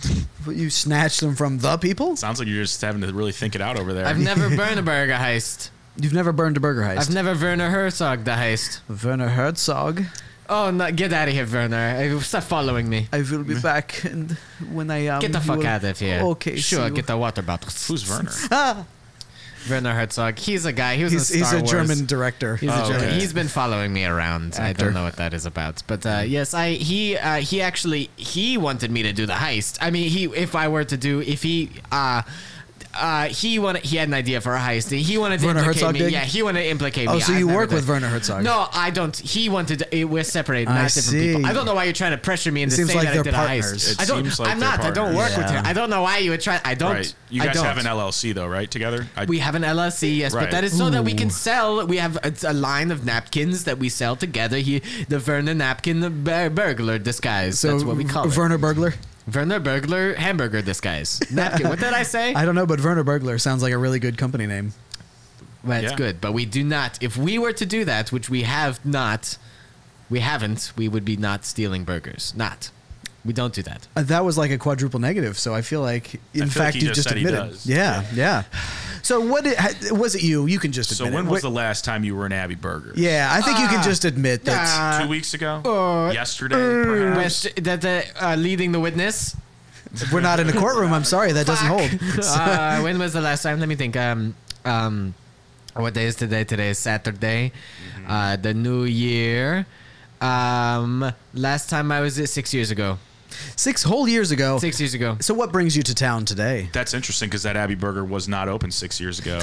S3: But You snatched them from the people.
S4: Sounds like you're just having to really think it out over there.
S1: I've never burned a burger heist.
S3: You've never burned a burger heist.
S1: I've never Werner Herzog the heist.
S3: Werner Herzog.
S1: Oh, no, get out of here, Werner. Uh, Stop following me.
S3: I will be back, and when I um,
S1: Mm. Get the
S3: you
S1: fuck
S3: will-
S1: out of here.
S3: Okay,
S1: Sure,
S3: see you.
S1: get the
S3: (laughs)
S1: water bottles.
S4: Who's Werner?
S1: Werner Herzog. He's a guy. He was
S3: He's,
S1: in
S3: he's
S1: Star
S3: a
S1: Wars.
S3: German director.
S1: He's a
S4: Oh,
S1: German.
S4: okay.
S1: He's been following me around. I
S3: Actor.
S1: don't know what that is about, but uh, yes, I he uh, he actually he wanted me to do the heist. I mean, he if I were to do if he. Uh, uh, he wanted. He had an idea for a heist. He wanted to
S3: Werner
S1: implicate
S3: Herzog
S1: me.
S3: did?
S1: Yeah, he wanted to implicate
S3: Oh,
S1: me.
S3: so
S1: I've
S3: you
S1: never
S3: work with
S1: done-
S3: Werner Herzog.
S1: No, I don't. He wanted. eh, We're separated,
S3: I
S1: not different
S3: see.
S1: people. I don't know why you're trying to pressure me into
S3: Seems
S1: saying
S3: like
S1: that I
S3: they're
S1: did
S3: partners.
S1: a heist.
S4: It
S1: I don't.
S4: seems like
S1: I'm
S4: they're
S1: not. I don't work
S4: partners.
S1: with
S3: Yeah.
S1: him. I don't know why you would try. I don't.
S4: Right. You
S1: I
S4: guys
S1: don't.
S4: have an LLC though, right? Together. I,
S1: We have an LLC, yes,
S4: Right.
S1: but that is so that we can sell. We have a, a line of napkins that we sell together. He, the Werner napkin, the bur- burglar disguise.
S3: So
S1: That's what we call
S3: Werner Burglar.
S1: it. Werner burglar
S3: (laughs)
S1: hamburger disguise napkin. what did I say?
S3: I don't know, but Werner Burglar sounds like a really good company name.
S1: well, it's
S4: Yeah.
S1: good, but we do not. If we were to do that, which we have not, we haven't. We would be not stealing burgers. Not. We don't do that.
S3: Uh, That was like a quadruple negative, so I feel like, in
S4: like
S3: fact,
S4: he
S3: you
S4: just
S3: just
S4: said he
S3: admitted.
S4: does.
S3: Yeah, yeah, So what did, ha- was it? You you can just
S4: so
S3: admit.
S4: when
S3: it.
S4: was
S3: Wait-
S4: the last time you were in Abbey Burger?
S3: Yeah, I think you can just admit that.
S4: Two weeks ago.
S3: uh,
S4: Yesterday, perhaps.
S1: West- that the uh, leading the witness.
S3: We're not in a courtroom. I'm sorry, that doesn't
S1: Fuck. (laughs)
S3: hold.
S1: uh, when was the last time? Let me think. Um, um, what day is today? Today is Saturday.
S4: Mm-hmm.
S1: Uh, the new year. Um, last time I was at six years ago.
S3: Six whole years ago.
S1: Six years ago.
S3: So what brings you to town today?
S4: That's interesting because that Abbey Burger was not open six years ago.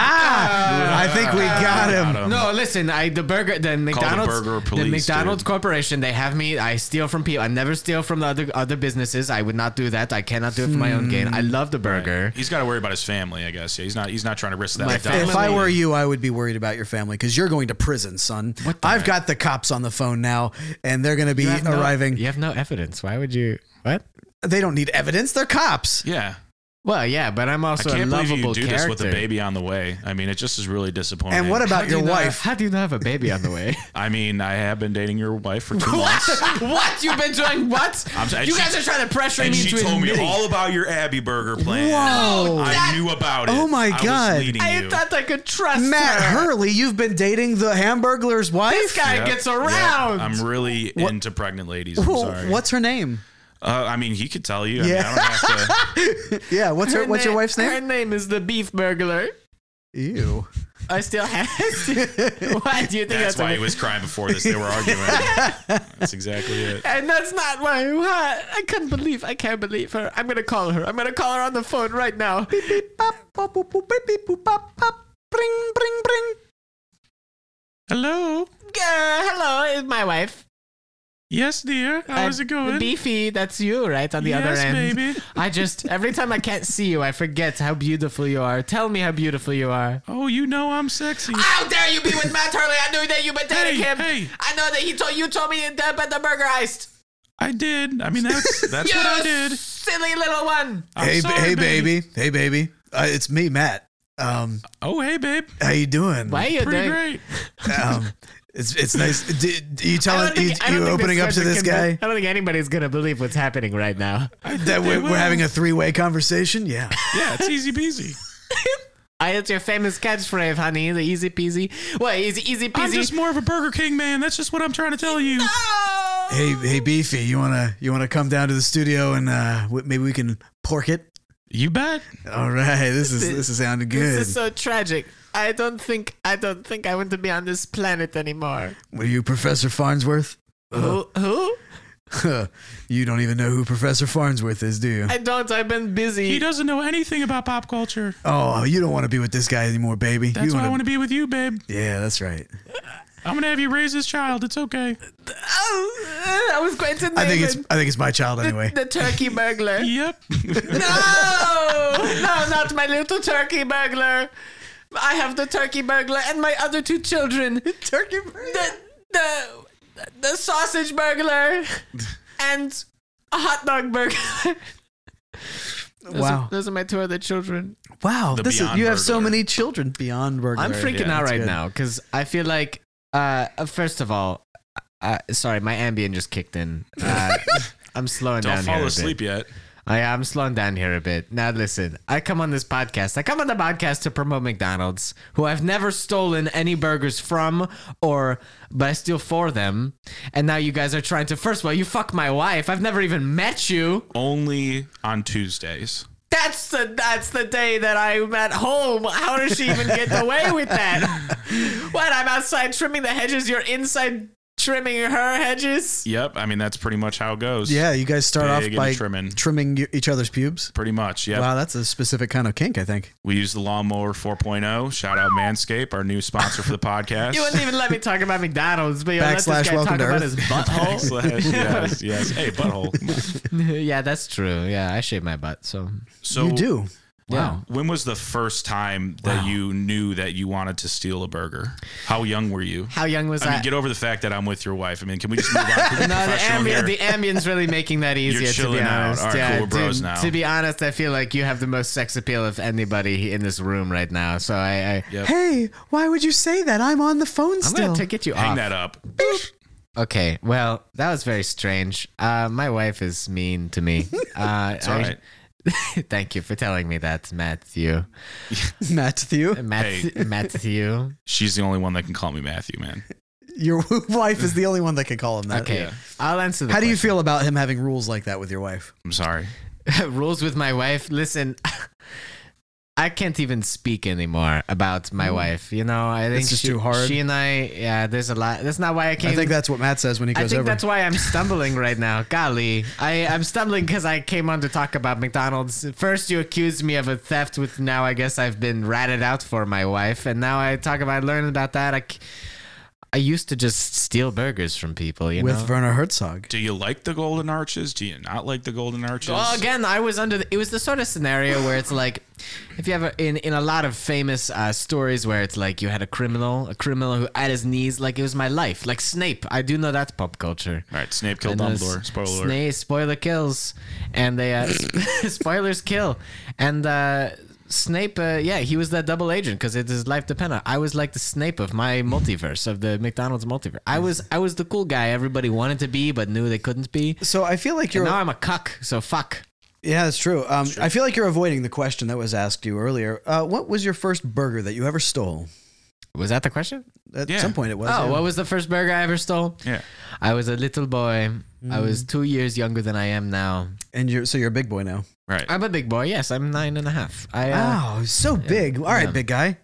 S3: I think we got him.
S4: Got him.
S1: No, listen. I the burger, the McDonald's, the
S4: burger police,
S1: McDonald's
S4: dude.
S1: Corporation. They have me. I steal from people. I never steal from the other other businesses. I would not do that. I cannot do it for my own gain.
S4: Hmm.
S1: I love the burger.
S4: He's got to worry about his family, I guess. Yeah, he's not. He's not trying to risk that.
S1: My
S4: McDonald's.
S3: If I were you, I would be worried about your family because you're going to prison, son. I've got the cops on the phone now, and they're going to be
S1: You have no-
S3: arriving.
S1: you have no evidence. Why would you? What?
S3: They don't need evidence; they're cops.
S4: yeah,
S1: Well, yeah, but I'm
S4: I
S1: also a
S4: can't believe
S1: lovable
S4: you do
S1: character.
S4: this with a baby on the way. I mean, it just is really disappointing.
S3: And what
S1: How
S3: about
S1: do
S3: your
S1: you not-
S3: wife?
S1: how do you not have a baby on the way?
S4: I mean, I have been dating your wife for two
S1: what? (laughs)
S4: months.
S1: What? You've been doing what?
S4: I'm sorry,
S1: you
S4: she-
S1: guys are trying to pressure
S4: And
S1: me
S4: she
S1: into
S4: told me
S1: admitting.
S4: all about your Abbey Burger plan.
S3: Whoa.
S4: I knew about it.
S3: Oh my
S4: I was
S3: God.
S4: leading
S1: I
S4: you.
S1: thought I could trust
S3: Matt
S1: her.
S3: Hurley, you've been dating the Hamburglar's wife.
S1: This guy
S4: Yep,
S1: gets
S4: yep.
S1: around.
S4: I'm really into pregnant ladies. I'm
S3: Who-
S4: sorry.
S3: what's her name?
S4: Uh, I mean, he could tell you. I mean,
S3: Yeah.
S4: I don't have to.
S3: Yeah, what's her, what's your
S1: na-
S3: wife's
S1: Her
S3: name?
S1: name is the Beef Burglar.
S3: Ew.
S1: I still have. (laughs) why do you think
S4: That's
S1: that's,
S4: why
S1: a-
S4: he was crying before this. They were arguing. That's exactly it.
S1: And that's not why. why- I can't believe. I can't believe her. I'm gonna call her. I'm gonna call her on the phone right now.
S3: Bring, bring, bring.
S4: Hello.
S1: Uh, hello, it's my wife.
S4: Yes, dear. How's
S1: Uh,
S4: it going?
S1: Beefy, that's you, right? On the other
S4: Yes,
S1: end.
S4: baby.
S1: I just every time I can't see you, I forget how beautiful you are. Tell me how beautiful you are.
S4: Oh, you know I'm sexy.
S7: Ah.
S1: How dare you be with Matt Hurley? I knew that you been dating
S4: Hey,
S1: him.
S4: hey.
S1: I know that he told you told me that about the burger heist.
S4: I did. I mean, (laughs) that's that's
S1: You
S4: what I did.
S1: silly little one.
S4: I'm
S3: hey,
S4: sorry,
S3: ba- hey, baby. Hey, baby. Uh, it's me, Matt. Um,
S4: Oh, hey, babe.
S3: how you doing?
S1: Why are you
S4: Pretty
S1: doing?
S4: great.
S3: Um, it's it's nice. D- d- you
S1: I
S3: telling
S1: don't
S3: you,
S1: think- I don't
S3: you
S1: think
S3: opening up
S1: guys
S3: to
S1: are
S3: this
S1: gonna-
S3: guy
S1: I don't think anybody's gonna believe what's happening right now.
S3: that we're,
S4: will.
S3: we're having a three way conversation? Yeah.
S4: Yeah, it's easy
S7: (laughs)
S4: peasy.
S1: I, it's your famous catchphrase, honey. The easy peasy. What easy easy
S4: I'm
S1: peasy?
S4: just more of a Burger King man. That's just what I'm trying to tell you.
S3: hey, hey, Beefy. You wanna you wanna come down to the studio and uh, w- maybe we can pork it?
S4: You bet.
S3: All right. This is this is sounding good.
S1: This is so tragic. I don't think I don't think I want to be on this planet anymore.
S3: Were you Professor Farnsworth? (laughs) Uh-huh.
S1: Who? Who?
S3: you don't even know who Professor Farnsworth is, do you?
S1: I don't. I've been
S4: He
S1: busy.
S4: doesn't know anything about pop culture.
S3: oh, you don't want to be with this guy anymore, baby.
S4: That's
S3: you
S4: why I
S3: wanna-
S4: want to be with you, babe.
S3: Yeah, that's right.
S4: I'm gonna have you raise this child. It's okay.
S1: Oh, I was going to name
S3: I think it's
S1: him
S3: I think it's my child anyway. (laughs)
S1: the turkey burglar.
S4: Yep.
S1: No, no, not my little turkey burglar. I have the turkey burglar and my other two children.
S3: Turkey burger.
S1: The the the sausage
S3: (laughs)
S1: burglar and a hot dog burglar. (laughs) Those
S3: Wow.
S1: are, those are my two other children.
S3: Wow,
S4: The
S3: this is,
S4: Beyond
S3: you have so
S4: Burglar.
S3: many children beyond burger.
S1: I'm freaking
S4: Yeah,
S1: out
S4: that's
S1: right
S3: good.
S1: now because I feel like, uh, uh, first of all, uh, sorry, my Ambien just kicked in. Uh,
S4: (laughs)
S1: I'm slowing
S4: Don't
S1: down
S4: fall
S1: here a
S4: asleep
S1: bit.
S4: yet.
S1: I, I'm slowing down here a bit. Now listen, I come on this podcast. I come on the podcast to promote McDonald's, who I've never stolen any burgers from, or but I steal for them. And now you guys are trying to. First of all, you fuck my wife. I've never even met you.
S4: Only on Tuesdays.
S1: That's the that's the day that I'm at home. How does she even get away with (laughs) that? What? I'm outside trimming the hedges. You're inside trimming her hedges.
S4: Yep. I mean, that's pretty much how it goes.
S3: Yeah, you guys start
S4: Big
S3: off
S4: and
S3: by
S4: trimming.
S3: trimming. trimming y- each other's pubes.
S4: Pretty much. Yep.
S3: Wow, that's a specific kind of kink, I think.
S4: We use the lawnmower 4.0. Shout out Manscaped, our new sponsor for the podcast.
S1: You wouldn't even let me talk about McDonald's, but you let
S3: Backslash
S1: this guy talk
S3: welcome to
S1: about his
S3: Earth.
S4: (laughs)
S1: (laughs) butthole.
S4: Backslash, yes, yes. Hey,
S1: (laughs)
S4: butthole.
S1: yeah, that's true. Yeah, I shave my butt. So
S4: So
S3: you do.
S1: wow.
S4: When was the first time that you knew that you wanted to steal a burger? How young were you?
S1: How young was
S4: I
S1: I?
S4: mean, get over the fact that I'm with your wife. I mean, can we just move on? Can we be
S1: no, the,
S4: professional
S1: ambi-
S4: here?
S1: the ambient's really making
S4: (laughs)
S1: that easier. to be
S4: chilling out.
S1: honest,
S4: All right,
S1: yeah.
S4: cool, we're bros
S1: to,
S4: now.
S1: to be honest, I feel like you have the most sex appeal of anybody in this room right now. So I, I
S4: Yep.
S3: Hey, why would you say that? I'm on the phone
S1: I'm
S3: still.
S1: gonna take- get you
S4: Hang
S1: off.
S4: that up.
S1: Okay, well, that was very strange. Uh, my wife is mean to
S3: (laughs)
S1: me. Uh,
S4: all
S1: I-
S4: right.
S1: (laughs) thank you for telling me that, Matthew.
S3: (laughs) Matthew,
S1: Matthew,
S3: (laughs) Uh,
S1: Matthew.
S4: She's the only one that can call me Matthew, man.
S3: your (laughs) wife is the only one that can call him that.
S1: Okay, I'll answer the
S3: How do you feel about him having rules like that with your wife?
S4: I'm sorry.
S1: question. (laughs) rules with my wife. Listen, (laughs) I can't even speak anymore about my wife. You know, I think
S3: It's just
S1: she,
S3: Mm. too hard.
S1: She and I, yeah, there's a lot. That's not why I
S3: I
S1: came.
S3: think that's what Matt says when he
S1: I
S3: goes
S1: think
S3: over.
S1: that's why I'm stumbling right now. Golly, I, I'm stumbling because I came on to talk about McDonald's. First, you accused me of a theft, with now I guess I've been ratted out for my wife, and now I talk about learning about that. I, c- I used to just steal burgers from people, you
S3: with
S1: know.
S3: Werner Herzog.
S4: Do you like the golden arches? Do you not like the golden arches?
S1: Well, again, I was under. The, it was the sort of scenario where it's like, if you have a, in in a lot of famous uh, stories where it's like you had a criminal, a criminal who at his knees, like it was my life, like Snape. I do know that's pop culture.
S4: All right, Snape killed
S1: And those
S4: Dumbledore. Spoiler alert.
S1: sna- spoiler kills, and they uh,
S4: (laughs)
S1: (laughs) spoilers kill, and uh, Snape. Uh, yeah, he was that double agent because it is life dependent. I was like the Snape of
S4: (laughs)
S1: my multiverse of the McDonald's multiverse. I was I was the cool guy everybody wanted to be but knew they couldn't be.
S3: So I feel like
S1: And
S3: you're.
S1: now I'm a cuck, so fuck.
S3: yeah, that's true. Um, I feel like you're avoiding the question that was asked you earlier. Uh, what was your first burger that you ever stole?
S1: Was that the question?
S3: At
S4: Yeah.
S3: some point, it was.
S1: Oh,
S3: yeah.
S1: what was the first burger I ever stole?
S4: Yeah.
S1: I was a little boy. I was
S3: Mm.
S1: two years younger than I am now.
S3: and you're so you're a big boy now.
S4: Right.
S1: I'm a big boy. Yes, I'm nine and a half. I, uh,
S3: Wow, so big. All right, big guy.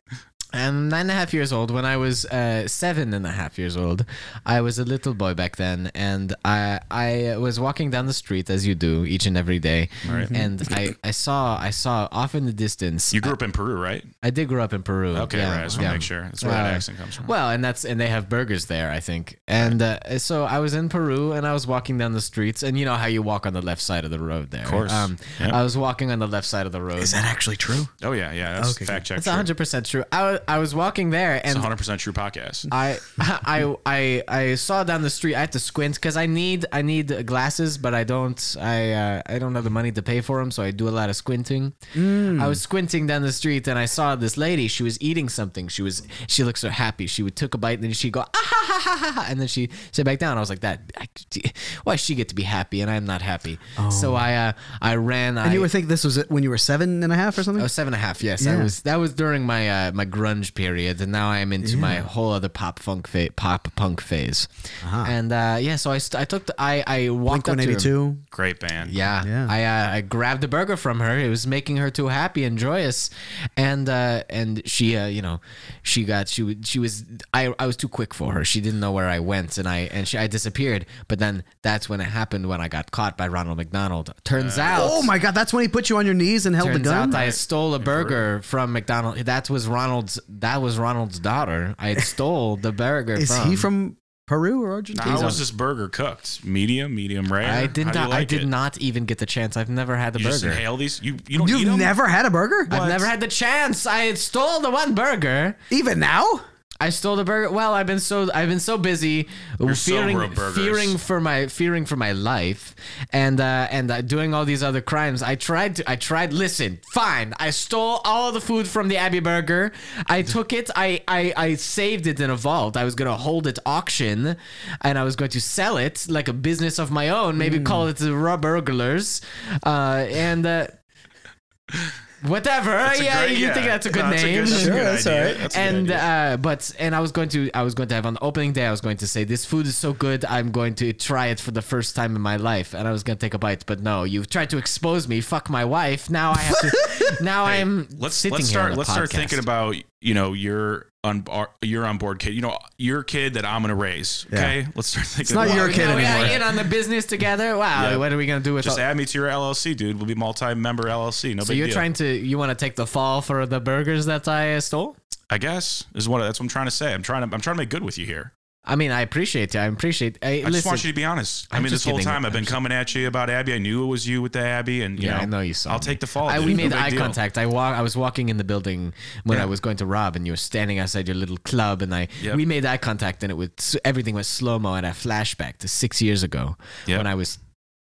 S1: I'm nine and a half years old. When I was uh, seven and a half years old, I was a little boy back then, and I I was walking down the street as you do each and every day, and I, I saw I saw off in the distance.
S4: You grew up in Peru, right?
S1: I did grow up in Peru. Uh,
S4: Okay, right. I just want to make sure. That's where that accent comes from.
S1: Well, and that's and they have burgers there, I think. And uh, so I was in Peru and I was walking down the streets, and you know how you walk on the left side of the road there. Of
S4: course. Yep.
S1: I was walking on the left side of the road.
S2: Is that actually true?
S4: Oh yeah, yeah. That's fact check.
S1: That's hundred percent true. I wa- I was walking there
S4: It's
S1: and
S4: 100% true podcast.
S1: I I I I saw down the street. I had to squint because I need I need glasses, but I don't I uh, I don't have the money to pay for them, so I do a lot of squinting.
S3: Hmm.
S1: I was squinting down the street and I saw this lady. She was eating something. She was she looked so happy. She would took a bite and then she would go ah ha ha ha ha, ha and then she sit back down. I was like that. I, why she get to be happy and I'm not happy? So I uh, I ran. I,
S3: Oh. And you would think this was it when you were seven and a half or something?
S1: Oh, seven and a half. Yes, I
S3: Yeah.
S1: was. That was during my uh, my grunge period, and now I am into my whole other pop funk phase, pop punk phase.
S3: Uh-huh.
S1: And uh, yeah, so I, st- I took the, I I walked up to him.
S3: 182.
S4: Great band.
S1: Yeah,
S3: Yeah.
S1: I uh, I grabbed a burger from her. It was making her too happy and joyous, and uh, and she uh, you know she got she w- she was I I was too quick for her. She didn't know where I went, and I and she I disappeared. But then that's when it happened when I got caught by Ronald McDonald. Turns out,
S3: Oh my God, that's when he put you on your knees and held the
S1: Turns out
S3: gun?
S1: I stole a burger from McDonald. That was Ronald's. That was Ronald's daughter. I stole the burger.
S3: Is he from Peru or Argentina?
S4: Now, how was this burger cooked? Medium, medium rare.
S1: I did
S4: How do you
S1: not. I
S4: like
S1: did
S4: it?
S1: not even get the chance. I've never had the
S4: You just
S1: burger.
S4: inhale these. You you don't eat
S3: You've
S4: 'em?
S3: never had a burger?
S1: I've never had the chance. I stole the one burger.
S3: Even now?
S1: I stole the burger. Well, I've been so I've been so busy fearing
S4: sober of burgers.
S1: fearing for my fearing for my life and uh, and uh, doing all these other crimes. I tried to I tried listen. Fine. I stole all the food from the Abbey Burger. I took it. I I I saved it in a vault. I was going to hold it auction and I was going to sell it like a business of my own, maybe
S4: Hmm.
S1: call it the Raw Burglars. Uh, and uh, Whatever,
S4: It's a
S1: yeah,
S4: great-
S1: you
S4: yeah.
S1: think that's a good
S4: No,
S1: name?
S4: That's a good, that's a good
S3: that's
S4: idea.
S3: all right.
S4: That's a good
S1: and
S4: idea.
S1: uh, but and I was going to I was going to have on the opening day I was going to say this food is so good I'm going to try it for the first time in my life and I was going to take a bite but no you tried to expose me fuck my wife now I have (laughs) to now
S4: Hey,
S1: I'm
S4: let's
S1: sitting
S4: let's
S1: here on
S4: start
S1: the
S4: let's start
S1: podcast.
S4: thinking about you know your on your on board kid. You know your kid that I'm gonna raise. Okay, let's start thinking. It's
S3: not
S4: about
S3: your
S1: Now
S3: kid
S1: we are
S3: anymore.
S1: in on the business together wow
S4: Yeah.
S1: what are we going to do with
S4: Just
S1: all-
S4: add me to your LLC, dude. We'll be multi-member LLC. No
S1: so
S4: big
S1: you're
S4: deal.
S1: trying to you want to take the fall for the burgers that I stole
S4: I guess is what that's what I'm trying to say. I'm trying to I'm trying to make good with you here.
S1: I mean I appreciate you I appreciate I,
S4: I just
S1: listen
S4: want you to be honest. i
S1: I'm
S4: mean, this
S1: just
S4: whole
S1: kidding.
S4: time I've been
S1: I'm just-
S4: coming at you about Abby. I knew it was you with the Abby, and you
S1: Yeah,
S4: know,
S1: I know you saw.
S4: I'll
S1: me.
S4: take the fall.
S1: I,
S4: dude.
S1: we
S4: Oh, No
S1: made
S4: big
S1: eye
S4: deal.
S1: contact. I walk. I was walking in the building when
S4: Yeah.
S1: I was going to rob, and you were standing outside your little club, and I
S4: Yep.
S1: we made eye contact, and it was so everything was slow mo, and I flashback to six years ago
S4: Yep.
S1: when I was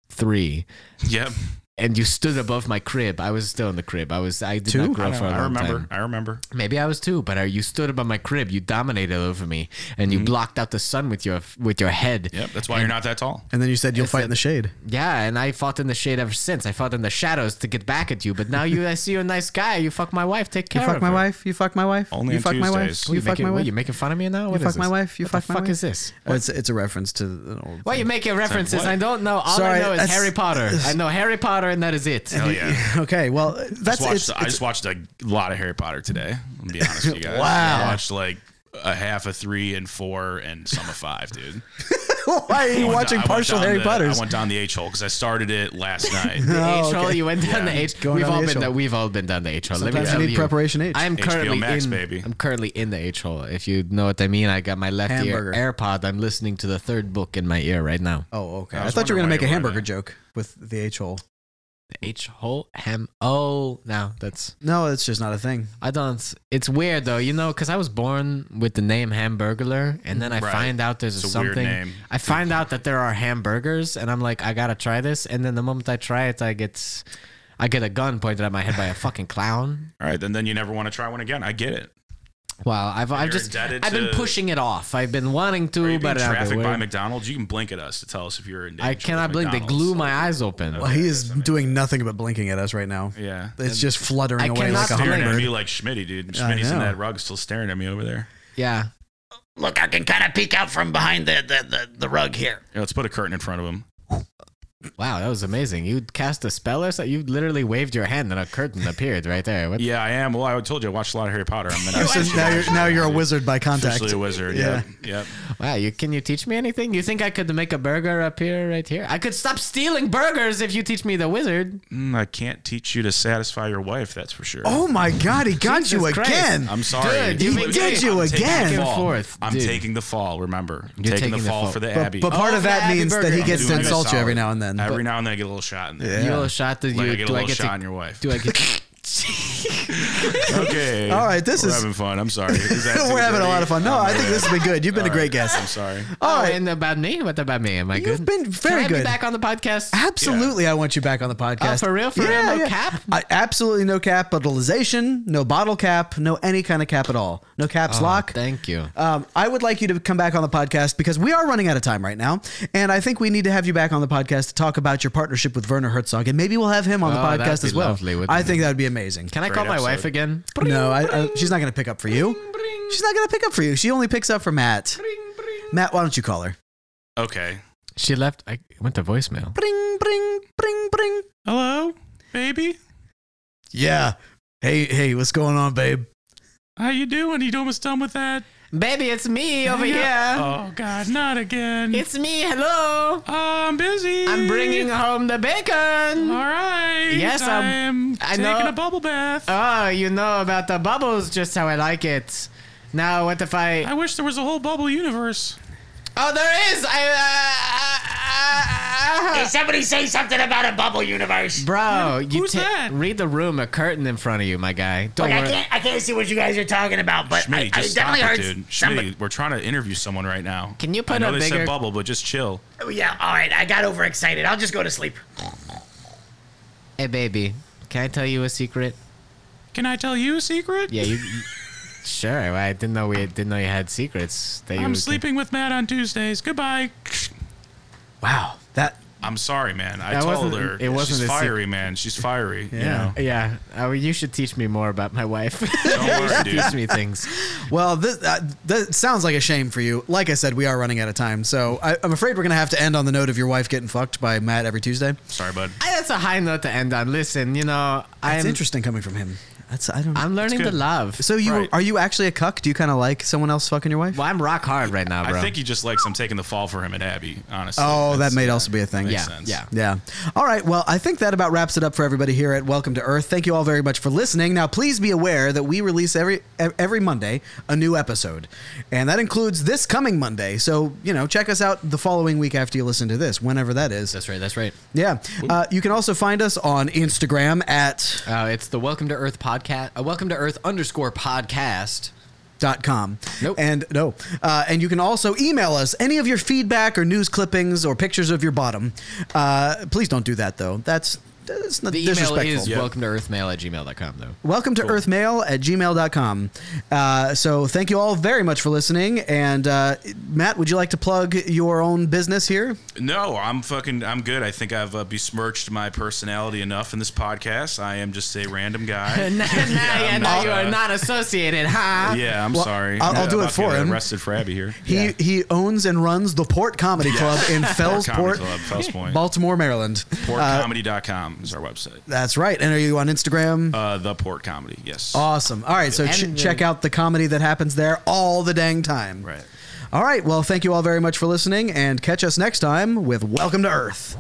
S1: three,
S4: Yep,
S1: and you stood above my crib. I was still in the crib. I was I did not
S4: I,
S1: grow
S4: know,
S1: for a
S4: I
S1: long
S4: remember.
S1: time.
S4: I remember.
S1: Maybe I was too, but uh, you stood above my crib. You dominated over me, and you blocked out the sun with your with your head.
S4: Mm-hmm. Yep, that's why you're not that tall.
S3: And then you said you'll fight in the shade.
S1: Yeah, and I fought in the shade ever since. I fought in the shadows to get back at you, but now you, I see you're a nice guy. You fuck my wife. Take care
S3: You fuck
S1: of
S3: my
S1: her.
S3: wife. You fuck my wife.
S4: Only
S3: you
S4: on
S3: fuck my wife.
S4: Tuesdays.
S3: You
S1: You
S3: fuck
S1: making,
S3: my
S1: what,
S3: wife.
S1: you making fun of me now? What is
S3: fuck my
S1: this?
S3: wife, you
S1: what
S3: fuck
S1: the
S3: my
S1: fuck
S3: wife.
S1: is this?
S3: Well, it's, it's a reference to the old.
S1: Why are you making references?
S4: what?
S1: I don't know. All
S3: Sorry,
S1: I know is
S3: that's-
S1: Harry Potter. I know Harry Potter, and that is it. (laughs)
S4: Hell yeah.
S3: (laughs) Okay, well, that's
S4: just watched,
S3: it's,
S4: I just watched a lot of Harry Potter today. I'm gonna be honest with you
S1: (laughs)
S4: guys.
S3: Wow.
S4: I watched like a half of three and four and some of
S1: (laughs)
S4: five, dude.
S3: (laughs) why are
S4: I
S3: you
S4: went
S3: watching
S4: down- I went
S3: partial
S4: down
S3: Harry
S4: the-
S3: Potters?
S4: I went down the H hole because I started it
S1: (laughs)
S4: last night.
S1: The
S3: Oh,
S1: H hole.
S3: okay.
S1: You went down the H.
S3: Going
S1: We've
S3: down
S1: all
S3: the
S1: been
S3: H-hole.
S1: that. We've all been down the H hole. Let me
S3: Sometimes you
S1: tell
S3: need
S1: you.
S3: preparation H.
S1: I am
S4: HBO
S1: currently
S4: Max,
S1: in.
S4: baby.
S1: I'm currently in the H hole. If you know what I mean, I got my left
S3: Hamburger.
S1: ear AirPod. I'm listening to the third book in my ear right now.
S3: oh, okay.
S4: I
S3: I,
S4: was
S3: thought you were
S4: wondering
S3: gonna
S4: why
S3: make a
S4: you were
S3: hamburger
S4: there.
S3: joke with the H hole.
S1: H hole ham. Oh, now that's
S3: No, it's just not a thing.
S1: I don't. It's weird though, you know, because I was born with the name Hamburglar, and then I
S4: Right.
S1: find out there's a
S4: It's a weird
S1: something.
S4: name.
S1: I find out that there are hamburgers, and I'm like, I gotta try this. And then the moment I try it, I get, I get a gun pointed at my head by a fucking clown.
S4: All right, then then you never want to try one again. I get it.
S1: Wow, I've, I've
S4: you're
S1: just,
S4: indebted
S1: I've been
S4: to-
S1: pushing it off. I've been wanting
S4: Are you
S1: to,
S4: being
S1: but I've
S4: trafficked
S1: been
S4: by
S1: waiting.
S4: McDonald's? You can blink at us to tell us if you're in.
S1: I cannot blink. They glue my eyes open.
S3: Well, he is doing nothing but blinking at us right now.
S4: Yeah.
S3: It's just fluttering
S1: I
S3: away
S1: cannot
S3: like a
S1: blink.
S4: Staring at
S3: hummingbird.
S4: me like Schmitty, dude. Schmitty's in
S3: know.
S4: that rug, still staring at me over there.
S1: Yeah.
S2: Look, I can kind of peek out from behind the, the, the, the rug here.
S4: Yeah, let's put a curtain in front of him.
S1: Wow, that was amazing. You cast a spell or something? You literally waved your hand and a curtain appeared right there. What
S4: Yeah, I am. Well, I told you I watched a lot of Harry Potter.
S3: (laughs)
S4: I'm an
S3: So now you're now you're a wizard by contact.
S4: officially a wizard. Yeah. Yep.
S1: Wow, you can you teach me anything? You think I could make a burger appear right here? I could stop stealing burgers if you teach me the wizard.
S4: Mm, I can't teach you to satisfy your wife. That's for sure.
S3: Oh my god, he got
S1: Jesus
S3: you
S1: Christ.
S3: again.
S4: I'm sorry.
S1: Dude, you He make-
S3: did you
S4: I'm taking
S3: again.
S4: the
S1: Back and
S4: fall.
S1: forth,
S4: I'm
S1: dude.
S4: taking the fall. Remember, I'm
S1: You're
S4: taking, the fall for the
S3: But,
S4: Abbey.
S3: but part
S1: Oh,
S3: of that
S1: Abby
S3: means that he
S1: Burger.
S3: gets to
S4: I'm doing you a
S3: insult you every
S4: solid.
S3: now and then.
S4: Every now and then I get a little shot in there.
S1: You little shot that you
S4: Like I get a
S1: do I
S4: little
S1: get
S4: shot
S1: to
S4: in your
S1: (laughs)
S4: wife.
S1: do I get
S4: (laughs)
S1: to,
S3: (laughs)
S4: okay.
S3: All right, this
S4: We're
S3: is-
S4: having fun. I'm sorry.
S3: (laughs)
S4: Is that too
S3: We're having a lot
S4: dirty?
S3: of fun. No,
S4: I'm
S3: I think
S4: good.
S3: this has been good. You've been a
S4: All
S3: great
S4: right,
S3: guest.
S4: I'm sorry.
S3: All
S1: Oh,
S3: right.
S1: and about me? What about me? Am I good? Ah,
S3: You've been very
S1: Can I
S3: good.
S1: be back on the podcast?
S3: Absolutely, I want you back on the podcast.
S1: Oh, for real? For real? No cap?
S3: I- absolutely no capitalization, no bottle cap, no any kind of cap at all. No caps lock.
S1: Thank you.
S3: Um, I would like you to come back on the podcast because we are running out of time right now, and I think we need to have you back on the podcast to talk about your partnership with Werner Herzog, and maybe we'll have him on the
S1: Oh, that'd
S3: podcast
S1: be
S3: as well.
S1: lovely, wouldn't
S3: I
S1: it?
S3: think that would be amazing.
S1: Can I call my
S4: episode.
S1: wife again?
S3: No, I, I, she's not going to pick up for you. She's not going to pick up for you. She only picks up for Matt. Matt, why don't you call her?
S4: Okay.
S1: She left. I went to voicemail.
S3: Bring, bring, bring, bring.
S4: Hello, baby.
S3: Yeah. Hey, hey, what's going on, babe?
S4: How you doing? You almost done with that?
S1: Baby, it's me over here.
S4: Oh God, not again.
S1: It's me. Hello.
S4: I'm busy.
S1: I'm bringing home the bacon.
S4: right.
S1: Yes, I'm- I'm I taking know- a
S4: bubble bath.
S1: Oh, you know about the bubbles, just how I like it. Now, what if I?
S4: wish there was a whole bubble universe.
S1: Oh, there is. I. Uh, uh, uh, uh,
S2: Somebody say something about a bubble universe.
S1: bro, you
S4: who's
S1: ta-
S4: that?
S1: read the room. A curtain in front of you, my guy. Don't
S2: Look, I
S1: worry.
S2: can't, I can't see what you guys are talking about, but I,
S4: Schmitty,
S2: I
S4: just stop
S2: definitely
S4: it,
S2: heard
S4: dude.
S2: somebody.
S4: Schmitty, we're trying to interview someone right now.
S1: Can you put
S4: I know
S1: a
S4: they
S1: bigger-
S4: said bubble, but just chill.
S2: Oh, Yeah, all right, I got overexcited. I'll just go to sleep.
S1: Hey, baby, can I tell you a secret?
S4: Can I tell you a secret?
S1: Yeah, you. you- (laughs) sure. Well, I didn't know we didn't know you had secrets. That you
S4: I'm
S1: could-
S4: sleeping with Matt on Tuesdays. Goodbye.
S3: Wow. That
S4: I'm sorry, man. I
S1: That
S4: told
S1: wasn't-
S4: her
S1: it wasn't a
S4: she's
S1: secret.
S4: fiery, man. She's fiery. Yeah.
S1: Yeah, uh, you should teach me more about my wife. (laughs)
S4: Don't
S3: (laughs)
S4: worry, dude.
S1: teach me things.
S3: Well, this uh, that sounds like a shame for you. Like I said, we are running out of time, so I, I'm afraid we're gonna have to end on the note of your wife getting fucked by Matt every Tuesday.
S4: Sorry, bud.
S1: I, that's a high note to end on. Listen, you know,
S3: That's
S1: I'm
S3: interesting coming from him. That's I don't. know.
S1: I'm learning to
S4: good.
S1: love.
S3: so you
S4: Right.
S3: are you actually a cuck? Do you kind of like someone else fucking your wife?
S1: well, I'm rock hard right now, bro.
S4: I think he just likes I'm taking the fall for him at Abby, honestly.
S3: Oh,
S4: That's-
S3: that may also be a thing.
S4: makes
S1: yeah,
S4: sense.
S1: yeah.
S3: Yeah. All right. Well, I think that about wraps it up for everybody here at Welcome to Earth. Thank you all very much for listening. Now, please be aware that we release every e, every Monday a new episode, and that includes this coming Monday. So you know, check us out the following week after you listen to this, whenever that is.
S1: That's right. That's right.
S3: Yeah. Uh, you can also find us on Instagram at
S1: Uh, it's the Welcome to Earth podcast. Uh, Welcome to Earth underscore podcast.
S3: dot com.
S1: Nope.
S3: And no. Uh, and you can also email us any of your feedback or news clippings or pictures of your bottom. Uh, please don't do that though. That's that's not
S1: The email
S3: disrespectful.
S1: is welcome to earthmail at gmail.com, though.
S3: Welcome to earthmail at gmail.com. Uh, so thank you all very much for listening. And uh, Matt, would you like to plug your own business here?
S4: No, I'm fucking. I'm good. I think I've uh, besmirched my personality enough in this podcast. I am just a random guy.
S1: (laughs) nah, yeah,
S4: I'm
S1: no,
S4: not,
S1: you are
S4: uh,
S1: not associated, huh?
S4: Yeah, I'm
S3: Well,
S4: sorry.
S3: I'll- I'll do it
S4: I'm about to
S3: for
S4: get
S3: him.
S4: Arrested for Abby here.
S3: He,
S4: Yeah.
S3: he owns and runs the Port Comedy Club in
S4: (laughs) Port Comedy
S3: Fellsport, (laughs)
S4: Club, Fells Point.
S3: Baltimore, Maryland.
S4: Portcomedy.com is our website.
S3: That's right. And are you on Instagram?
S4: Uh, the Port Comedy, yes.
S3: awesome. All right. So ch-
S1: And-
S3: check out the comedy that happens there all the dang time.
S4: right.
S3: All right. Well, thank you all very much for listening and catch us next time with Welcome to Earth.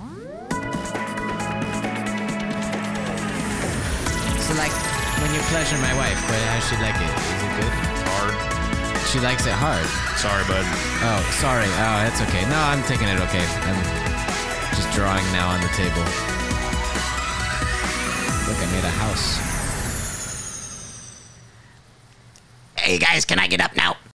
S1: So, like, when you pleasure my wife, but how she like it? Is it good?
S4: Hard.
S1: She likes it hard.
S4: Sorry, bud.
S1: Oh, sorry. Oh, that's okay. No, I'm taking it okay. I'm just drawing now on the table. Look, I made a house.
S2: Hey, guys, can I get up now?